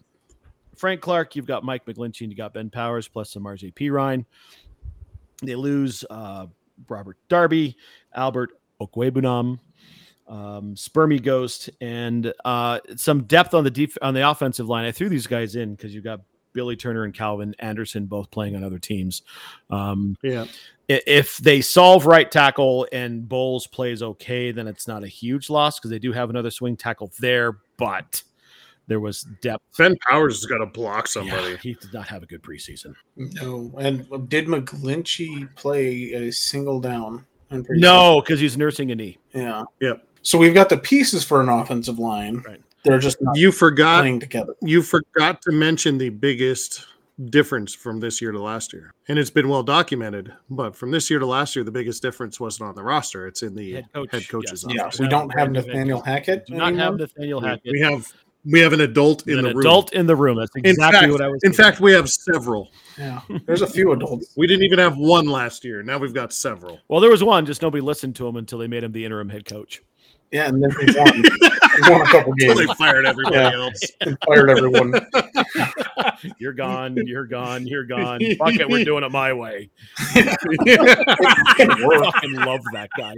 Frank Clark, you've got Mike McGlinchey, and you got Ben Powers, plus some RJP Ryan. They lose uh, Robert Darby, Albert Okwebunam, um, Spermy Ghost, and uh, some depth on the def- on the offensive line. I threw these guys in because you've got Billy Turner and Calvin Anderson both playing on other teams. Um,
Yeah.
i- if they solve right tackle and Bowles plays okay, then it's not a huge loss because they do have another swing tackle there, but there was depth.
Ben Powers has got to block somebody.
Yeah, he did not have a good preseason.
No, and did McGlinchey play a single down? I'm pretty
No, because he's nursing a knee.
sure. Yeah.
Yep.
So we've got the pieces for an offensive line.
Right.
They're just not
You forgot
playing together.
you forgot to mention the biggest difference from this year to last year. And it's been well documented, but from this year to last year, the biggest difference wasn't on the roster. It's in the head,
yes.
coaches. office.
Yeah. We don't have Nathaniel Hackett.
Do not
anymore.
have Nathaniel
We-
Hackett.
We have we have an adult in
an
the room.
adult in the room. That's exactly
fact-
what I was.
In
thinking.
fact, we have several.
[LAUGHS]
yeah. There's a few adults.
We didn't even have one last year. Now we've got several.
well, there was one, just nobody listened to him until they made him the interim head coach.
Yeah, and then they
[LAUGHS]
won. they won a couple
So they
games
fired everybody
Yeah.
else.
and fired
[LAUGHS]
everyone.
You're gone. You're gone. You're gone. Fuck it, we're doing it my
[LAUGHS]
way.
It
I
worked.
fucking love that guy.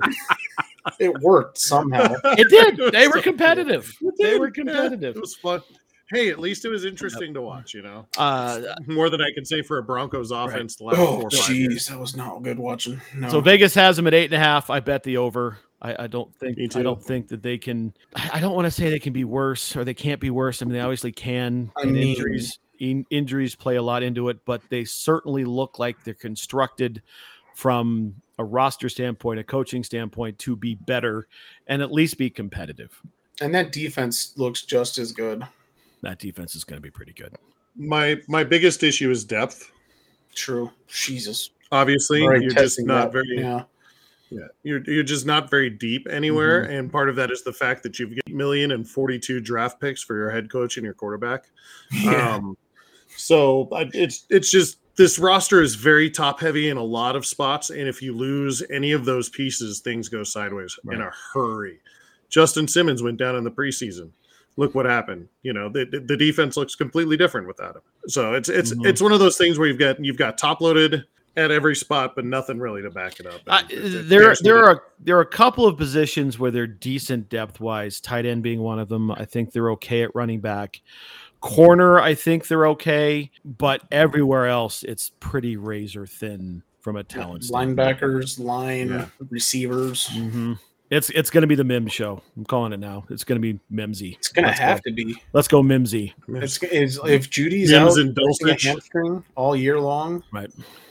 It worked somehow.
It did. They were [LAUGHS] competitive. They were competitive.
It was fun. Hey, at least it was interesting to watch, you know.
Uh,
More than I can say for a Broncos offense the last four
Oh,
or five
jeez,
years.
that was not good watching. No.
so Vegas has him at eight and a half. I bet the over. I, I don't think.
Me
I
too.
don't think that they can. I I don't want to say they can be worse or they can't be worse. I mean, they obviously can.
I
and
mean-
injuries in, injuries play a lot into it, but they certainly look like they're constructed from a roster standpoint, a coaching standpoint, to be better and at least be competitive.
and that defense looks just as good.
That defense is going to be pretty good.
My my biggest issue is depth.
True. Jesus.
Obviously,
Alright,
you're just
testing
not
that.
very
Yeah.
yeah. You're you're just not very deep anywhere, and part of that is the fact that you've got a million and forty two draft picks for your head coach and your quarterback.
Yeah.
Um, so I, it's it's just this roster is very top heavy in a lot of spots, and if you lose any of those pieces, things go sideways in a hurry. Justin Simmons went down in the preseason. Look what happened. You know the the- the defense looks completely different without him. So it's it's
Mhm.
it's one of those things where you've got you've got top loaded at every spot, but nothing really to back it up.
Uh,
And it- it
there,
scares me
there
to
are there are a couple of positions where they're decent depth wise. Tight end being one of them. I think they're okay at running back. Corner, I think they're okay, but everywhere else, it's pretty razor thin from a talent. standpoint.
Linebackers, line,
Yeah.
receivers.
Mhm. It's it's going to be the Mim show. I'm calling it now. It's going to be Mimsy.
It's gonna
Let's
have
Go.
to be.
Let's go Mimsy.
It's, it's if Judy's out
Mims and
nursing a
Dulcich.
hamstring all year long.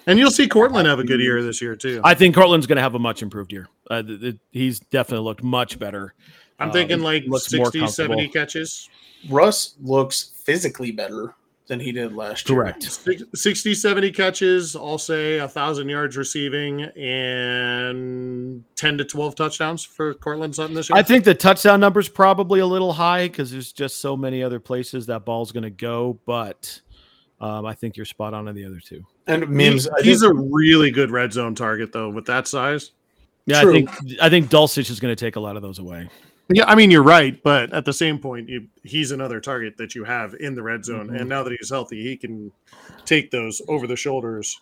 And you'll see Cortland have a good year this year too. Mm. I,
I think Cortland's going to have a much improved year. Uh, th- th- he's definitely looked much better.
am
uh,
thinking like
looks more
60, 70
comfortable.
catches.
Russ looks physically better than he did last year.
Correct.
Six- 60, 70 catches, I'll say a thousand yards receiving and 10 to 12 touchdowns for Cortland Sutton this year.
I think the touchdown number's probably a little high because there's just so many other places that ball's going to go. But um, I think you're spot on on the other two.
And
He-
Mims, I
he's
think-
a really good red zone target though with that size.
Yeah,
True.
I think I think Dulcich is going to take a lot of those away.
Yeah, I mean you're right, but at the same point, you, he's another target that you have in the red zone,
Mhm.
and now that he's healthy, he can take those over the shoulders.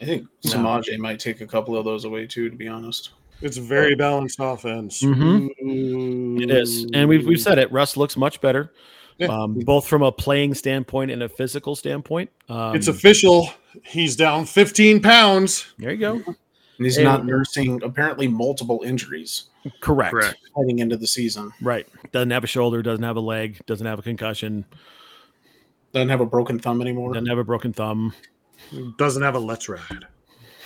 I think
No.
Samaje might take a couple of those away too. To be honest,
It's a very balanced offense.
Mm-hmm. It is, and we've we've said it. Russ looks much better,
Yeah.
um, both from a playing standpoint and a physical standpoint. Um,
It's official. He's down 15 pounds.
there you go.
and he's
And-
not nursing apparently multiple injuries
Correct.
Correct.
heading into the season.
Right. Doesn't have a shoulder. Doesn't have a leg. Doesn't have a concussion.
Doesn't have a broken thumb anymore.
Doesn't have a broken thumb.
Doesn't have a let's ride.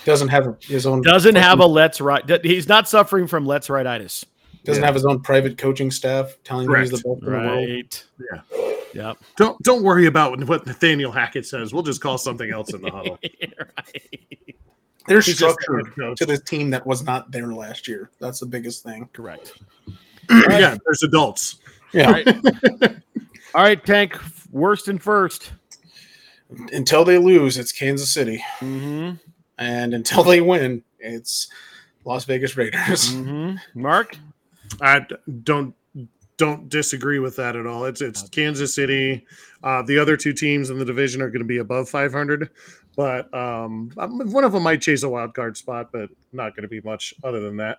Doesn't have his own.
Doesn't have a let's ride. He's not suffering from let's rideitis.
Doesn't have his own private coaching staff telling him he's the best in the world.
Right.
Yeah.
Yep.
Don't don't worry about what Nathaniel Hackett says. We'll just call something else in the [LAUGHS] huddle.
There's
He's just
structure
the head coach.
to this team that was not there last year. That's the biggest thing.
Correct.
Yeah, there's adults.
Yeah.
All right, Tank. Worst and 1st
Until they lose, it's Kansas City,
Mm-hmm.
and until they win, it's Las Vegas Raiders.
Mm-hmm. Mark.
I d- don't don't disagree with that at all. It's it's Kansas City. Uh, the other two teams in the division are going to be above 500, but um, um, one of them might chase a wild card spot, but not going to be much other than that.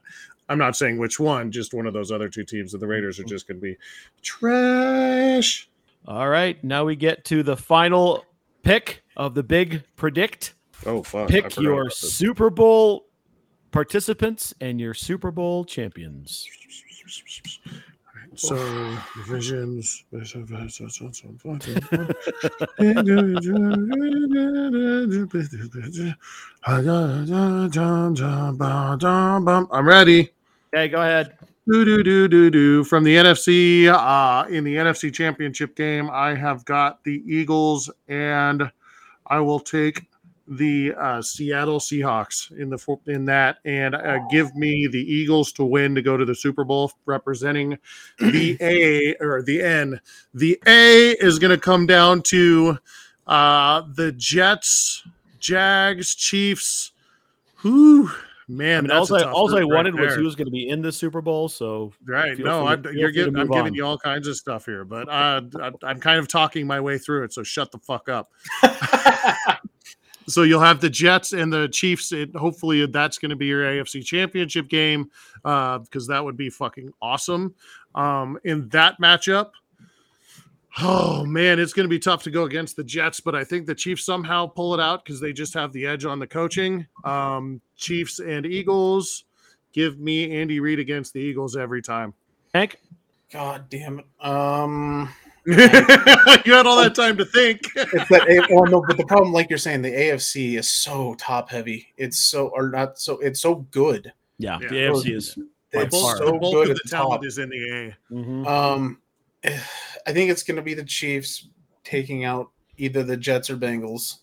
I'm not saying which one, just one of those other two teams. And the Raiders are just going to be trash.
All right. Now we get to the final pick of the big predict.
Oh fuck! I
Pick
forgot
your
about this.
Super Bowl participants and your Super Bowl champions.
So divisions. [LAUGHS] I'm ready.
Okay, go ahead.
Do do do do do from the NFC. Uh, in the NFC Championship game, I have got the Eagles, and I will take the uh, Seattle Seahawks in the fo- in that, and uh, give me the Eagles to win to go to the Super Bowl, representing
[CLEARS THROAT]
the A or the N. The A is going to come down to uh, the Jets, Jags, Chiefs. Who man?
I mean,
that's
all
a
I,
tough
all I
group right
wanted was
there.
who was going to be in the Super Bowl. So
Right.
Feel
no,
free-
I'm,
feel
you're
free to
getting, I'm
move
giving
on.
you all kinds of stuff here, but uh, I, I'm kind of talking my way through it. So shut the fuck up. So you'll have the Jets and the Chiefs. It, hopefully, that's going to be your AFC Championship game because that would be fucking awesome. Um, in that matchup, oh man, it's going to be tough to go against the Jets, but I think the Chiefs somehow pull it out because they just have the edge on the coaching. Um, Chiefs and Eagles. Give me Andy Reid against the Eagles every time.
Hank,
[LAUGHS] God damn it. Um,
[LAUGHS] you had all that time
[LAUGHS]
to think.
it's that A- well, no, but the problem, like you're saying, the AFC is so top heavy. It's so or not so. It's so good.
yeah,
Yeah.
the AFC is. By
It's
far.
so
the bulk
good
of
at
the
the
talent
top.
is in the
Mhm.
Um, [SIGHS] I think it's going to be the Chiefs taking out either the Jets or Bengals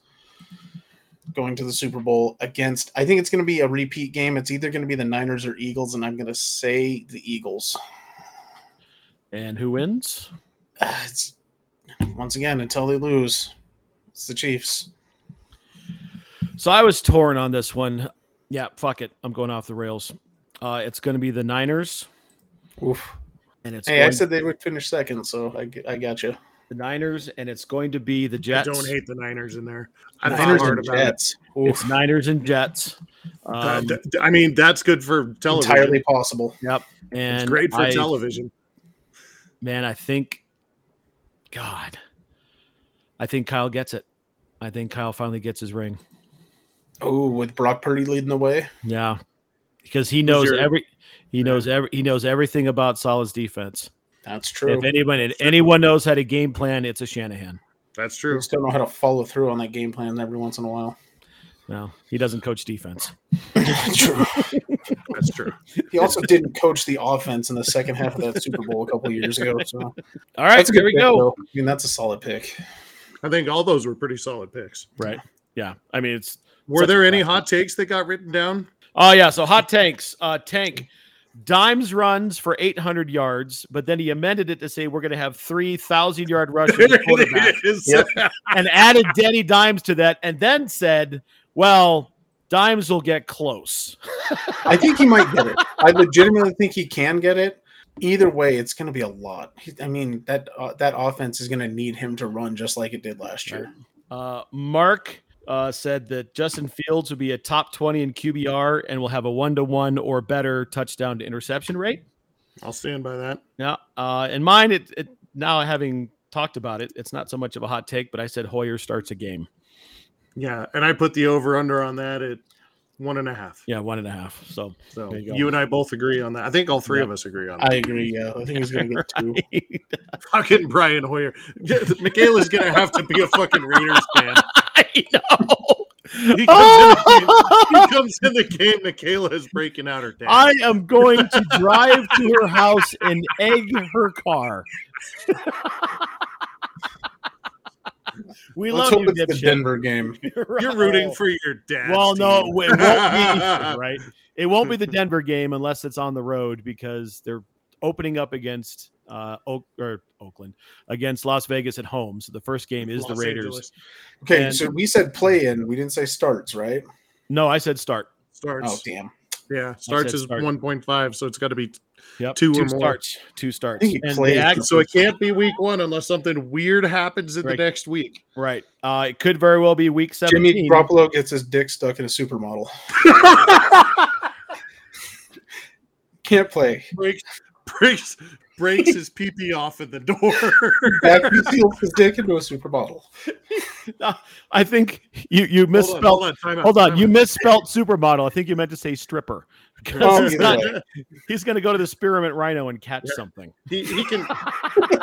going to the Super Bowl against. I think it's going to be a repeat game. It's either going to be the Niners or Eagles, and I'm going to say the Eagles. [SIGHS]
And who wins?
Ah, It's once again until they lose, it's the Chiefs.
So I was torn on this one. Yeah, fuck it. I'm going off the rails. Uh, it's going to be the Niners, and it's
Hey,
going
I said they would finish second, so I, g- I got you.
the Niners, and it's going to be the
A. I
Jets.
don't hate the Niners in there. I thought
Niners
hard
and
about it.
Jets.
it's
Oof.
Niners and Jets.
Uh,
Um,
Th- th- I mean, that's good for television.
entirely possible.
yep, and
It's great for
I-
television.
Man, I think, God, I think Kyle gets it. I think Kyle finally gets his ring.
Oh, with Brock Purdy leading the way.
Yeah, because he knows
your-
every he knows every he knows everything about Salah's defense.
That's true.
If anyone if anyone knows how to game plan, it's a Shanahan.
That's
We
[LAUGHS]
true.
just don't know how to follow through on that game plan every once in a while.
No, he doesn't coach defense. [LAUGHS]
True.
That's true.
He also didn't coach the offense in the second half of that Super Bowl a couple years ago. So
All right,
that's a good
there we
pick,
go.
though. I mean, that's a solid pick.
I think all those were pretty solid picks.
Right. Yeah. I mean, it's
Were
Such
there
a
any
classic.
hot takes that got
[LAUGHS]
written down?
Oh yeah, so hot tanks. Uh tank. Dimes runs for 800 yards, but then he amended it to say we're going to have 3,000 yard
[LAUGHS]
rushers and quarterback,
[LAUGHS] It is.
Yep.
and added Denny Dimes to that, and then said, "Well, Dimes will get close."
I think he might get it. I legitimately think he can get it. Either way, it's going to be a lot. He- I mean that uh, that offense is going to need him to run just like it did last year.
Uh, Mark uh, said that Justin Fields will be a top 20 in QBR and will have a one to one or better touchdown to interception rate.
I'll stand by that.
Yeah. Uh, in mine, it, it now having talked about it, it's not so much of a hot take, but I said Hoyer starts a game.
Yeah, and I put the over under on that at one and a half.
Yeah, one and a half.
[LAUGHS]
So
So
There you
you,
go.
and I both agree on that. I think all three
Yeah.
of us agree on that.
I agree. Yeah, I think he's going to get two.
[LAUGHS] fucking Brian Hoyer. [LAUGHS] Yeah, Michaela's gonna have to be a fucking Raiders fan.
I
[LAUGHS]
know.
He comes,
Oh!
in the game, he comes in the game. Michaela is breaking out her dad.
[LAUGHS] I am going to drive to her house and egg her
[LAUGHS]
car. [LAUGHS] we
Let's
love
hope
you,
it's the
dipshit.
Denver game.
You're rooting for your dad.
Well, no, it won't be [LAUGHS]
[LAUGHS]
right. It won't be the Denver game unless it's on the road because they're opening up against uh Oak or Oakland against Las Vegas at home. So the first
[LAUGHS]
game is the Raiders.
Okay,
And-
so we said play in. We didn't say starts, right?
No, I said start.
Starts.
Oh damn!
Yeah, starts
said
is
start.
1.5, so it's got to be.
Yep.
Two or more.
starts. Two starts.
I think he
And
played.
they act-
So it can't be week one unless something weird happens in
Right.
the next week.
right. Uh it could very well be week 17.
Jimmy Garoppolo gets his dick stuck in a
[LAUGHS]
supermodel. Can't play.
[LAUGHS] Breaks, breaks, breaks [LAUGHS] his pee off at the [LAUGHS] door. [LAUGHS]
That conceals his dick into a supermodel.
I think you you misspelled. Hold on,
time out,
[LAUGHS]
time
you
out.
misspelled supermodel. I think you meant to say stripper. [LAUGHS] Because
Oh,
it's
either
not-
way.
he's going to go to the spearmint rhino and catch something.
He,
[LAUGHS]
he can [LAUGHS]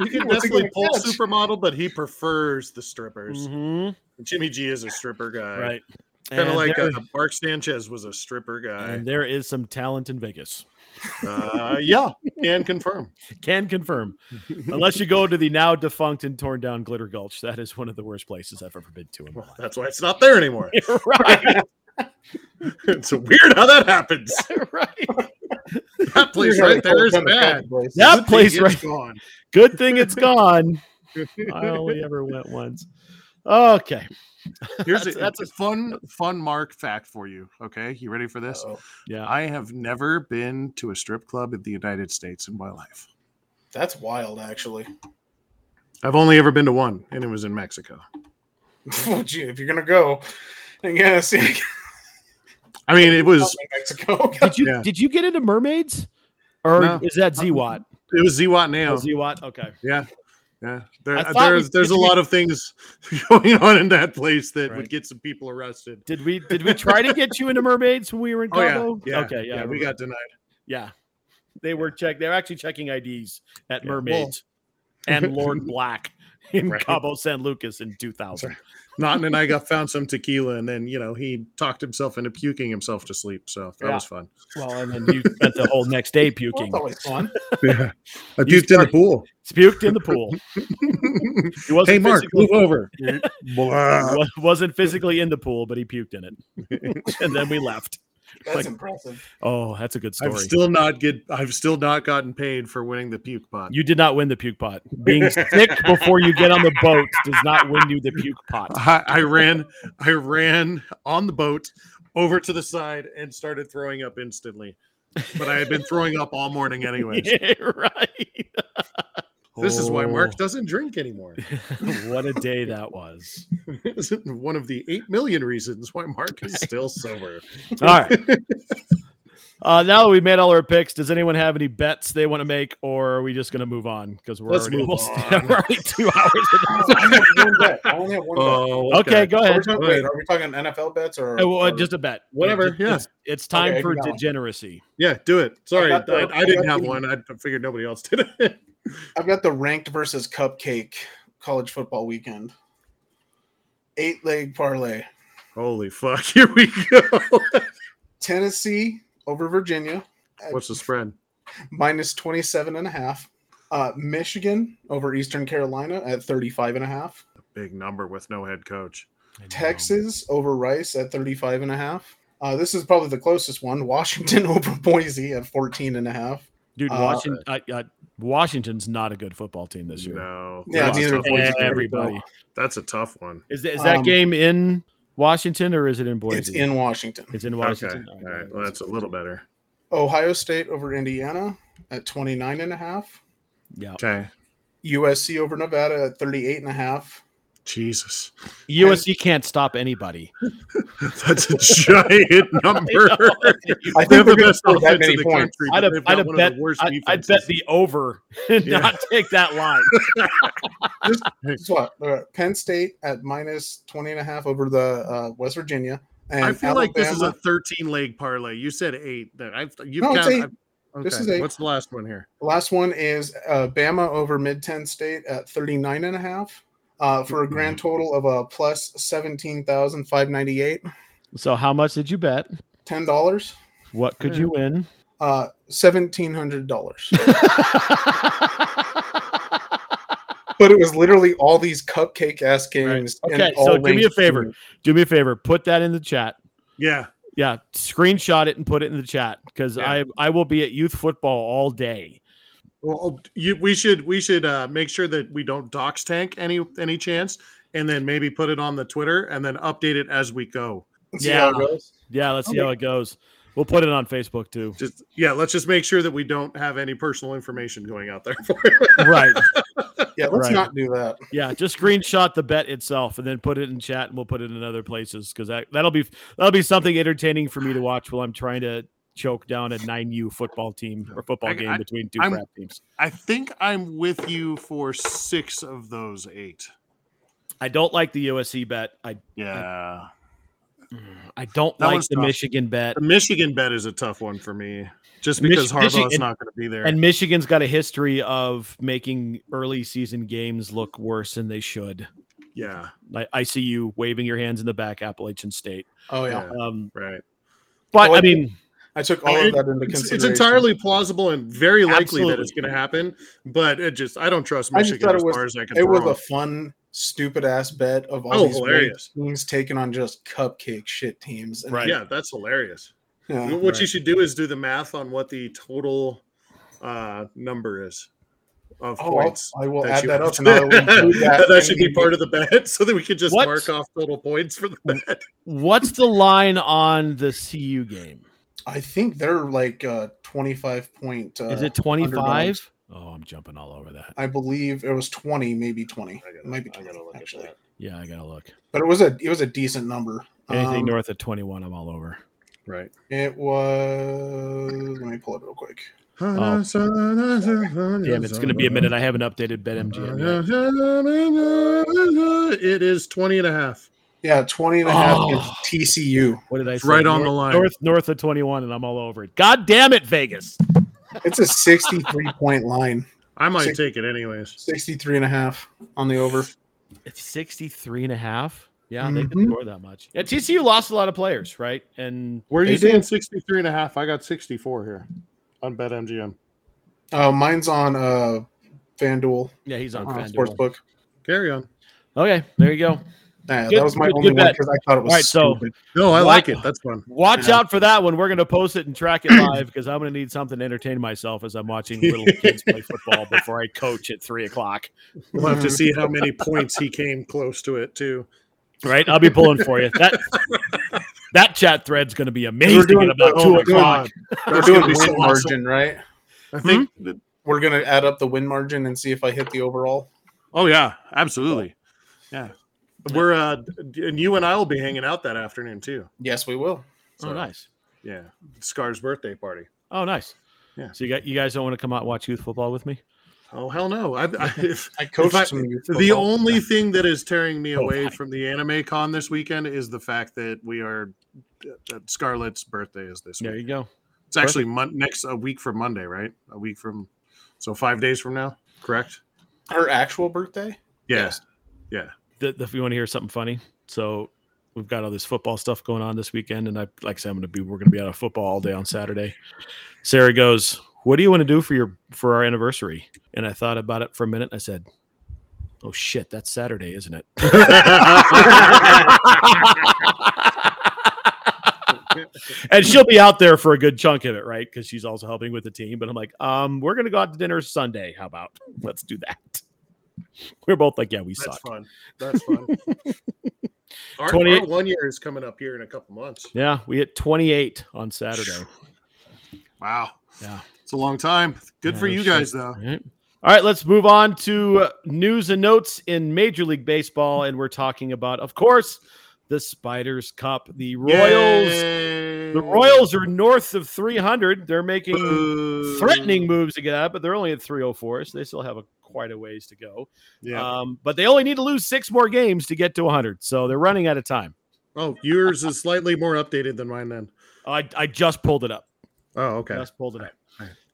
he can
What's he gonna
definitely pull
catch?
supermodel, but he prefers the strippers.
Mhm.
Jimmy G is a stripper guy,
Right.
Kind of
And
like
there-
uh, Mark Sanchez was a stripper guy.
and there is some talent in Vegas. [LAUGHS]
Uh, yeah, can confirm.
Can confirm. Unless you go to the now defunct and torn down Glitter Gulch, that is one of the worst places I've ever been to in my
[LAUGHS]
life.
That's why it's not
[LAUGHS]
there anymore.
right,
it's weird how that happens.
[LAUGHS] right.
That place right there is bad.
That
Good thing
place
it's
right-
gone.
Good thing it's gone. [LAUGHS] I only ever went once. Okay.
Here's
That's-
a,
that's
that's a fun, fun Mark fact for you. Okay, you ready for this?
Yeah.
I have never been to a strip club in the United States in my life.
That's wild, actually. [LAUGHS]
I've only ever been to one, and it was in Mexico.
Oh, gee, if you're gonna go, and yeah, see
I mean, it was
Mexico. [LAUGHS]
Did you
Yeah.
did you get into mermaids? Or
No. Uh,
is that Z-Watt?
it was Ziwat now.
Oh, Z-Watt? Okay.
yeah,
I
there, uh,
thought we-
there's there's a
did we-
lot of things [LAUGHS] going on in that place that
Right.
would get some people arrested.
Did we did we try to get you into mermaids when we were in
Oh yeah,
Cabo?
yeah,
Okay, yeah,
we got denied.
yeah. They were check. They were actually checking IDs at
Yeah.
mermaids and Lord Black
[LAUGHS]
in
Right.
Cabo San Lucas in 2000.
Naughton and I got found some tequila, and then you know he talked himself into puking himself to sleep. So that
Yeah.
was fun.
Well, and then you spent the whole next day puking.
That's always fun.
Yeah, I
You
puked in the
[LAUGHS]
pool. [LAUGHS]
Puked in the pool. He wasn't
hey, Mark,
physically-
move over.
He
Blah.
wa- wasn't physically in the pool, but he puked in it, [LAUGHS] and then we left.
That's
Like-
impressive. [LAUGHS]
Oh, that's a good story.
I've still not get. I've still not gotten paid for winning the puke pot.
you did not win the puke pot.
[LAUGHS]
Being sick before you get on the boat does not win you the puke pot.
[LAUGHS]
[LAUGHS]
I, I ran, I ran on the boat over to the side and started throwing up instantly. But I had been throwing up all morning anyways.
Yeah, right.
This is why
Oh.
Mark doesn't drink anymore. [LAUGHS]
what a day that was.
This is One of the eight million reasons why Mark is still sober.
All right. Uh, now that we've made all our picks, does anyone have any bets they want to make, or are we just going to move on? Because we're
Let's
already
move
almost
on.
[LAUGHS] we're already two hours.
[LAUGHS]
I
into this.
only have one bet. I only have one bet.
Oh, okay, go
Are
ahead.
we talking, wait, are we talking NFL bets or,
Uh, well,
or-
just a bet.
Whatever,
It's,
yeah.
it's, it's time
Okay,
for
you got one.
degeneracy.
Yeah, do it. Sorry,
I
I,
got the-
I didn't
I got
have
the-
one. I figured nobody else did it. [LAUGHS]
I've got the ranked versus cupcake college football weekend. Eight leg parlay.
Holy fuck! [LAUGHS] Here we go.
Tennessee over Virginia
What's the spread?
minus 27 and a half. Uh, Michigan over Eastern Carolina at 35 and a half.
Big number with no head coach.
Texas over Rice at 35 and a half. Uh, this is probably the closest one. Washington [LAUGHS] over Boise at 14 and a half.
dude.
Uh,
Washington, uh, uh, Washington's not a good football team this year.
No,
Yeah,
that's, a
neither
tough
of
one.
Boise's them.
Everybody
that's a tough one.
is, that is that
Um,
game in Washington or is it in Boise?
It's in Washington.
It's in
Okay,
Washington.
all right. Well, that's a little better.
Ohio State over Indiana at 29 and a half.
yeah.
Okay.
USC over Nevada at 38 and a half.
Jesus. [LAUGHS]
USC can't stop anybody.
That's a giant number.
I
They have
think
the
we're going to
best
score that
offense in
many
the
points.
country.
I'd
but
have,
they've
I'd
got
have
one
bet.
of the worst
I'd, I'd bet
defenses.
the over [LAUGHS] and
Yeah.
not take that line.
That's what uh, Penn State at minus 20 and a half over the uh, West Virginia. And
I feel like this is a
Alabama-
13 leg parlay. You said eight. That I've you've
No, it's
counted.
eight.
I've-
This
okay,
is eight.
What's the last one here?
last one is uh, Bama over Mid 10 State at 39 and a half uh, for a grand total of a plus 17,598,
So how much did you bet?
$10,
What could you win?
uh, $1,700. but it was literally all these cupcake ass games.
Right.
and
Okay,
all
so do me
ranked
a favor.
teams.
Do me a favor, put that in the chat.
Yeah.
Yeah, screenshot it and put it in the chat because
Yeah.
I I will be at youth football all day.
Well, oh, you, we should we should uh, make sure that we don't dox tank any any chance, and then maybe put it on the Twitter and then update it as we go.
Let's see how it
Yeah.
goes.
Yeah, let's see how it goes. We'll put it on Facebook
[LAUGHS]
too.
Just yeah, let's just make sure that we don't have any personal information going out there. [LAUGHS]
right.
Yeah, let's
Right.
not do that.
Yeah, just screenshot the bet itself and then put it in chat and we'll put it in other places because that, that'll be that'll be something entertaining for me to watch while I'm trying to choke down a 9U football team or football
I-
game
I-
between 2
I'm-
crap teams.
I think I'm with you for six of those eight.
I don't like the USC bet. I
Yeah.
I don't
That
like
one's
the
tough.
Michigan bet.
The Michigan bet is a tough one for me just
Mich-
because Harbaugh's
Michigan-
not going to be there.
And Michigan's got a history of making early season games look worse than they should.
yeah.
I, I see you waving your hands in the back, Appalachian State.
Oh yeah,
Yeah.
Um,
Right.
but
Well,
I mean,
I took all of that into
It's,
consideration.
it's entirely plausible and very likely that it's
Absolutely.
going to happen, but it just, I don't trust
I just
Michigan
thought it
as
was-
far as I can
It was
throw
a
it.
fun, stupid ass bet of all
Oh,
these
hilarious.
hilarious teams taking on just cupcake shit teams. And,
Right.
Yeah, that's hilarious.
yeah.
what you should do is do the math on what the total uh, number is of
Oh, I'll-
points.
I will
that
add
you
that
have. [LAUGHS]
up and I will include
that,
that.
should be part of the bet [LAUGHS] so that we could just
What?
mark off total points for the
Mm,
bet.
what's the line on the CU game?
I think they're like uh, twenty five point. Uh,
Is it 25? Oh, I'm jumping all over that.
I believe it was twenty, maybe twenty.
I gotta-
It might be
I gotta
twenty
look at
actually,
that.
Yeah, I gotta look.
but it was a it was a decent number.
Anything
Um,
north of 21, I'm all over.
Right.
It was. Let me pull it real quick.
Oh.
Damn,
Damn, it's gonna be a minute. I haven't updated
uh,
BetMGM. Yet.
[LAUGHS] It is 20 and a half.
Yeah, 20 and a half
Oh.
is TCU.
What did I
It's
say?
right on the
North-
line.
North north of 21, and I'm all over it. God damn it, Vegas.
It's a 63 point line,
I might
Six-
take it anyways.
63 and a half on the over.
It's 63 and a half. Yeah, they can
Mhm.
score that much. Yeah, TCU lost a lot of players, right? And
Where are you
They did.
seeing 63 and a half? I got 64 here on BetMGM.
Uh, mine's on uh, FanDuel,
yeah, he's on
on
FanDuel.
Sportsbook.
Carry on.
Okay, there you go.
Yeah,
Good-
that was my
good-
only
good
one
bet.
because I thought it was
All right, so-
stupid.
No, I
Wow.
like it. That's fun.
Watch
Yeah.
out for that one. We're going to post it and track it live because I'm going to need something to entertain myself as I'm
[LAUGHS]
watching little kids play football before I coach at three o'clock.
We'll have to see how [LAUGHS] many points he came close to it, too.
Right? I'll be pulling for you. That that chat thread's going to be amazing
We're doing
at about
oh
two
my
o'clock.
God. We're
That's
doing
gonna be
win
so awesome.
margin, right?
I think.
We're gonna add up the win margin and see if I hit the overall.
Oh yeah, absolutely. Yeah, we're uh, and you and I will be hanging out that afternoon too.
Yes, we will.
Oh, nice.
Yeah, Scar's birthday party.
Oh, nice.
Yeah.
So you got you guys don't want to come out and watch youth football with me?
Oh hell no! I, [LAUGHS] I, if,
I coached
I-
some youth
the
football.
only thing that is tearing me
Oh,
away
hi.
from the anime con this weekend is the fact that we are that Scarlett's birthday is this
There
week.
you go.
It's actually mon- next a week from Monday, right? A week from so five days from now, correct?
her actual birthday.
Yeah. [LAUGHS]
Yes.
The, the, if you want to hear something funny, so we've got all this football stuff going on this weekend, and I like I said, I'm going to be we're going to be out of football all day on Saturday. Sarah goes, "What do you want to do for your for our anniversary?" And I thought about it for a minute. And I said, "Oh shit, that's Saturday, isn't it?" [LAUGHS] and she'll be out there for a good chunk of it, right? Because she's also helping with the team. But I'm like, um, we're going to go out to dinner Sunday. How about let's do that? We're both like, yeah, we
That's
suck.
fun. That's fun. [LAUGHS] our,
28
our one year is coming up here in a couple months.
Yeah, we hit 28 on Saturday.
Wow.
Yeah.
It's a long time. Good
Yeah,
for
no
you
shit.
guys, though.
All right. All right, let's move on to uh, news and notes in Major League Baseball. And we're talking about, of course, the Spiders Cup. The Royals. The Royals are north of 300. They're making
Boo.
threatening moves to get out, but they're only at 304, so they still have a quite a ways to go.
Yeah.
Um, but they only need to lose six more games to get to 100, so they're running out of time.
oh, yours is slightly more updated than mine then.
I, I just pulled it up.
Oh, okay.
Just pulled it up.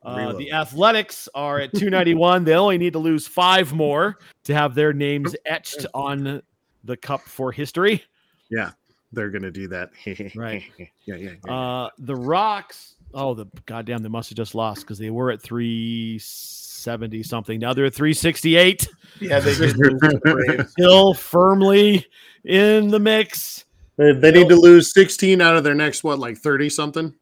All right.
Uh, the
Reload.
Athletics are at 291. they only need to lose five more to have their names
Oh.
etched on the cup for history.
They're gonna do that. [LAUGHS]
Right.
yeah, yeah. yeah.
Uh, the Rocks. Oh, the goddamn! They must have just lost because they were at 370 something. Now they're at
[LAUGHS]
368.
Yeah, [LAUGHS] they did lose to the Braves.
Still firmly in the mix.
they, they need to lose 16 out of their next what, like 30 something?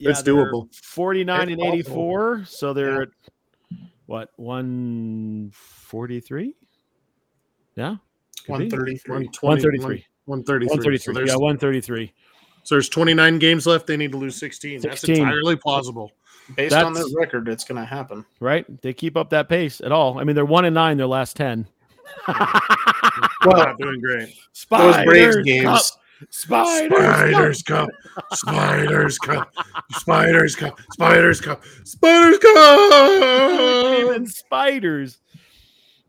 It's
they're
doable.
49
It's
and
possible.
84. So they're
Yeah.
at what 143? Yeah.
[LAUGHS]
could be.
133.
133.
133.
133.
So there's,
yeah, 133.
so there's 29 games left. They need to lose 16. That's
16.
entirely plausible.
Based on
That's-
their record, it's going to happen.
Right? They keep up that pace at all. I mean, they're one and nine their [LAUGHS] last 10.
Well, not Oh, doing great.
Those Braves
Spiders
games,
Cup. Spiders.
Spiders come. Spiders [LAUGHS] come. Spiders come. Spiders come. Spiders come. [LAUGHS]
Even spiders.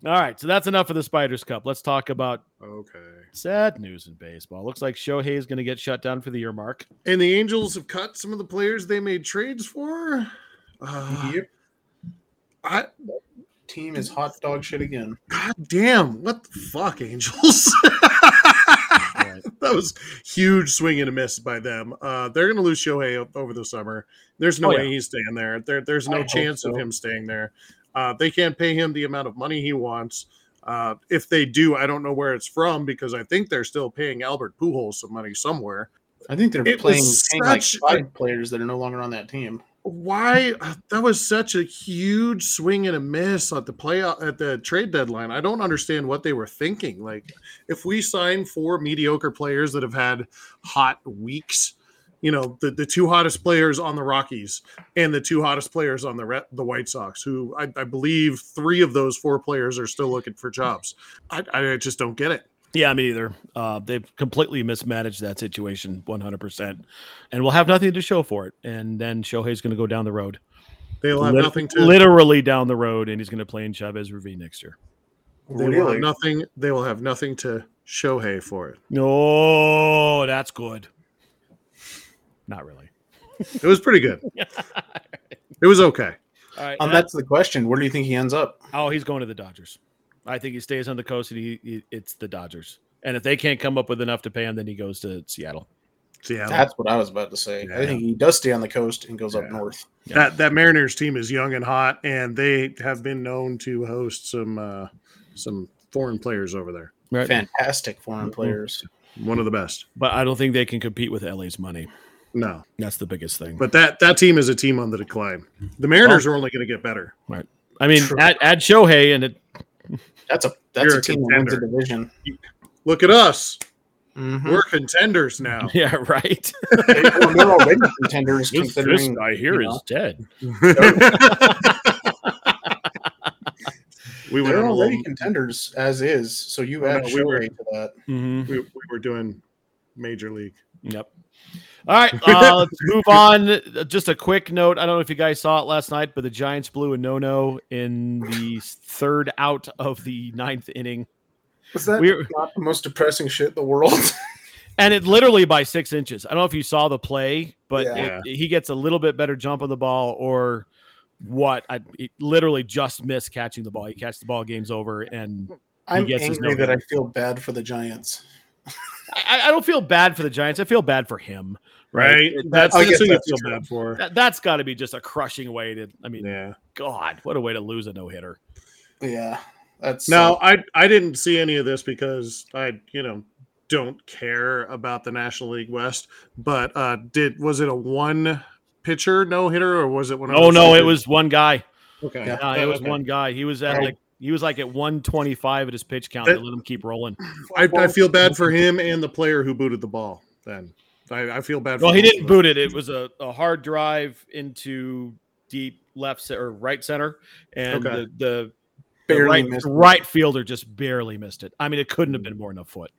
All right, so that's enough of the Spiders Cup. Let's talk about
Okay.
sad news in baseball. Looks like Shohei is going to get shut down for the year mark.
And the Angels have cut some of the players they made trades for. Uh,
Yep.
I
Team is hot dog shit again.
God damn, what the fuck, Angels? [LAUGHS] That was huge swing and a miss by them. Uh, they're going to lose Shohei o- over the summer. There's no
Oh, yeah.
way he's staying there. there there's
I
no
hope
chance of
so.
him staying there. Uh, they can't pay him the amount of money he wants. Uh, if they do, I don't know where it's from because I think they're still paying Albert Pujols some money somewhere.
I think they're
It
playing,
was
paying like
such
five players that are no longer on that team.
why that was such a huge swing and a miss at the play at the trade deadline. I don't understand what they were thinking. Like, if we sign four mediocre players that have had hot weeks, you know, the, the two hottest players on the Rockies and the two hottest players on the Re- the White Sox, who I, I believe three of those four players are still looking for jobs. I, I just don't get it.
[LAUGHS] Yeah, me either. Uh, they've completely mismanaged that situation 100%. And we'll have nothing to show for it. And then Shohei's going to go down the road.
They'll have
Lit-
nothing to
Literally down the road. And he's going to play in Chavez Ravine next year.
they will have nothing. They will have nothing to Shohei for it.
No, that's good. Not [LAUGHS] really.
It was pretty good. It was okay.
All right.
Um, that's the question. Where do you think he ends up?
Oh, he's going to the Dodgers. I think he stays on the coast, and he, he- it's the Dodgers. And if they can't come up with enough to pay him, then he goes to Seattle.
Seattle.
That's what I was about to say.
Yeah.
I think he does stay on the coast and goes
Yeah.
up north.
That that Mariners team is young and hot, and they have been known to host some uh, some foreign players over there.
Right.
Fantastic foreign
Mhm.
players.
One of the best.
But I don't think they can compete with LA's money.
No,
That's the biggest thing.
but that that team is a team on the decline. The Mariners are only going to get better.
I mean,
True.
add, add Shohei, and it, [LAUGHS]
That's a that's
You're
a
a
team that wins a
contender.
division.
Look at us.
Mhm.
We're contenders now.
yeah, right.
They- well, they're already contenders
This,
considering
Hmm.
guy here
you
is
know.
dead.
[LAUGHS] we went
they're
on a
already
little,
contenders as is. So you
I
add
know, we
Shohei
were-
to that.
Mm-hmm.
we, we were doing major league.
Yep. All right, uh, let's
[LAUGHS]
move on. Just a quick note. I don't know if you guys saw it last night, but the Giants blew a no-no in the third out of the ninth inning.
Was that
We were-
not the most depressing shit in the world? [LAUGHS]
And it literally by six inches. I don't know if you saw the play, but
Yeah.
it- he gets a little bit better jump on the ball or what. I it literally just missed catching the ball. He catches the ball, game's over. And
I'm
guess there's no
angry that I
hope.
feel bad for the Giants.
I, I don't feel bad for the Giants. I feel bad for him.
Right? That's,
I
that's
guess
who you
that's
feel
true.
bad for.
That, that's got to be just a crushing way to, I mean,
Yeah.
God, what a way to lose a no hitter.
Yeah. That's
No, I I didn't see any of this because I you know don't care about the National League West. But uh did was it a one pitcher no hitter or was it one? of
Oh,
those
no, it
stupid-
was one guy.
okay.
Yeah.
No, it was one guy. He was at
Right.
like, he was like at 125 at his pitch count.
That-
They let him keep rolling.
I, I feel bad for him and the player who booted the ball. Then I, I feel bad.
Well,
for
he
both
didn't
of them.
boot it. It was a, a hard drive into deep left ce- or right center, and
Okay.
the, the, the
barely
right,
missed.
right fielder just barely missed it. I mean, it couldn't have been more than a foot.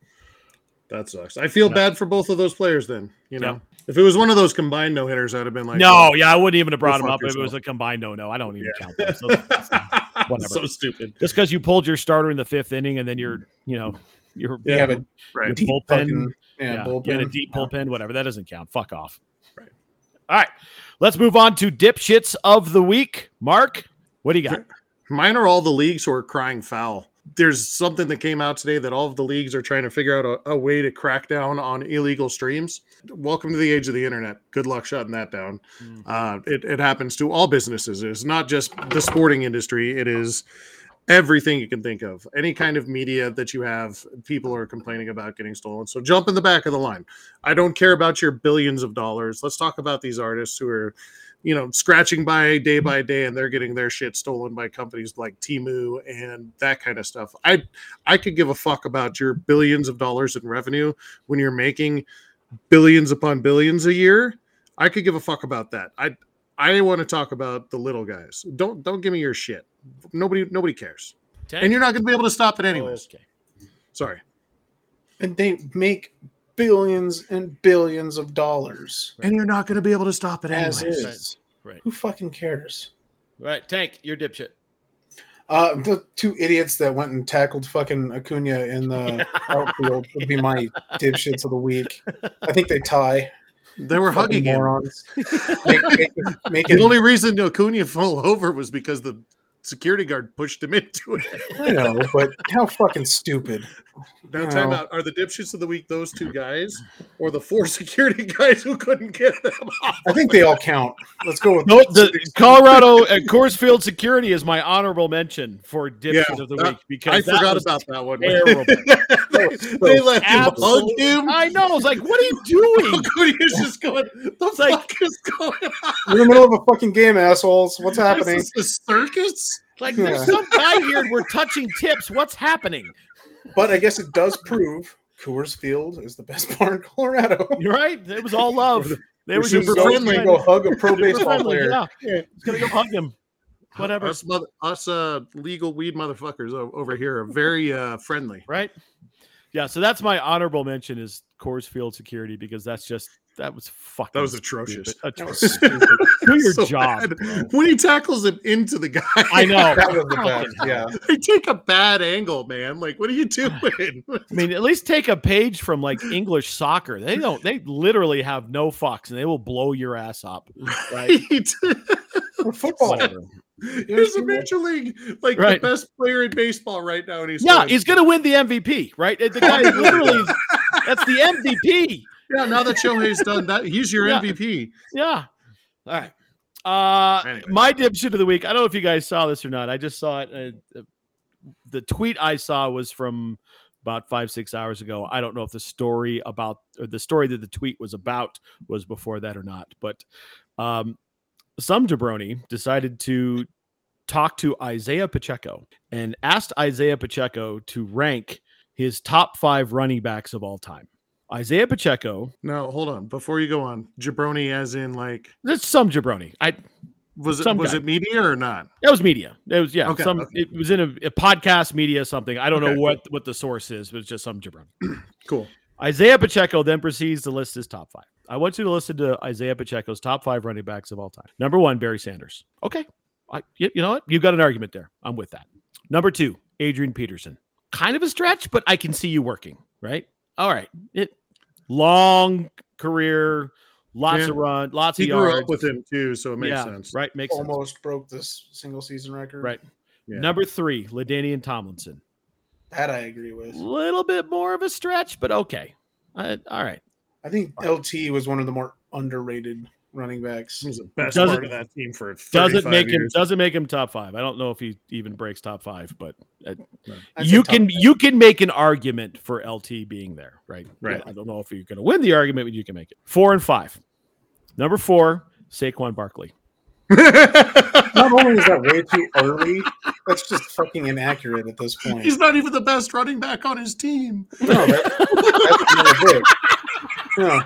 That sucks. I feel
Yeah.
bad for both of those players. Then you know, if it was one of those combined no hitters, I'd have been like, [LAUGHS]
no, yeah, I wouldn't even have brought
Go
him
fuck
up if it was a combined no no. I don't even count that. So
Whatever.
Whatever.
so stupid.
just because you pulled your starter in the fifth inning and then you're, you know, you're
You have a
Right.
deep
bullpen-
fucking- yeah,
yeah,
bullpen.
you had a deep bullpen, whatever. That doesn't count. Fuck off.
Right.
All right. Let's move on to dipshits of the week. Mark, what do you got?
Mine are all the leagues who are crying foul. There's something that came out today that all of the leagues are trying to figure out a, a way to crack down on illegal streams. Welcome to the age of the internet. Good luck shutting that down.
Mm.
Uh, it, it happens to all businesses. It's not just the sporting industry, it is everything you can think of. Any kind of media that you have, people are complaining about getting stolen. So jump in the back of the line. I don't care about your billions of dollars. Let's talk about these artists who are you know, scratching by day by day, and they're getting their shit stolen by companies like Timu and that kind of stuff. I I could give a fuck about your billions of dollars in revenue when you're making billions upon billions a year. I could give a fuck about that. I I want to talk about the little guys. Don't don't give me your shit. Nobody nobody cares, and you're not going to be able to stop it anyways.
Okay.
Sorry.
And they make billions and billions of dollars
and you're not going to be able to stop it
as
anyways.
is.
Right.
Who fucking cares?
Right, Tank, you're dipshit.
Uh, the two idiots that went and tackled fucking Acuna in
[LAUGHS]
the outfield would be my dipshits of the week. I think they tie.
They were
Fucking
hugging him.
morons. Make, make, make
The
it,
only reason Acuna [LAUGHS] fell over was because the security guard pushed him [LAUGHS] into it.
I know, but how fucking stupid.
Now,
Wow.
time out. Are the dipshits of the week those two guys or the four [LAUGHS] security guys who couldn't get
[LAUGHS]
them off?
I think they all count. Let's go with
No, the Colorado at Coors Field security is my honorable mention for dipshit
Yeah,
of the
that-
week because
I
that
forgot
was
about that one.
terrible.
[LAUGHS] they, [LAUGHS] they let him hug
Absolute-
him.
I know. I was like, what are you
[LAUGHS]
doing?
Acuna's just going, the
like-
fuck is going on?
We're in the middle of a fucking game, assholes. What's happening?
Is this a circus?
Like, there's some guy here. We're touching tips. What's happening?
But I guess it does prove Coors Field is the best bar in Colorado.
You're right. It was all love. They were
We should
super
go,
friendly.
we should go hug a pro
Super
baseball
friendly,
player.
Yeah. He's gonna go hug him. Whatever.
Us, mother, us uh, legal weed motherfuckers o- over here are very uh, friendly.
Right. Yeah. So that's my honorable mention is Coors Field security because that's just that was fucking.
That was
stupid.
atrocious.
Atro-
Do
Do your job.
When he tackles him into the guy,
I know.
[LAUGHS] That was the best. Yeah.
They take a bad angle, man. Like, what
[SIGHS]
are you doing? [LAUGHS]
I mean, at least take a page from like English soccer. They don't. They literally have no fucks, and they will blow your ass up. Right.
For [LAUGHS] football.
He's a major league, like
Right.
the best player in baseball right now, and he's
Yeah,
going,
he's gonna win the MVP, right? The guy is literally that's the MVP.
yeah. Now that Shohei's done that, he's your
Yeah.
MVP.
Yeah. All right. Uh,
Anyway.
my dipshit of the week. I don't know if you guys saw this or not. I just saw it. Uh, the tweet I saw was from about five six hours ago. I don't know if the story about or the story that the tweet was about was before that or not, but um, some jabroni decided to talk to Isaiah Pacheco and asked Isaiah Pacheco to rank his top five running backs of all time. Isaiah Pacheco.
No, hold on. Before you go on, jabroni, as in like,
That's some jabroni. I
was it
Some
was
guy.
it media or not?
That was media. It was yeah.
Okay,
some
okay.
it was in a, a podcast media something. I don't
Okay,
know what what the source is, but it's just some gibber.
Cool.
Isaiah Pacheco then proceeds to list his top five. I want you to listen to Isaiah Pacheco's top five running backs of all time. Number one, Barry Sanders. Okay, I, you, you know what? You've got an argument there. I'm with that. Number two, Adrian Peterson. Kind of a stretch, but I can see you working. Right. All right. It long career, lots
Yeah.
of run, lots
He
of
grew
yards.
up with him too, so it makes
yeah.
sense.
Right. Makes sense.
Almost broke this single season record.
Right.
Yeah.
Number three, Ladanian Tomlinson.
That I agree with.
little bit more of a stretch, but okay. I, all right.
I think LT was one of the more underrated running backs.
[LAUGHS]
He was the best
Doesn't-
part of that team for
Doesn't
35
make him
years.
doesn't make him top five. I don't know if he even breaks top five, but uh,
I'd say
you
top
can
ten.
you can make an argument for LT being there, right?
Right.
I don't know if you're going to win the argument, but you can make it. Four and five. Number four, Saquon Barkley.
Not only is that way too early, that's just fucking inaccurate at this point.
He's not even the best running back on his team.
No, that, that's
[LAUGHS]
another big. No,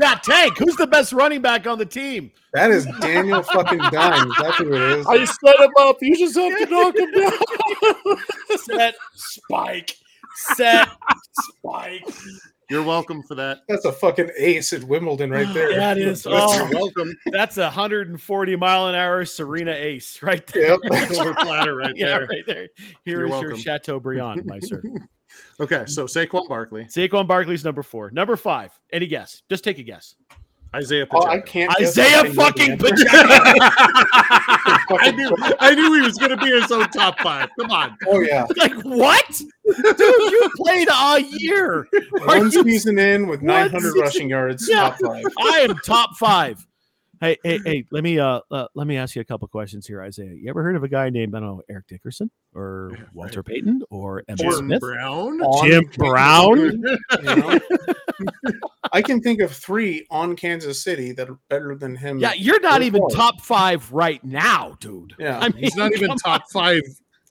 Yeah, Tank. Who's the best running back on the team?
that is Daniel fucking Dimes. That's who it is.
set him up. You just have to knock him down. [LAUGHS] set spike. [LAUGHS] Set spike.
You're welcome for that.
That's a fucking ace at Wimbledon right there.
[SIGHS] That is
That's-
all.
welcome
That's a 140 mile an hour Serena Ace right there.
[LAUGHS] Yep.
[LAUGHS]
silver platter right
yeah,
there.
right there. Here
You're
is your
welcome.
Chateaubriand, my
[LAUGHS]
sir.
Okay, so Saquon Barkley,
Saquon Barkley's number four. Number five. Any guess? Just take a guess.
Isaiah
Oh,
Pacheco.
I can't. guess
Isaiah
that
fucking
[LAUGHS]
thing.
Pacheco.
I knew I knew he was going to be his own top five. Come on,
Oh yeah,
like what? Dude, you played a year. Are
one
you-
season in with 900
season-
rushing yards,
[LAUGHS] Yeah.
top five.
I am top five. Hey, hey, hey, let me uh, uh let me ask you a couple questions here, Isaiah. You ever heard of a guy named I don't know Eric Dickerson or
Yeah,
Walter Payton or Emmitt
Jim
Smith?
Brown.
On-
Jim Brown?
you know? I can think of three on Kansas City that are better than him.
Yeah, you're not
Go
even
for it.
top five right now, dude.
Yeah.
I mean, [LAUGHS]
He's not even
come
top five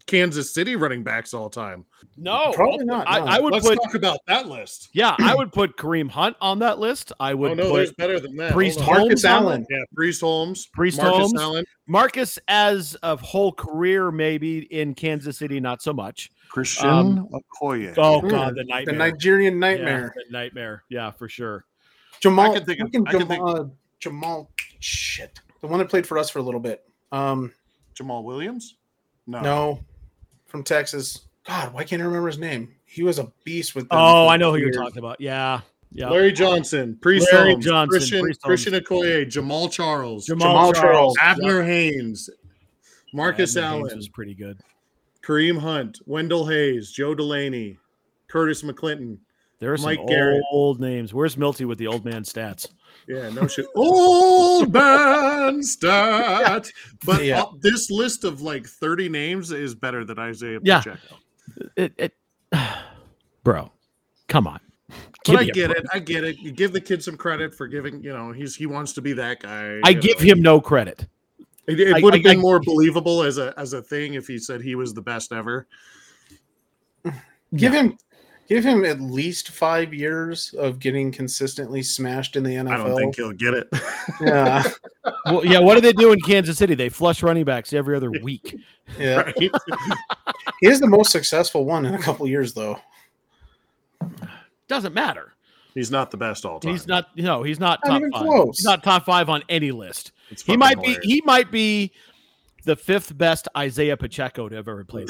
Kansas City running backs all time.
No,
Probably not.
I,
no.
I would
Let's
put
talk about that list.
yeah, I would put Kareem Hunt on that list. I would
Oh no, there's
put
better than that.
Priest
Hold on.
Marcus
Holmes on
Allen.
Yeah, Priest Holmes.
Priest
Marcus
Holmes.
Allen.
Marcus as a whole career, maybe in Kansas City, not so much.
Christian
Um,
Okoye.
Oh
Yeah,
god,
The
the nightmare.
Nigerian
Yeah,
nightmare.
the nightmare. Yeah, for sure.
Jamal.
I can think of-
fucking
I can think-
Jamal, Jamal. Shit. The one that played for us for a little bit. Um,
Jamal Williams. No.
no, from Texas. God, why can't I remember his name? He was a beast with. them
Oh,
for
I know who you're
years.
talking about. Yeah, yeah.
Larry Johnson, Priest
Larry
Holmes,
Johnson,
Christian,
Priest Holmes.
Christian Okoye, Jamal Charles,
Jamal Charles.
Abner Haynes, Marcus
Yeah, Haynes
Allen,
was pretty good.
Kareem Hunt, Wendell Hayes, Joe Delaney, Curtis McClinton.
There are some
Mike Garrett.
old names. Where's Milty with the old man stats?
Yeah,
[LAUGHS]
no shit. Old man stat. [LAUGHS] But
Yeah.
uh, this list of like 30 names is better than Isaiah
Yeah.
Pacheco.
It, it, bro, come on.
But I
me a
get
break.
it. I get it. You give the kid some credit for giving, you know, he's he wants to be that guy.
I
you
give
know.
him no credit.
It,
I-
it would
I-
have been
I-
more believable as a as a thing if he said he was the best ever.
Give him, give him at least five years of getting consistently smashed in the NFL.
I don't think he'll get it. [LAUGHS]
yeah,
Uh, Well, yeah, what do they do in Kansas City? They flush running backs every other week.
yeah.
Right?
He is the most successful one in a couple years, though.
[LAUGHS] Doesn't matter.
He's not the best all time.
He's not. No, he's not
Not
top
even
five.
close.
He's not top five on any list.
It's
He
fucking
might be.
hilarious.
He might be the fifth best Isaiah Pacheco to have ever [LAUGHS] played.
[LAUGHS]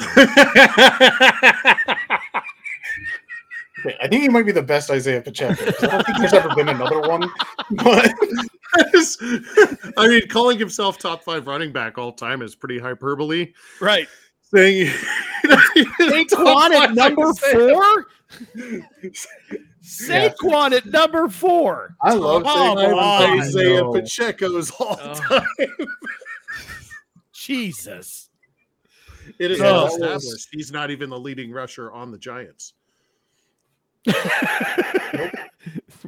Wait, I think he might be the best Isaiah Pacheco. 'cause I don't think there's ever been another one. [LAUGHS] But
[LAUGHS] I mean, calling himself top five running back all time is pretty hyperbole.
right.
[LAUGHS]
Saying [LAUGHS]
Saquon at number four.
[LAUGHS] Yeah.
Saquon at number four.
I love
Oh,
saying
my
I
Isaiah
know.
Pacheco's all
Oh.
time.
Jesus.
It [LAUGHS] is
Yeah,
well
that
was-
established. He's not even the leading rusher on the Giants.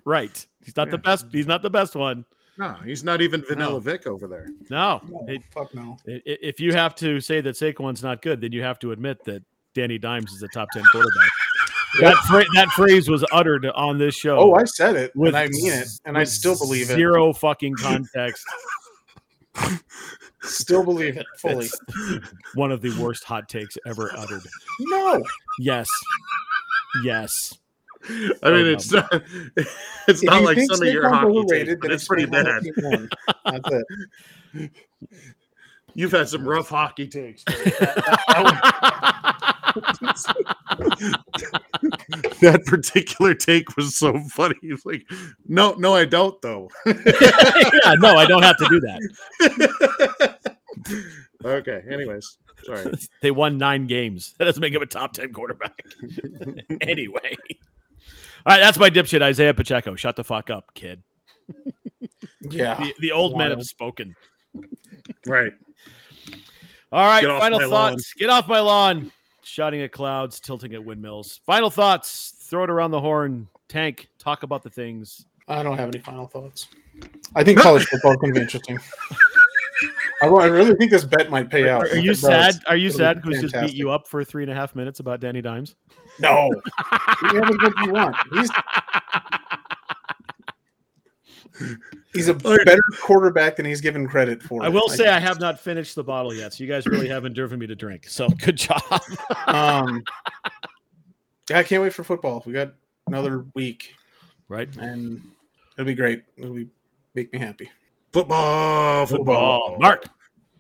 Right. He's not the
Yeah.
best. He's not the best one.
No, he's not even Vanilla
No.
Vic over there.
No.
No,
It-
fuck no.
i- i- if you have to say that Saquon's not good, then you have to admit that Danny Dimes is a top ten
[LAUGHS]
quarterback. That fra- that phrase was uttered on this show.
Oh, I said it,
with
and I mean it, and I
with
still believe it.
Zero fucking context.
Still believe it fully.
It's one of the worst hot takes ever uttered.
No,
Yes. Yes. [LAUGHS]
I mean,
no.
it's not. [LAUGHS] It's not
you
like
think
some of your
Saquon's
hockey
overrated,
takes, but
then
it's pretty
explain how
bad.
he won. That's it.
You've had some rough hockey takes.
[LAUGHS]
that particular take was so funny. He's like, no, no, I don't though. [LAUGHS]
yeah, no, I don't have to do that.
okay. Anyways, sorry.
They won nine games. That doesn't make him a top 10 quarterback. [LAUGHS] anyway. All right, that's my dipshit, Isaiah Pacheco. Shut the fuck up, kid.
Yeah,
The, the old men
Wild.
have spoken.
Right.
All right,
Get off
final
my
thoughts.
lawn.
Get off my lawn. Shouting at clouds, tilting at windmills. Final thoughts. Throw it around the horn. Tank, talk about the things.
I don't have any final thoughts. I think college football can be interesting. I, wa- I really think this bet might pay out.
Are, are
If it
you
does,
sad? Are you
it'll
sad
be
because we just beat
fantastic.
you up for three and a half minutes about Danny Dimes? [LAUGHS]
No. You have what you want. He's, he's a better quarterback than he's given credit for.
I will say I have not finished the bottle yet, so you guys really haven't driven me to drink. So [LAUGHS] good job.
Um, yeah, I can't wait for football. We got another week,
Right?
and it'll be great. It'll be, make me happy.
Football.
Football. Mark.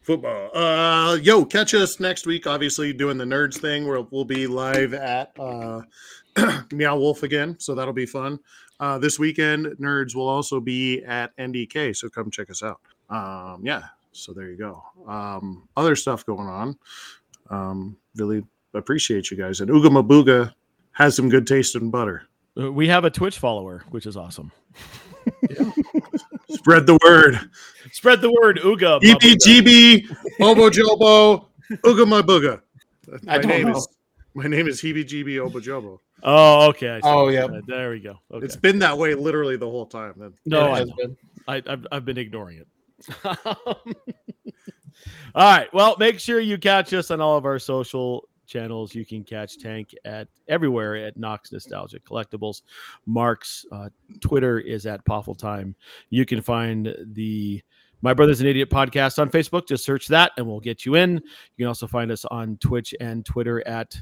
football. Uh, yo, catch us next week. Obviously, doing the nerds thing where we'll be live at uh, [CLEARS THROAT] Meow Wolf again, so that'll be fun. Uh, this weekend, nerds will also be at NDK, so come check us out. Um, yeah, so there you go. Um, other stuff going on. Um, really appreciate you guys. And Ooga Mabuga has some good taste in butter.
Uh, We have a Twitch follower, which is awesome.
Spread the word.
Spread the word, Ooga. Bubba.
EBGB, Obo Jobo, Ooga Mabuga.
I
My
don't
name
know.
is my name is Hebe GB Obo Jobo.
Oh, okay. I see.
Oh, yeah.
Uh, There we go. Okay.
It's been that way literally the whole time. Then
no,
It
I,
has been.
[LAUGHS] I, I've, I've been ignoring it. All right. Well, make sure you catch us on all of our social channels. You can catch Tank at everywhere at Knox Nostalgia Collectibles. Mark's uh, Twitter is at Poffle Time. You can find the My Brother's an Idiot podcast on Facebook. Just search that, and we'll get you in. You can also find us on Twitch and Twitter at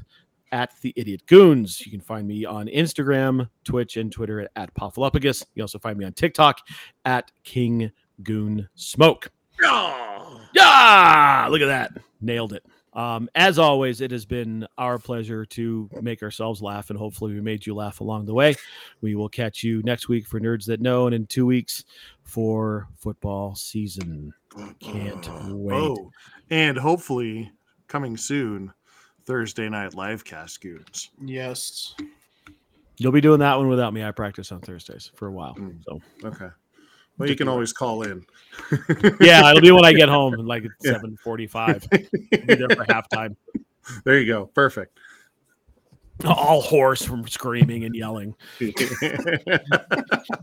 at the Idiot Goons. You can find me on Instagram, Twitch, and Twitter at, at Pophilopagus. You can also find me on TikTok at King Goon Smoke. Yeah, look at that. Nailed it. Um, as always, it has been our pleasure to make ourselves laugh, and hopefully, we made you laugh along the way. We will catch you next week for Nerds That Know, and in two weeks for football season. Can't wait.
Oh, and hopefully coming soon, Thursday night live cast goons.
[LAUGHS] Yes.
You'll be doing that one without me. I practice on Thursdays for a while.
Mm.
So,
Okay. Well, you can always call in.
yeah, it'll be when I get home, like at
Yeah.
745. be there for halftime.
[LAUGHS] there you go. Perfect.
[LAUGHS] All hoarse from screaming and yelling.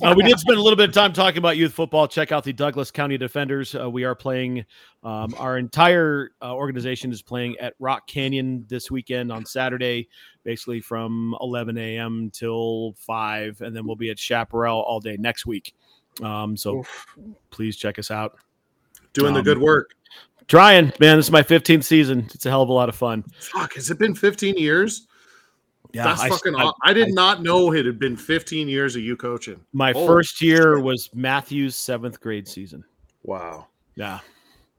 Uh, we did spend a little bit of time talking about youth football. Check out the Douglas County Defenders. Uh, we are playing, um, our entire uh, organization is playing at Rock Canyon this weekend on Saturday, basically from 11 a.m. till 5. And then we'll be at Chaparral all day next week. Um, so please check us out.
Doing the good
Um,
work.
Trying, man. This is my 15th season. It's a hell of a lot of fun.
Fuck, has it been 15 years?
Yeah,
That's
I-
fucking
I-
aw- I, did not know it had been 15 years of you coaching.
my
Holy
first year
shit.
was Matthew's seventh grade season.
Wow.
Yeah.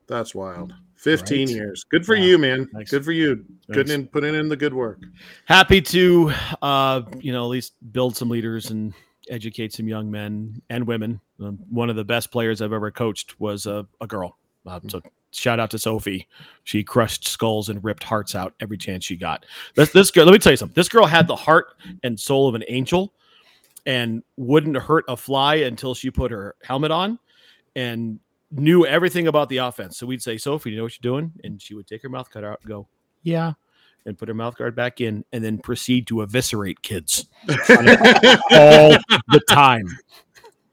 That's wild. 15
Mm-hmm. Right?
years. Good for
Wow.
you, man.
Thanks.
Good for you. Good
Thanks.
in putting in the good work.
happy to uh you know at least build some leaders and educate some young men and women um, one of the best players i've ever coached was a, a girl um, so shout out to sophie she crushed skulls and ripped hearts out every chance she got this, this girl let me tell you something this girl had the heart and soul of an angel and wouldn't hurt a fly until she put her helmet on and knew everything about the offense so we'd say sophie you know what you're doing and she would take her mouth cutter out and go yeah and put her mouth guard back in and then proceed to eviscerate kids
that,
all
Oh,
the time.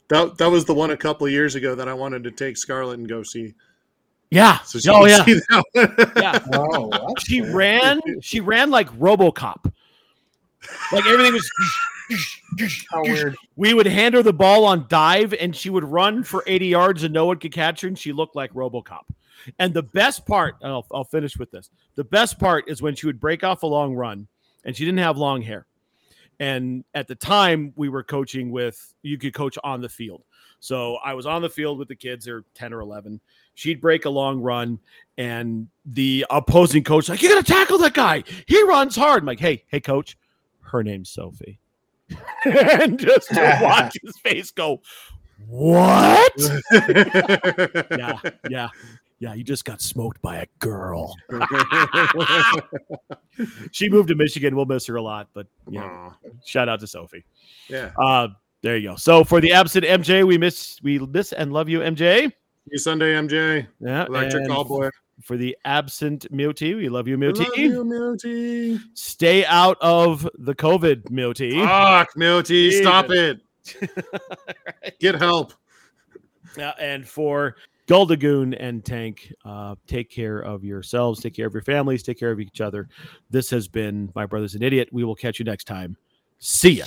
that was the one a couple of years ago that I wanted to take Scarlett and go see.
Yeah.
So she
oh
can
yeah.
see that one.
Yeah.
Wow.
She ran she ran like RoboCop. Like everything was
How weird.
we would hand her the ball on dive and she would run for 80 yards and no one could catch her and she looked like RoboCop. And the best part, and I'll, I'll finish with this. The best part is when she would break off a long run and she didn't have long hair. And at the time we were coaching with, you could coach on the field. So I was on the field with the kids, they're 10 or 11. She'd break a long run and the opposing coach like, you got to tackle that guy. He runs hard. I'm like, hey, hey coach, her name's Sophie. [LAUGHS] and just to watch his face go, what? Yeah, yeah, yeah. You just got smoked by a girl. She moved to Michigan. We'll miss her a lot, but you know,
[LAUGHS] Aw.
shout out to Sophie.
yeah.
Uh, there you go. So for the absent MJ, we miss, we miss and love you, MJ.
See you Sunday, MJ.
Yeah.
Electric
and
Call Boy.
For the absent Mewtwo, we love you,
I
Mewtwo.
love you, Milty.
Stay out of the COVID, Mewtwo.
Fuck, Milty.
[LAUGHS]
Stop it. Get help.
Uh, and for Guldagoon and Tank, uh, take care of yourselves, take care of your families, take care of each other. This has been My Brother's an Idiot. We will catch you next time. See ya.